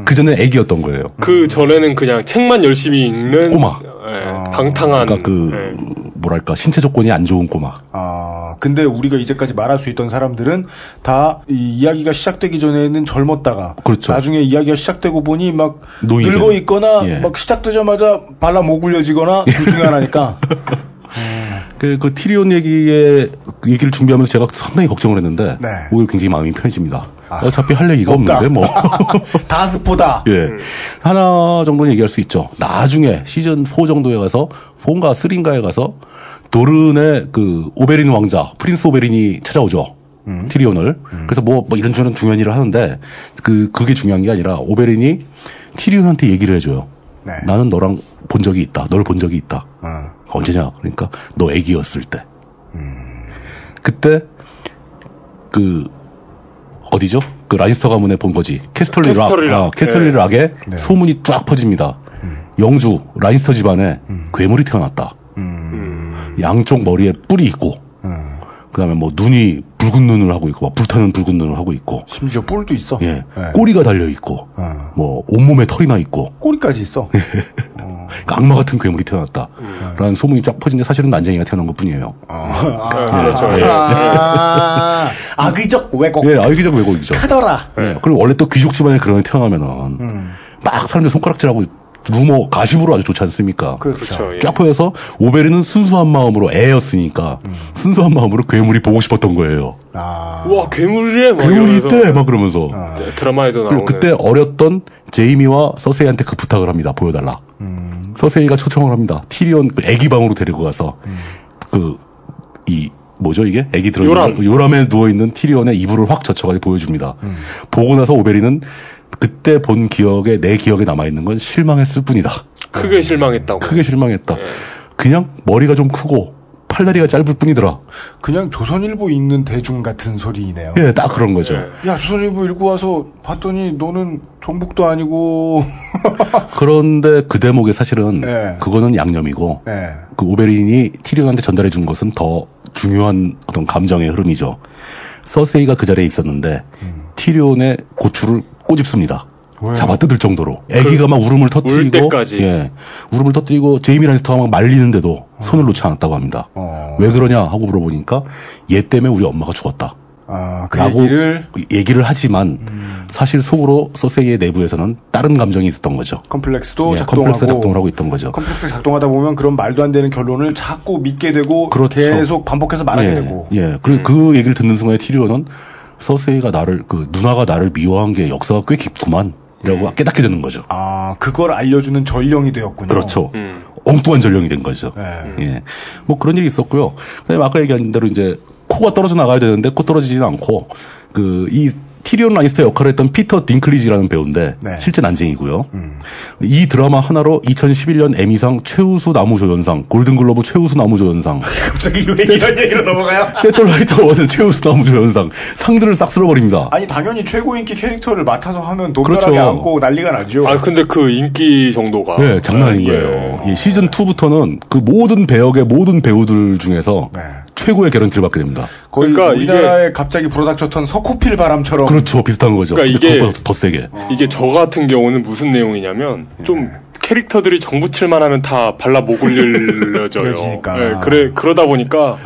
S4: 그 전에 애기였던 거예요.
S2: 그 전에는 그냥 책만 열심히 읽는
S4: 꼬마.
S2: 예, 방탕한
S3: 음.
S4: 그러니까 그
S2: 예.
S3: 네.
S2: 뭐랄까
S4: 뭐랄까 신체 조건이 안 좋은 꼬마.
S3: 아, 근데 우리가 이제까지 말할 수 있던 사람들은 다 이 이야기가 시작되기 전에는 젊었다가
S4: 그렇죠.
S3: 나중에 이야기가 시작되고 보니 막
S4: 노인이
S3: 늙어
S4: 되는.
S3: 있거나
S4: 예.
S3: 막 시작되자마자 발라 목 굴려지거나 그 중에 하나니까
S4: 그, 그 티리온 얘기에 그 얘기를 준비하면서 제가 상당히 걱정을 했는데
S3: 네. 아.
S4: 오히려 굉장히 마음이 편해집니다. 어차피 할 얘기가
S3: 없다.
S4: 없는데 뭐.
S3: 다 스포다.
S4: 예. 하나 정도는 얘기할 수 있죠. 나중에 시즌 4 정도에 가서 4인가 3인가에 가서 도른의 그 오베린 왕자 프린스 오베린이 찾아오죠.
S3: 음.
S4: 티리온을. 그래서 뭐, 뭐 이런 저런 중요한 일을 하는데 그 그게 중요한 게 아니라 오베린이 티리온한테 얘기를 해줘요.
S3: 네.
S4: 나는 너랑 본 적이 있다. 널 본 적이 있다.
S3: 어. 음.
S4: 언제냐? 그러니까 너 애기였을 때. 그때 그 어디죠? 그 라인스터 가문에 본 거지. 캐스털리 락,
S2: 캐스털리 락.
S4: 아, 캐스털리
S2: 네.
S4: 락에 소문이 쫙 퍼집니다. 영주 라인스터 집안에 괴물이 음. 태어났다. 양쪽 머리에 뿔이 있고, 그다음에 뭐 눈이 붉은 눈을 하고 있고 막 불타는 붉은 눈을 하고 있고
S3: 심지어 뿔도 있어.
S4: 예. 꼬리가 달려 있고 뭐 온몸에 털이 나 있고
S3: 꼬리까지 있어.
S4: 예. 그러니까 악마 같은 괴물이 태어났다라는 소문이 쫙 퍼진데 사실은 난쟁이가 태어난 것뿐이에요.
S3: 그렇죠. 아, 악의적 왜곡.
S4: 예, 악의적 왜곡이죠.
S3: 카더라.
S4: 예, 그리고 원래 또 귀족 집안에 그런 애 태어나면은 막 사람들 손가락질하고 루머 가십으로 아주 좋지 않습니까?
S3: 그렇죠.
S2: 예.
S4: 쫙 보여서 오베르는 순수한 마음으로 애였으니까 순수한 마음으로 괴물이 보고 싶었던 거예요.
S2: 우와 괴물이래 막
S4: 괴물이
S2: 이러면서.
S4: 있대 막 그러면서
S2: 네, 드라마에도
S4: 그리고
S2: 나오는
S4: 그때 어렸던 제이미와 서세이한테 그 부탁을 합니다. 보여달라.
S2: 음.
S4: 서세이가 초청을 합니다. 티리온 그 애기 방으로 데리고 가서
S2: 음.
S4: 그 이 뭐죠 이게 애기 들어
S2: 요람. 음.
S4: 요람에 누워 있는 티리온의 이불을 확 젖혀가지고 보여줍니다. 보고 나서 오베리는 그때 본 기억에 내 기억에 남아 있는 건 실망했을 뿐이다.
S2: 크게 실망했다고.
S4: 크게 실망했다.
S2: 네.
S4: 그냥 머리가 좀 크고 팔다리가 짧을 뿐이더라.
S2: 어.
S3: 그냥 조선일보 읽는 대중 같은 소리이네요.
S4: 예, 딱 그런 거죠.
S3: 야, 조선일보 읽고 와서 봤더니 너는 종북도 아니고.
S4: 그런데 그 대목에 사실은
S2: 네.
S3: 예.
S4: 그거는 양념이고
S3: 예.
S4: 그 오베린이 티리온한테 전달해 준 것은 더 중요한 어떤 감정의 흐름이죠. 서세이가 그 자리에 있었는데 티리온의 고추를 꼬집습니다. 잡아뜯을 정도로
S3: 그
S4: 애기가 막 울음을 터뜨리고
S2: 울 때까지.
S4: 예, 울음을 터뜨리고 제이미 란스터가 막 말리는데도 손을 놓지 않았다고 합니다.
S3: 어.
S4: 왜 그러냐 하고 물어보니까 얘 때문에 우리 엄마가 죽었다.
S3: 아, 그
S4: 라고
S3: 얘기를 음.
S4: 얘기를 하지만 사실 속으로 서세이의 내부에서는 다른 감정이 있었던 거죠.
S3: 컴플렉스도
S4: 예,
S3: 작동하고
S4: 컴플렉스 작동을 하고 있던 거죠.
S3: 컴플렉스 작동하다 보면 그런 말도 안 되는 결론을 자꾸 믿게 되고
S4: 그렇죠.
S3: 계속 반복해서 말하게
S4: 예,
S3: 되고. 음.
S4: 예. 그리고 그 얘기를 듣는 순간에 티리온은 서세이가 나를 그 누나가 나를 미워한 게 역사가 꽤
S3: 음.
S4: 깊구만이라고 깨닫게 되는 거죠.
S3: 아, 그걸 알려주는 전령이 되었군요.
S4: 그렇죠.
S3: 음.
S4: 엉뚱한 전령이 된 거죠.
S3: 네.
S4: 예. 뭐 그런 일이 있었고요. 그다음에 아까 얘기한 대로 이제 코가 떨어져 나가야 되는데 코 떨어지지는 않고 그 이 티리온 라니스터 역할을 했던 피터 딩클리지라는 배우인데
S3: 네. 음.
S4: 실제 난쟁이고요. 이 드라마 하나로 2011년 에미상 최우수 나무조연상, 골든글로브 최우수 나무조연상,
S3: 갑자기 왜 이런 얘기로 넘어가요?
S4: 세틀라이트 어워드 최우수 나무조연상 상들을 싹 쓸어버립니다.
S3: 아니, 당연히 최고 인기 캐릭터를 맡아서 하면 돈벼락에
S4: 그렇죠.
S3: 안고 난리가 나죠.
S2: 아 근데 그 인기 정도가
S4: 네, 장난 아닌 거예요. 이 시즌 2부터는 그 모든 배역의 모든 배우들 중에서 최고의 개런티를 받게 됩니다.
S3: 거의
S2: 그러니까
S3: 우리나라에 갑자기 불어닥쳤던 서코필 바람처럼
S4: 그렇죠. 비슷한 거죠.
S2: 그러니까
S4: 근데
S2: 이게- 어.
S4: 그것보다 더 세게.
S2: 이게 저 같은 경우는 무슨 내용이냐면
S4: 네.
S2: 좀 캐릭터들이 정부칠만 하면 다 발라 목 올려져요.
S3: 그러니까.
S2: 네, 그래 그러다 보니까 아,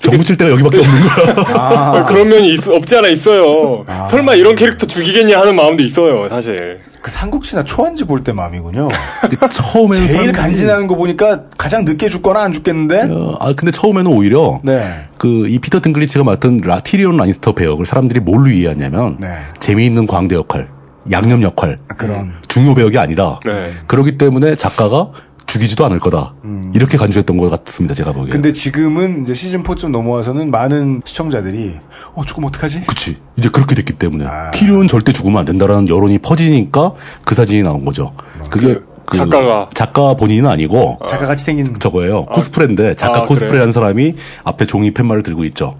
S4: 정부 칠 때가 여기밖에 없는 거야.
S2: 그런 면이 있- 없지 않아 있어요. 설마 이런 캐릭터 죽이겠냐 하는 마음도 있어요, 사실.
S3: 그 삼국지나 초한지 볼 때 마음이군요.
S4: 근데 처음에는
S3: 제일
S4: 사람들이-
S3: 간지나는 거 보니까 가장 늦게 죽거나 안 죽겠는데?
S4: 어, 아, 근데 처음에는 오히려
S3: 네.
S4: 그 이 피터 등글리치가 맡은 라티리온 라니스터 배역을 사람들이 뭘로 이해하냐면
S3: 네. 아,
S4: 재미있는 광대 역할, 양념 역할,
S3: 그런.
S4: 중요 배역이 아니다.
S2: 네.
S4: 그렇기 때문에 작가가 죽이지도 않을 거다. 이렇게 간주했던 것 같습니다. 제가 보기에.
S3: 근데 지금은 이제 시즌 4쯤 넘어와서는 많은 시청자들이 어 죽으면 어떡하지?
S4: 그치. 이제 그렇게 됐기 때문에. 티리온 절대 죽으면 안 된다라는 여론이 퍼지니까 그 사진이 나온 거죠. 그게 그
S2: 작가가.
S4: 작가 본인은 아니고
S3: 작가 같이 생긴
S4: 저거예요. 코스프레인데 작가
S2: 아,
S4: 코스프레 한 사람이 앞에 종이 팻말을 들고 있죠.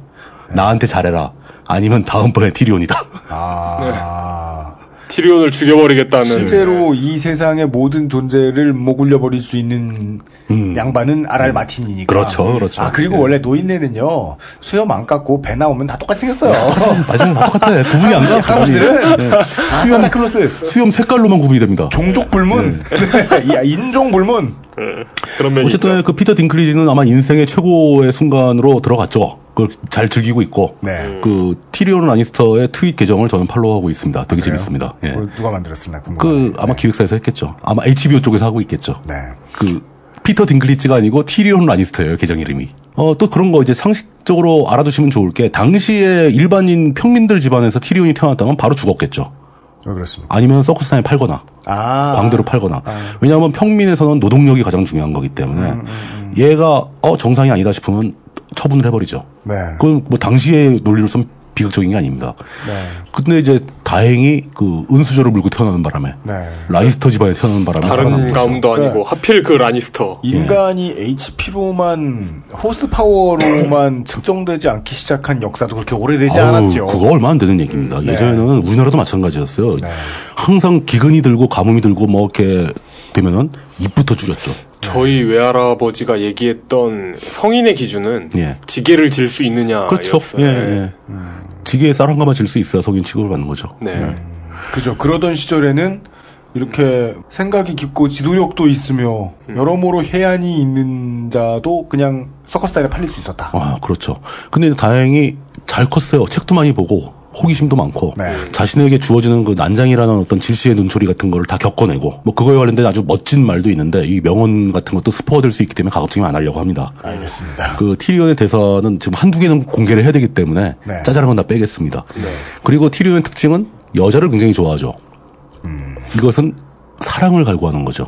S4: 나한테 잘해라. 아니면 다음번에 티리온이다.
S2: 티리온을 죽여버리겠다는.
S3: 실제로
S4: 네.
S3: 이 세상의 모든 존재를 못 굴려버릴 수 있는 양반은 아랄 마틴이니까.
S4: 음. 그렇죠, 그렇죠.
S3: 아, 그리고
S4: 예.
S3: 원래 노인네는요, 수염 안 깎고 배 나오면 다 똑같이 생겼어요. 네,
S4: 맞아요. 다 네. 똑같아. 네. 구분이 안 가.
S3: 할아버지들은 다 산타클로스.
S4: 수염 색깔로만 구분이 됩니다.
S3: 종족 불문. 네, 야, 인종 불문.
S2: 네, 그런 면이
S4: 어쨌든 그 피터 딩클리지는 아마 인생의 최고의 순간으로 들어갔죠. 그걸 잘 즐기고 있고.
S3: 네.
S4: 그 티리온 라니스터의 트윗 계정을 저는 팔로우하고 있습니다. 되게 재밌습니다. 예.
S3: 오늘 누가 만들었었나 궁금해.
S4: 그 아마 기획사에서 했겠죠. 아마 HBO 쪽에서 하고 있겠죠.
S3: 네.
S4: 그 피터 딩클리치가 아니고 티리온 라니스터예요 계정 이름이. 어또 그런 거 이제 상식적으로 알아두시면 좋을 게 당시에 일반인 평민들 집안에서 티리온이 태어났다면 바로 죽었겠죠.
S3: 왜 그렇습니까?
S4: 아니면 서커스장에 팔거나
S3: 아. 음,
S4: 광대로 팔거나. 왜냐하면 평민에서는 노동력이 가장 중요한 거기 때문에 얘가 어 정상이 아니다 싶으면 처분을 해버리죠.
S3: 네.
S4: 그건 뭐 당시의 논리로선 비극적인 게 아닙니다.
S3: 네.
S4: 근데 이제 다행히 그 은수저를 물고 태어나는 바람에
S3: 네.
S4: 라니스터 집안에 태어나는 바람에 살아남은
S2: 다른
S4: 거죠. 네.
S2: 가문도 아니고 하필 그 라니스터.
S3: 인간이 HP로만 호스 파워로만 측정되지 않기 시작한 역사도 그렇게 오래되지
S4: 아우,
S3: 않았죠. 음, 네.
S4: 그거 얼마 안 되는 얘기입니다. 예전에는 우리나라도 마찬가지였어요. 항상 기근이 들고 가뭄이 들고 뭐 이렇게 되면은 입부터 줄였죠.
S2: 저희 외할아버지가 얘기했던 성인의 기준은
S4: 예.
S2: 지게를 질 수 있느냐.
S3: 아,
S4: 그렇죠.
S2: 였어요.
S4: 예, 예.
S3: 음.
S4: 지게에 쌀한가마 질 수 있어야 성인 취급을 받는 거죠.
S2: 네.
S3: 그죠. 그러던 시절에는 이렇게 생각이 깊고 지도력도 있으며
S4: 음.
S3: 여러모로 해안이 있는 자도 그냥 서커스단에 팔릴 수 있었다.
S4: 아, 그렇죠. 근데 다행히 잘 컸어요. 책도 많이 보고 호기심도 많고 자신에게 주어지는 그 난장이라는 어떤 질시의 눈초리 같은 거를 다 겪어내고 뭐 그거에 관련된 아주 멋진 말도 있는데 이 명언 같은 것도 스포화될 수 있기 때문에 가급적이면 안 하려고 합니다.
S3: 네. 알겠습니다.
S4: 그 티리온의 대사는 지금 한두 개는 공개를 해야 되기 때문에
S3: 네.
S4: 짜잘한 건 다 빼겠습니다. 그리고 티리온의 특징은 여자를 굉장히 좋아하죠. 이것은 사랑을 갈구하는 거죠.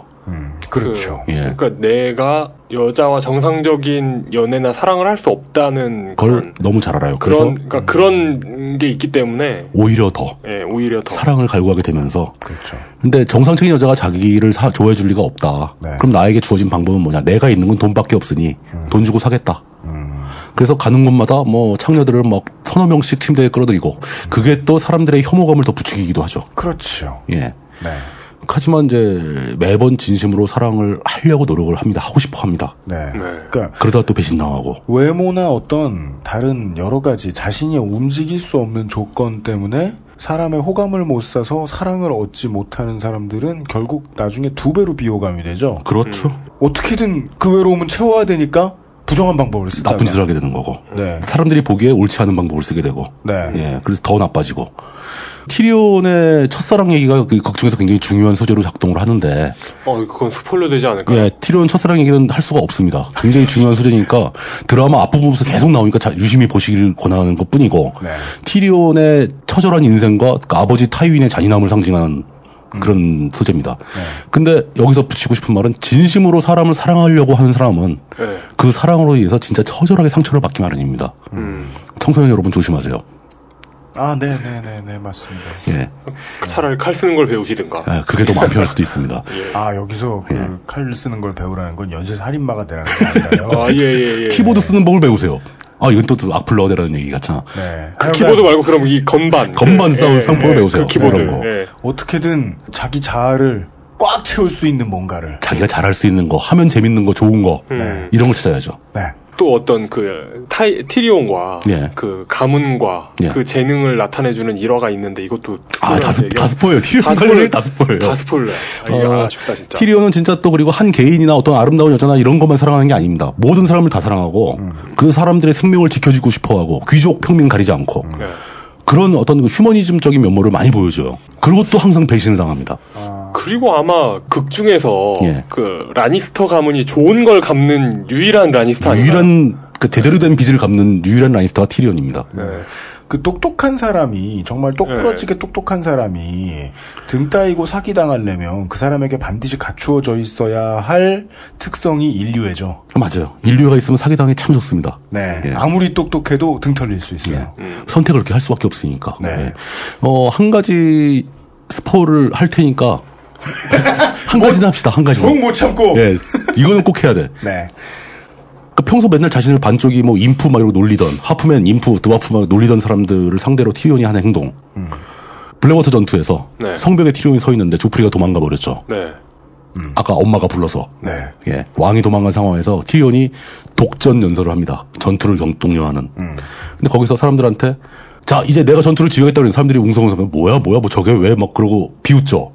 S3: 그렇죠.
S4: 예.
S2: 그러니까 내가 여자와 정상적인 연애나 사랑을 할 수 없다는
S4: 걸 너무 잘 알아요. 그래서 음.
S2: 그런 그러니까 그런 게 있기 때문에
S4: 오히려 더
S2: 예, 오히려 더
S4: 사랑을 갈구하게 되면서 그렇죠. 근데 정상적인 여자가 자기를 사- 좋아해 줄 리가 없다. 그럼 나에게 주어진 방법은 뭐냐? 내가 있는 건 돈밖에 없으니 돈 주고 사겠다. 그래서 가는 곳마다 뭐 창녀들을 막 서너 명씩 침대에 끌어들이고 그게 또 사람들의 혐오감을 더 부추기기도 하죠.
S3: 그렇죠.
S4: 예.
S3: 네.
S4: 하지만 이제 매번 진심으로 사랑을 하려고 노력을 합니다. 하고 싶어 합니다.
S3: 네. 그러니까
S4: 그러다가 또 배신 당하고.
S3: 외모나 어떤 다른 여러 가지 자신이 움직일 수 없는 조건 때문에 사람의 호감을 못 사서 사랑을 얻지 못하는 사람들은 결국 나중에 두 배로 비호감이 되죠.
S4: 그렇죠.
S3: 음. 어떻게든 그 외로움은 채워야 되니까 부정한 방법을 쓰다.
S4: 나쁜 짓을 하게 되는 거고.
S3: 네.
S4: 사람들이 보기에 옳지 않은 방법을 쓰게 되고.
S3: 네.
S4: 예, 그래서 더 나빠지고. 티리온의 첫사랑 얘기가 그 극중에서 굉장히 중요한 소재로 작동을 하는데,
S2: 어 그건 스포일러 되지 않을까요?
S4: 예, 티리온 첫사랑 얘기는 할 수가 없습니다. 굉장히 중요한 소재니까 드라마 앞부분에서 계속 나오니까 자- 유심히 보시길 권하는 것 뿐이고, 티리온의 처절한 인생과 그 아버지 타이윈의 잔인함을 상징하는 그런 소재입니다. 근데 여기서 붙이고 싶은 말은 진심으로 사람을 사랑하려고 하는 사람은
S2: 예.
S4: 그 사랑으로 인해서 진짜 처절하게 상처를 받기 마련입니다. 청소년 여러분 조심하세요.
S3: 아, 네, 네, 네, 네, 맞습니다.
S4: 예.
S2: 차라리 칼 쓰는 걸 배우시든가.
S4: 아, 그게 더 마피아일 수도 있습니다.
S2: 예.
S3: 아, 여기서 그 칼을 쓰는 걸 배우라는 건 연쇄 살인마가 되라는 거 아닌가요?
S2: 아, 예, 예, 예.
S4: 그 키보드 쓰는 법을 배우세요. 아, 이건 또 악플 넣어야 되라는 얘기 같잖아.
S3: 네.
S2: 그 키보드 말고 그럼 이 건반.
S4: 건반
S2: 그,
S4: 싸울 상품을 배우세요.
S2: 그 키보드.
S4: 그런 거.
S2: 예.
S3: 어떻게든 자기 자아를 꽉 채울 수 있는 뭔가를.
S4: 자기가 잘할 수 있는 거, 하면 재밌는 거, 좋은 거,
S2: 음.
S4: 이런 걸 찾아야죠.
S3: 네.
S2: 또 어떤 그 타이, 티리온과
S4: 예.
S2: 그 가문과
S4: 예.
S2: 그 재능을 나타내주는 일화가 있는데 이것도
S4: 아, 다, 스- 다 스포예요.
S2: 다
S4: 티리온
S2: 스포일-
S4: 관련이 다 스포예요.
S2: 다 스포일러. 아, 이게
S4: 어,
S2: 아쉽다 진짜.
S4: 티리온은 진짜 또 그리고 한 개인이나 어떤 아름다운 여자나 이런 것만 사랑하는 게 아닙니다. 모든 사람을 다 사랑하고
S2: 음.
S4: 그 사람들의 생명을 지켜주고 싶어하고 귀족 평민 가리지 않고
S2: 네.
S4: 그런 어떤 그 휴머니즘적인 면모를 많이 보여줘요. 그리고 또 항상 배신을 당합니다.
S2: 아, 그리고 아마 극 중에서
S4: 예.
S2: 그 라니스터 가문이 좋은 걸 갚는 유일한 라니스터 아닌가요?
S4: 유일한 그 제대로 된 빚을 갚는 유일한 라니스터가 티리온입니다.
S3: 그 똑똑한 사람이 정말 똑부러지게 똑똑한 사람이 등 따이고 사기 당하려면 그 사람에게 반드시 갖추어져 있어야 할 특성이 인류애죠.
S4: 맞아요. 인류가 있으면 사기당하기 참 좋습니다.
S3: 네.
S4: 예.
S3: 아무리 똑똑해도 등 털릴 수 있어요.
S4: 선택을 그렇게 할 수밖에 없으니까. 예. 어, 한 가지 스포를 할 테니까 한 가지는 합시다. 한 가지.
S3: 못 참고.
S4: 예. 이거는 꼭 해야 돼.
S3: 네.
S4: 그러니까 평소 맨날 자신을 반쪽이 뭐 인프 막 이러고 놀리던 하프맨, 인프, 드와프만 놀리던 사람들을 상대로 티리온이 하는 행동. 블랙워터 전투에서
S2: 네.
S4: 성벽에 티리온이 서 있는데 조프리가 도망가 버렸죠.
S2: 네.
S4: 아까 엄마가 불러서
S3: 네.
S4: 예, 왕이 도망간 상황에서 티리온이 독전 연설을 합니다. 전투를 경동요하는. 근데 거기서 사람들한테 자 이제 내가 전투를 지휘하겠다고 그러는 사람들이 웅성웅성 뭐야 뭐야 뭐 저게 왜 막 그러고 비웃죠.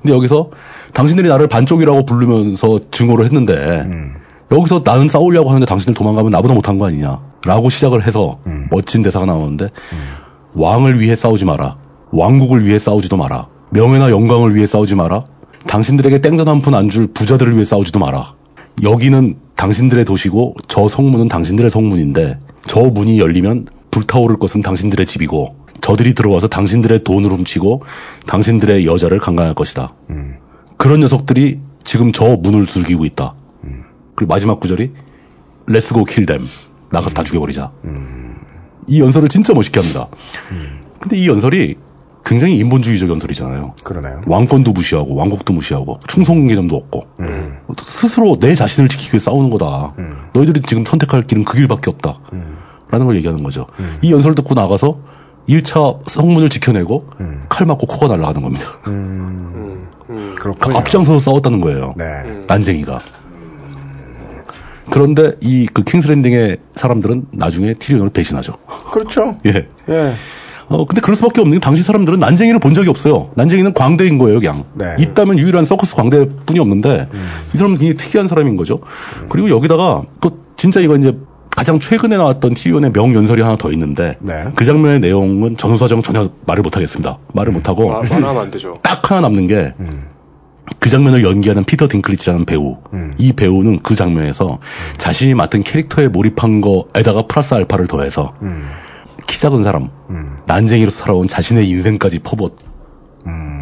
S4: 근데 여기서 당신들이 나를 반쪽이라고 부르면서 증오를 했는데 여기서 나는 싸우려고 하는데 당신들 도망가면 나보다 못한 거 아니냐라고 시작을 해서 멋진 대사가 나오는데 왕을 위해 싸우지 마라. 왕국을 위해 싸우지도 마라. 명예나 영광을 위해 싸우지 마라. 당신들에게 땡전 한 푼 안 줄 부자들을 위해 싸우지도 마라. 여기는 당신들의 도시고 저 성문은 당신들의 성문인데 저 문이 열리면 불타오를 것은 당신들의 집이고 저들이 들어와서 당신들의 돈을 훔치고 당신들의 여자를 강간할 것이다. 그런 녀석들이 지금 저 문을 두들기고 있다. 그리고 마지막 구절이 Let's go kill them. 나가서 다 죽여버리자. 이 연설을 진짜 멋있게 합니다. 근데 이 연설이 굉장히 인본주의적 연설이잖아요.
S3: 그러네요.
S4: 왕권도 무시하고 왕국도 무시하고 충성 개념도 없고 스스로 내 자신을 지키기 위해 싸우는 거다. 너희들이 지금 선택할 길은 그 길밖에 없다. 라는 걸 얘기하는 거죠. 이 연설 듣고 나가서 1차 성문을 지켜내고 칼 맞고 코가 날아가는 겁니다.
S3: 그렇군요.
S4: 앞장서서 싸웠다는 거예요.
S3: 네.
S4: 난쟁이가. 그런데 이 그 킹스랜딩의 사람들은 나중에 티리온을 배신하죠.
S3: 그렇죠.
S4: 예.
S3: 예.
S4: 어, 근데 그럴 수밖에 없는 게 당시 사람들은 난쟁이를 본 적이 없어요. 난쟁이는 광대인 거예요, 그냥.
S3: 네.
S4: 있다면 유일한 서커스 광대뿐이 없는데 이 사람은 굉장히 특이한 사람인 거죠. 그리고 여기다가 또 진짜 이거 이제 가장 최근에 나왔던 티리온의 명연설이 하나 더 있는데
S3: 네.
S4: 그 장면의 내용은 전후사정 전혀 말을 못하겠습니다. 말을 못하고
S3: 아,
S2: 마- 말하면 안 되죠.
S4: 딱 하나 남는 게 그 장면을 연기하는 피터 딩클리치라는 배우. 이 배우는 그 장면에서 자신이 맡은 캐릭터에 몰입한 거에다가 플러스 알파를 더해서 키 작은 사람, 난쟁이로 살아온 자신의 인생까지 퍼부,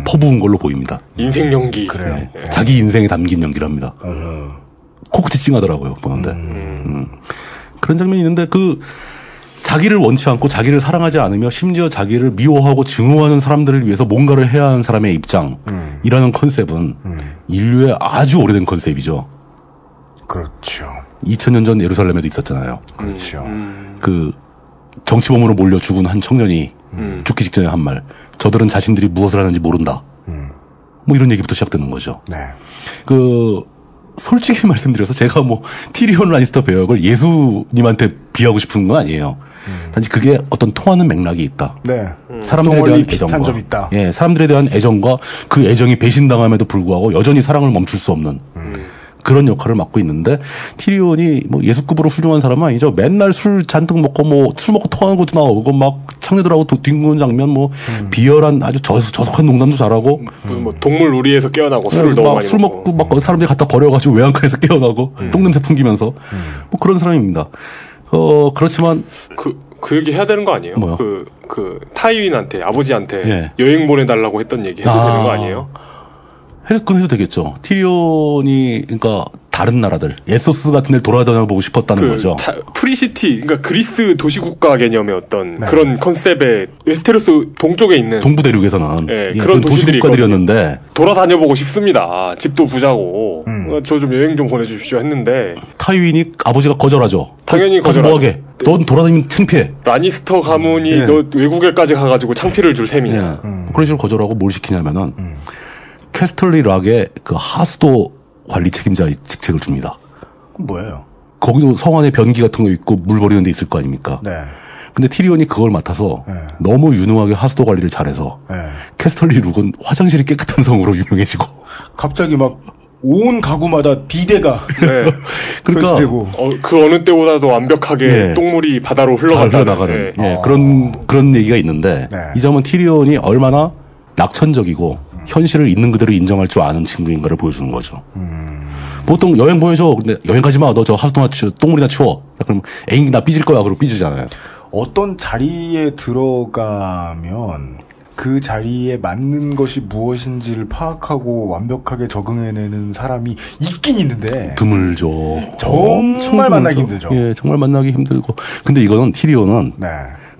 S4: 퍼부은 걸로 보입니다.
S2: 인생 연기.
S3: 그래요.
S4: 자기 인생에 담긴 연기를 합니다. 코끝이 찡하더라고요, 보는데. 음. 그런 장면이 있는데 그 자기를 원치 않고 자기를 사랑하지 않으며 심지어 자기를 미워하고 증오하는 사람들을 위해서 뭔가를 해야 하는 사람의 입장이라는 컨셉은 인류의 아주 오래된 컨셉이죠.
S3: 그렇죠.
S4: 2000년 전 예루살렘에도 있었잖아요.
S3: 그렇죠.
S4: 그 정치범으로 몰려 죽은 한 청년이 죽기 직전에 한 말. 저들은 자신들이 무엇을 하는지 모른다. 뭐 이런 얘기부터 시작되는 거죠.
S3: 네.
S4: 그 솔직히 말씀드려서 제가 뭐 티리온 라니스터 배역을 예수님한테 비하고 싶은 건 아니에요. 단지 그게 어떤 통하는 맥락이 있다.
S3: 네.
S4: 사람들에
S3: 동원리
S4: 대한
S3: 비슷한
S4: 애정과
S3: 점이 있다.
S4: 예, 사람들에 대한 애정과 그 애정이 배신당함에도 불구하고 여전히 사랑을 멈출 수 없는 그런 역할을 맡고 있는데 티리온이 뭐 예수급으로 훌륭한 사람은 아니죠. 맨날 술 잔뜩 먹고 뭐 술 먹고 토하는 것도 나오고 막 창녀들하고 도- 뒹구는 장면 뭐 비열한 아주 저, 저속한 농담도 잘하고
S2: 무슨 뭐 동물 우리에서 깨어나고 음. 술을 너무 많이
S4: 네, 막술 먹고 막그 사람들이 갖다 버려가지고 외양간에서 깨어나고 똥냄새 풍기면서
S2: 음.
S4: 뭐 그런 사람입니다. 어 그렇지만
S2: 그, 그 얘기 해야 되는 거 아니에요?
S4: 뭐요?
S2: 그, 그, 타이윈한테, 아버지한테
S4: 예.
S2: 여행 보내달라고 했던 얘기 해도
S4: 아.
S2: 되는 거 아니에요?
S4: 해도 그건 해도 되겠죠. 티리온이 그러니까 다른 나라들 에소스 같은 데를 돌아다녀보고 싶었다는
S2: 그,
S4: 거죠.
S2: 자- 프리시티, 그러니까 그리스 도시국가 개념의 어떤 그런 컨셉의 웨스테로스 동쪽에 있는
S4: 네. 동부 대륙에서는
S2: 예,
S4: 예,
S2: 그런
S4: 그런 도시국가들이었는데
S2: 돌아다녀보고 싶습니다. 집도 부자고,
S4: 음.
S2: 저 좀 여행 좀 보내주십시오 했는데,
S4: 타이윈이 아버지가 거절하죠.
S2: 당연히
S4: 가서
S2: 거절하죠. 네.
S4: 뭐하게? 넌 돌아다니면 창피해.
S2: 라니스터 가문이
S4: 예.
S2: 너 외국에까지 가가지고 창피를 줄
S4: 예.
S2: 셈이냐.
S4: 그런 식으로 거절하고 뭘 시키냐면은
S2: 음.
S4: 캐스털리 락의 그 하수도 관리 책임자 직책을 줍니다.
S3: 그건 뭐예요?
S4: 거기도 성 안에 변기 같은 거 있고 물 버리는 데 있을 거 아닙니까?
S3: 네.
S4: 근데 티리온이 그걸 맡아서
S3: 네.
S4: 너무 유능하게 하수도 관리를 잘해서
S3: 네.
S4: 캐스털리 룩은 화장실이 깨끗한 성으로 유명해지고
S3: 갑자기 막 온 가구마다 비대가
S2: 예.
S4: 그러니까
S3: 설치되고
S2: 어, 그 어느 때보다도 완벽하게
S4: 예.
S2: 똥물이 바다로
S4: 잘
S2: 흘러간다.
S4: 흘러나가는 예, 그런 그런 얘기가 있는데
S3: 어. 네.
S4: 이 점은 티리온이 얼마나 낙천적이고 현실을 있는 그대로 인정할 줄 아는 친구인가를 보여주는 거죠.
S3: 음.
S4: 보통 여행 보내줘. 근데 여행 가지 마. 너 저 하수도나 치워, 똥물이나 치워. 그럼 애인 나 삐질 거야. 그러고 삐지잖아요.
S3: 어떤 자리에 들어가면 그 자리에 맞는 것이 무엇인지를 파악하고 완벽하게 적응해내는 사람이 있긴 있는데
S4: 드물죠.
S3: 정말
S4: 엄청
S3: 만나기 힘들죠.
S4: 예, 정말 만나기 힘들고. 근데 이거는 티리온은
S3: 네.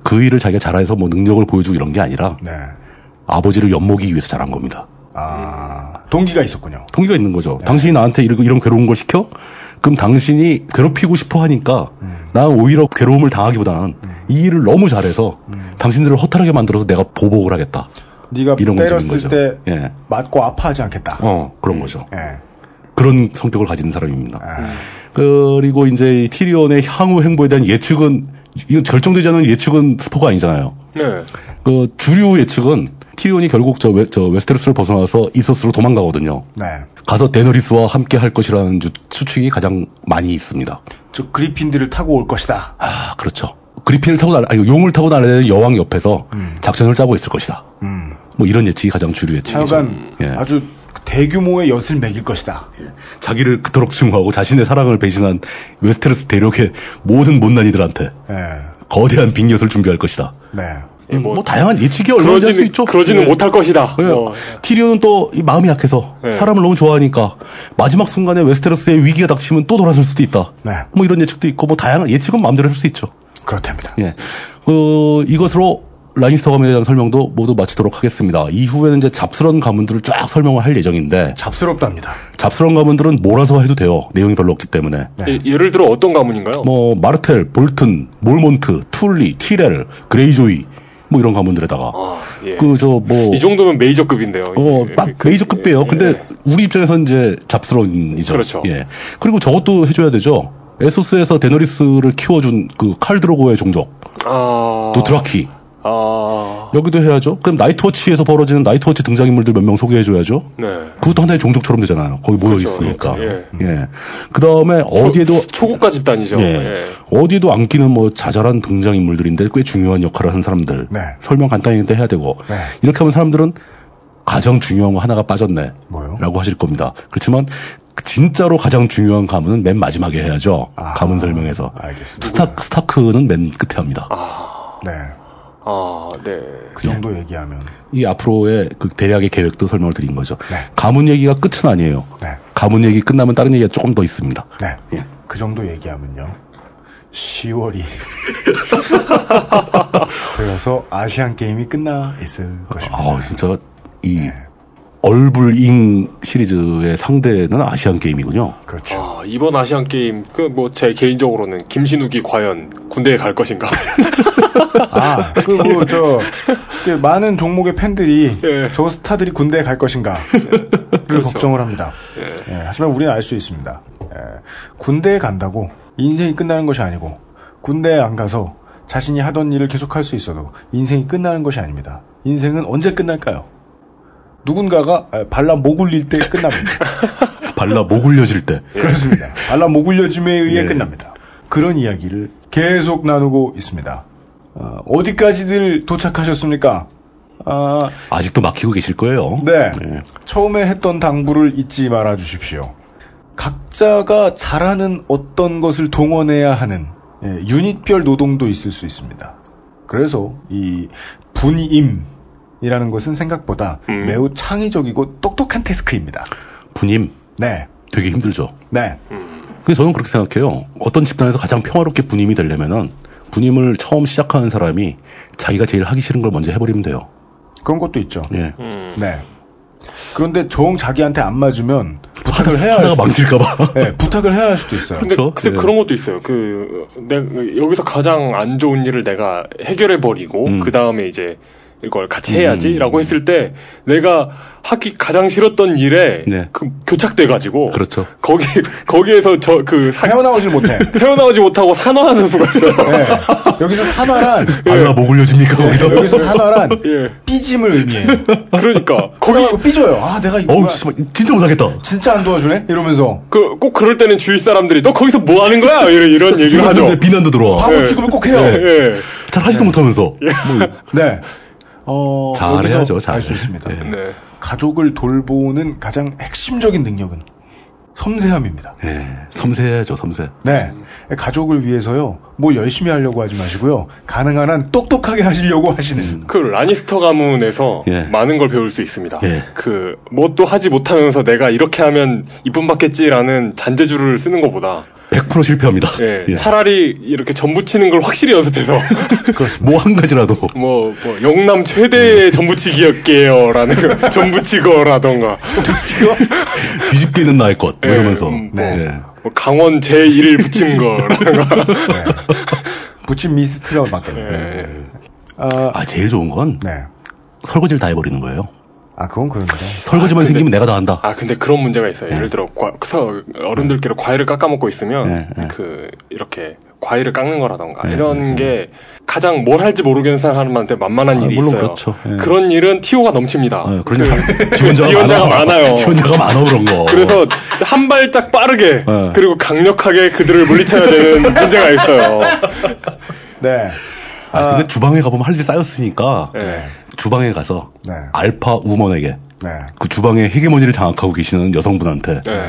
S4: 그 일을 자기가 잘해서 뭐 능력을 보여주고 이런 게 아니라
S3: 네.
S4: 아버지를 엿먹이기 위해서 잘한 겁니다.
S3: 아, 동기가 있었군요.
S4: 동기가 있는 거죠.
S3: 네.
S4: 당신이 나한테 이런, 이런 괴로운 걸 시켜? 그럼 당신이 괴롭히고 싶어 하니까
S3: 음.
S4: 난 오히려 괴로움을 당하기보다는 이 일을 너무 잘해서 당신들을 허탈하게 만들어서 내가 보복을 하겠다.
S3: 음. 네가
S4: 이런 건
S3: 때렸을
S4: 재밌는 거죠.
S3: 때
S4: 예.
S3: 맞고 아파하지 않겠다.
S4: 어, 그런 거죠.
S3: 예.
S4: 그런 성격을 가진 사람입니다.
S3: 아,
S4: 그리고 이제 이 티리온의 향후 행보에 대한 예측은 이건 결정되지 않은 예측은 스포가 아니잖아요.
S2: 네.
S4: 그 주류 예측은 티리온이 결국 저, 웨, 저 웨스테로스를 벗어나서 이소스로 도망가거든요.
S3: 네.
S4: 가서 데너리스와 함께 할 것이라는 주- 추측이 가장 많이 있습니다.
S3: 저 그리핀들을 타고 올 것이다.
S4: 아, 그렇죠. 그리핀을 타고 날, 아니, 용을 타고 날아다니는 여왕 옆에서 작전을 짜고 있을 것이다. 뭐 이런 예측이 가장 주류 예측이죠.
S3: 하여간
S4: 예.
S3: 아주 대규모의 엿을 먹일 것이다.
S4: 자기를 그토록 증오하고 자신의 사랑을 배신한 웨스테로스 대륙의 모든 못난이들한테
S3: 예.
S4: 거대한 빅엿을 준비할 것이다.
S3: 네.
S4: 음, 뭐, 다양한 예측이 얼마든지 할 수
S2: 그러지는,
S4: 있죠.
S2: 그러지는
S4: 예.
S2: 못할 것이다.
S4: 예.
S2: 뭐.
S4: 티리온은 또 이 마음이 약해서
S2: 네.
S4: 사람을 너무 좋아하니까 마지막 순간에 웨스테로스의 위기가 닥치면 또 돌아설 수도 있다.
S3: 네.
S4: 뭐 이런 예측도 있고 뭐 다양한 예측은 마음대로 할 수 있죠.
S3: 그렇답니다.
S4: 예. 어, 이것으로 라니스터 가문에 대한 설명도 모두 마치도록 하겠습니다. 이후에는 이제 잡스런 가문들을 쫙 설명을 할 예정인데
S3: 잡스럽답니다.
S4: 잡스런 가문들은 몰아서 해도 돼요. 내용이 별로 없기 때문에.
S2: 예, 를 들어 어떤 가문인가요?
S4: 뭐 마르텔, 볼튼, 몰몬트, 툴리, 키렐, 그레이조이 뭐 이런 가문들에다가
S2: 예.
S4: 그 저 뭐
S2: 이 정도면 메이저급인데요.
S4: 어,
S2: 예,
S4: 막
S2: 그-
S4: 메이저급이에요. 근데 우리 입장에서는 이제 잡스러운이죠.
S2: 그렇죠.
S4: 예. 그리고 저것도 해줘야 되죠. 에소스에서 데너리스를 키워준 그 칼드로고의 종족
S2: 아.
S4: 도트라키
S2: 아.
S4: 여기도 해야죠. 그럼 나이트워치에서 벌어지는 나이트워치 등장인물들 몇 명 소개해줘야죠.
S2: 네.
S4: 그것도 하나의 종족처럼 되잖아요. 거기 모여 있으니까.
S2: 그러니까,
S4: 예. 그다음에 어디에도
S2: 초고가 집단이죠.
S4: 예.
S2: 예.
S4: 어디에도 안 끼는 뭐 자잘한 등장인물들인데 꽤 중요한 역할을 한 사람들.
S3: 네.
S4: 설명 간단히 해야 되고. 이렇게 하면 사람들은 가장 중요한 거 하나가 빠졌네. 라고 하실 겁니다. 그렇지만 진짜로 가장 중요한 가문은 맨 마지막에 해야죠. 가문 설명에서. 스타크, 스타크는 맨 끝에 합니다.
S3: 네.
S2: 아, 네.
S3: 그
S4: 예.
S3: 정도 얘기하면.
S4: 이 앞으로의 그 대략의 계획도 설명을 드린 거죠. 가문 얘기가 끝은 아니에요. 가문 얘기 끝나면 다른 얘기가 조금 더 있습니다.
S3: 네. 그 정도 얘기하면요. 10월이 들어서 아시안 게임이 끝나 있을 것입니다.
S4: 아, 진짜 이 얼불잉 시리즈의 상대는 아시안 게임이군요.
S3: 그렇죠.
S2: 아, 이번 아시안 게임 그 뭐 제 개인적으로는 김신욱이 과연 군대에 갈 것인가?
S3: 아, 그리고 저, 그 많은 종목의 팬들이 저 스타들이 군대에 갈 것인가를 그 걱정을 합니다.
S2: 예.
S3: 예, 하지만 우리는 알 수 있습니다. 예, 군대에 간다고 인생이 끝나는 것이 아니고 군대에 안 가서 자신이 하던 일을 계속할 수 있어도 인생이 끝나는 것이 아닙니다. 인생은 언제 끝날까요? 누군가가 예, 발라 목 울릴 때 끝납니다.
S4: 발라 목 울려질 때.
S3: 예. 그렇습니다. 발라 목 울려짐에 의해
S4: 예.
S3: 끝납니다. 그런 이야기를 계속 나누고 있습니다. 어, 디까지들 도착하셨습니까? 아,
S4: 아직도 막히고 계실 거예요.
S3: 네. 처음에 했던 당부를 잊지 말아 주십시오. 각자가 잘하는 어떤 것을 동원해야 하는 예, 유닛별 노동도 있을 수 있습니다. 그래서 이 분임이라는 것은 생각보다
S4: 음.
S3: 매우 창의적이고 똑똑한 태스크입니다.
S4: 분임.
S3: 네.
S4: 되게 힘들죠.
S3: 네.
S4: 그 저는 그렇게 생각해요. 어떤 집단에서 가장 평화롭게 분임이 되려면은 분임을 처음 시작하는 사람이 자기가 제일 하기 싫은 걸 먼저 해버리면 돼요.
S3: 그런 것도 있죠.
S4: 예.
S2: 음.
S3: 네. 그런데 정 자기한테 안 맞으면 부탁을 해야 할
S4: 하다가
S3: 수도
S4: 망칠까봐.
S3: 네, 부탁을 해야 할 수도 있어요.
S2: 근데, 근데
S4: 예.
S2: 그런 것도 있어요. 그, 내, 여기서 가장 안 좋은 일을 내가 해결해버리고, 그 다음에 이제 이걸
S4: 음.
S2: 같이 해야지, 라고 했을 때, 내가 하기 가장 싫었던 일에, 그, 교착돼가지고,
S4: 네. 그렇죠.
S2: 거기, 거기에서 저, 그, 사,
S3: 헤어나오질 못해. 네.
S2: 헤어나오지 못하고 산화하는 수가 있어요.
S3: 여기서
S4: 아,
S3: 산화란 네,
S4: 발라 목 울려집니까? 뭐 거기서?
S3: 여기서 산화란
S2: 예.
S3: 삐짐을 의미해요.
S2: 그러니까.
S3: 거기 삐져요. 아 내가 이거
S4: 어우, 씨발, 진짜 못하겠다.
S3: 진짜 안 도와주네 이러면서
S2: 그, 꼭 그럴 때는 주위 사람들이, 너 거기서 뭐 하는 거야? 이런, 이런 얘기를 하죠.
S4: 사람들의 비난도 들어와.
S3: 바보 취급을 꼭 해요.
S2: 예, 예.
S4: 잘 하지도 못하면서. 뭐,
S3: 네. 어,
S4: 잘
S3: 여기서
S4: 해야죠, 잘. 예.
S3: 알수 있습니다.
S2: 네.
S3: 가족을 돌보는 가장 핵심적인 능력은 섬세함입니다.
S4: 예. 섬세해야죠, 섬세.
S3: 네. 가족을 위해서요. 뭐 열심히 하려고 하지 마시고요. 가능한 한 똑똑하게 하시려고 하시는
S4: 음.
S2: 그 라니스터 가문에서
S4: 예.
S2: 많은 걸 배울 수 있습니다.
S4: 예.
S2: 그 뭣도 하지 못하면서 내가 이렇게 하면 이쁨 받겠지라는 잔재주를 쓰는 것보다
S4: 100% 실패합니다.
S2: 예,
S4: 예.
S2: 차라리 이렇게 전부치는 걸 확실히 연습해서
S4: 뭐 한 가지라도.
S2: 뭐, 뭐 영남 최대의 전부치기였게요라는 그 거, 전부치거라던가
S4: 뒤집기는 나의 것. 뭐
S2: 예,
S4: 이러면서.
S2: 음, 뭐,
S4: 네.
S2: 뭐 강원 제1일 붙임 거라던가
S3: 붙임 미스트가 맞겠네요.
S2: 예.
S3: 아,
S4: 아, 제일 좋은 건
S3: 네.
S4: 설거지를 다 해버리는 거예요.
S3: 아, 그건 그런데.
S4: 설거지만 생기면 내가 다 한다.
S2: 아 근데 그런 문제가 있어요.
S4: 네.
S2: 예를 들어 과, 그래서 어른들끼리 과일을 깎아 먹고 있으면
S4: 네,
S2: 그 이렇게 과일을 깎는 거라던가
S4: 네,
S2: 이런 게 가장 뭘 할지 모르겠는 사람한테 만만한 일이
S4: 물론
S2: 있어요.
S4: 그렇죠. 예.
S2: 런 일은 티오가 넘칩니다.
S4: 예, 그런 일 지원자가,
S2: 아, 지원자가 많아요.
S4: 지원자가 많아 그런 거.
S2: 그래서 한 발짝 빠르게
S4: 예.
S2: 그리고 강력하게 그들을 물리쳐야 되는 문제가 있어요.
S3: 네.
S4: 아, 근데 주방에 가보면 할 일 쌓였으니까
S2: 예.
S4: 주방에 가서
S3: 네.
S4: 알파 우먼에게
S3: 네.
S4: 그 주방의 헤게모니를 장악하고 계시는 여성분한테
S2: 예.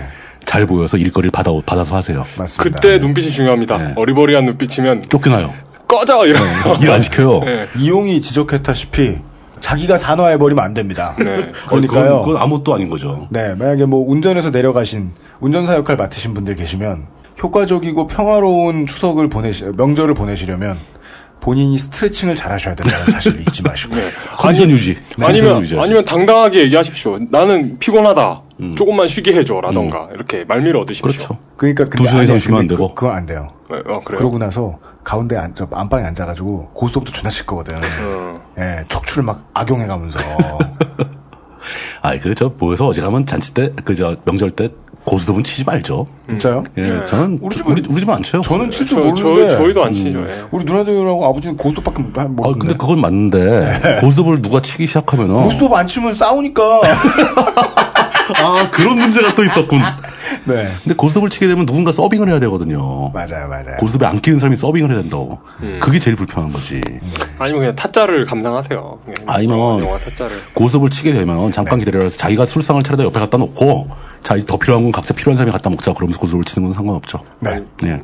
S4: 잘 보여서 일거리를 받아 받아서 하세요.
S3: 맞습니다.
S2: 그때 눈빛이 중요합니다.
S4: 네.
S2: 어리버리한 눈빛이면
S4: 쫓겨나요.
S2: 꺼져 이러면서
S4: 일 안 시켜요.
S2: 예.
S3: 이용이 지적했다시피 자기가 산화해버리면 안 됩니다.
S2: 네.
S3: 그러니까요.
S4: 그건, 그건 아무것도 아닌 거죠.
S3: 네, 만약에 뭐 운전해서 내려가신 운전사 역할 맡으신 분들 계시면 효과적이고 평화로운 추석을 보내시 명절을 보내시려면 본인이 스트레칭을 잘 하셔야 된다는 사실을 잊지 마시고.
S4: 네. 컨디션 유지. 컨디션
S2: 네. 아니면
S3: 네.
S4: 유지하죠.
S2: 아니면 당당하게 얘기하십시오. 나는 피곤하다. 조금만 쉬게 해줘라던가 이렇게 말미를 얻으십시오.
S4: 그렇죠.
S3: 음. 그러니까 근데
S4: 두 시간
S3: 아니야.
S4: 이상 쉬면 안
S3: 근데 그-
S4: 되고.
S3: 그건 안 돼요.
S2: 네, 어, 그래요.
S3: 그러고 나서 가운데 안, 저 안방에 앉아가지고
S4: 어.
S3: 고스톱도 존나 칠 거거든. 예, 척추를 막 악용해가면서.
S4: 아, 그저 모여서 어지간하면 잔치 때, 그저 명절 때 고수도분 치지 말죠.
S3: 진짜요?
S4: 예, 저는 우리 집은 우리, 우리 집은 안 쳐요.
S3: 네. 저는 칠 줄
S4: 저-
S3: 모르는데. 음.
S4: 저- 저희도 안 치죠, 예.
S3: 우리 누나들하고 아버지는 고스톱밖에 못
S4: 아,
S3: 모르는데. 네.
S4: 근데 그 어. 그건 맞는데 고수도분을 누가 치기 시작하면은
S3: 고스톱 안 치면 싸우니까.
S4: 아 그런 문제가 또 있었군.
S3: 네.
S4: 근데 고수도분을 치게 되면 누군가 서빙을 해야 되거든요.
S3: 맞아요, 맞아요.
S4: 고수도분에 안 끼는 사람이 서빙을 해야 된다고.
S2: 음.
S4: 그게 제일 불편한 거지.
S3: 음.
S2: 아니면 그냥 타짜를 감상하세요. 그냥
S4: 아니면
S2: 영화 타짜를.
S3: 음.
S4: 고수도분을 치게 되면 잠깐
S3: 네.
S4: 기다려서 자기가 술상을 차려다 옆에 갖다 놓고 자 이제 더 필요한 건 각자 필요한 사람이 갖다 먹자 그러면서 고수도분을 치는 건 상관없죠.
S3: 네.
S4: 예.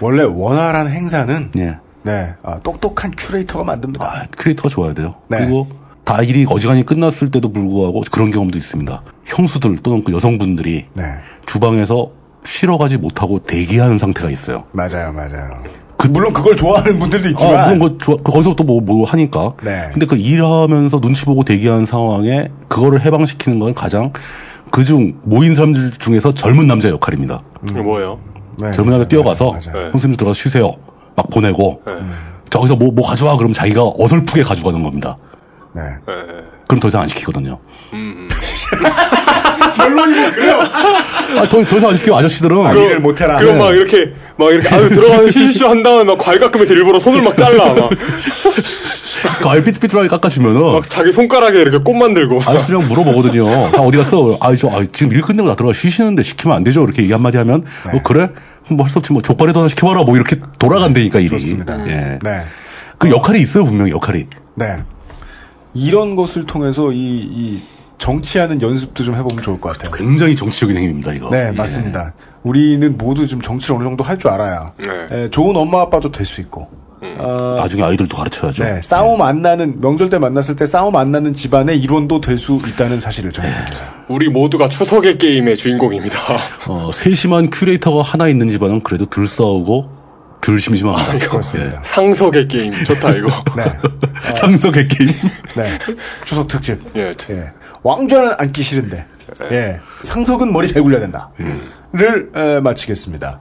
S3: 원래 원활한 행사는
S4: 예.
S3: 네 아, 똑똑한 큐레이터가 만듭니다.
S4: 크리에이터가 좋아야 돼요.
S3: 네.
S4: 그리고 다 일이 어지간히 끝났을 때도 불구하고 그런 경험도 있습니다. 형수들 또는 그 여성분들이
S3: 네
S4: 주방에서 쉬러 가지 못하고 대기하는 상태가 있어요.
S3: 맞아요 맞아요. 물론 그걸 좋아하는 분들도
S2: 어,
S3: 있지만
S2: 네.
S4: 아, 그런 거 좋아, 거기서 또 뭐, 뭐 하니까.
S3: 네.
S4: 근데 그 일하면서 눈치 보고 대기하는 상황에 그거를 해방시키는 건 가장 그중 모인 사람들 중에서 젊은 남자의 역할입니다.
S2: 이게 뭐예요?
S3: 네,
S4: 젊은 남자 뛰어가서
S2: 맞아요.
S4: 형수님 들어가서 쉬세요. 막 보내고
S2: 네.
S4: 저기서 뭐, 뭐 가져와 그러면 자기가 어설프게 가져가는 겁니다.
S3: 네.
S2: 예.
S4: 그럼 더 이상 안 시키거든요.
S3: 결론이 그래요.
S4: 아, 더, 더 이상 안 시켜, 아저씨들은.
S2: 그럼- 그럼 막 이렇게 막 이렇게 아유 들어가는 시시쇼 한 다음에 막 과일 깎으면서 일부러 손을 막 잘라 막,
S4: 그
S3: 뭐.
S4: 알 삐뚤삐뚤하게 깎아주면은.
S2: 막 자기 손가락에 이렇게 꽃 만들고.
S4: 아저씨랑 물어보거든요. 다 어디 갔어? 아, 저, 아, 지금 일 끝내고 나 들어가 쉬시는데 시키면 안 되죠? 이렇게 얘기 한마디 하면,
S3: 네.
S4: 어, 그래? 뭐 할 수 없지. 뭐 족발이도 하나 시켜봐라. 뭐 이렇게 돌아간다니까, 일이.
S3: 좋습니다.
S4: 예.
S3: 네.
S4: 그 역할이 있어요, 분명히 역할이.
S3: 네. 이런 것을 통해서 이, 이 정치하는 연습도 좀 해보면 좋을 것 같아요.
S4: 굉장히 정치적인 행위입니다, 이거.
S3: 네, 맞습니다. 우리는 모두 좀 정치를 어느 정도 할 줄 알아야 예, 좋은 엄마 아빠도 될 수 있고. 어,
S4: 나중에 아이들도 가르쳐야죠.
S3: 네, 싸움 안 나는 명절 때 만났을 때 싸움 안 나는 집안의 일원도 될 수 있다는 사실을 전해드립니다.
S2: 우리 모두가 추석의 게임의 주인공입니다.
S4: 어, 세심한 큐레이터가 하나 있는 집안은 그래도 덜 싸우고, 덜 심심합니다.
S3: 아,
S4: 네.
S3: 그렇습니다.
S2: 상석의 게임 좋다 이거.
S3: 네,
S4: 예. 상속의 게임.
S3: 네, 추석 특집.
S2: 예.
S3: 예, 왕좌는 앉기 싫은데, 예, 상속은 머리 잘 굴려야 된다. 를 에, 마치겠습니다.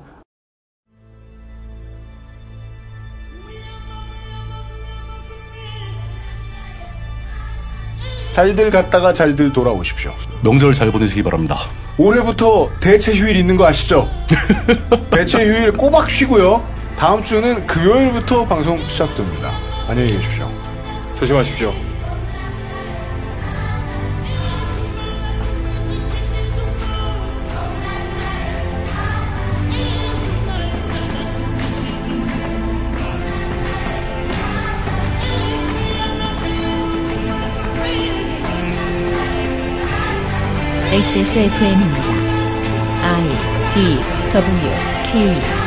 S3: 잘들 갔다가 잘들 돌아오십시오.
S4: 명절 잘 보내시기 바랍니다.
S3: 올해부터 대체 휴일 있는 거 아시죠? 대체 휴일 꼬박 쉬고요. 다음 주는 금요일부터 방송 시작됩니다. 안녕히 계십시오.
S2: 조심하십시오.
S1: XSFM입니다. I D W K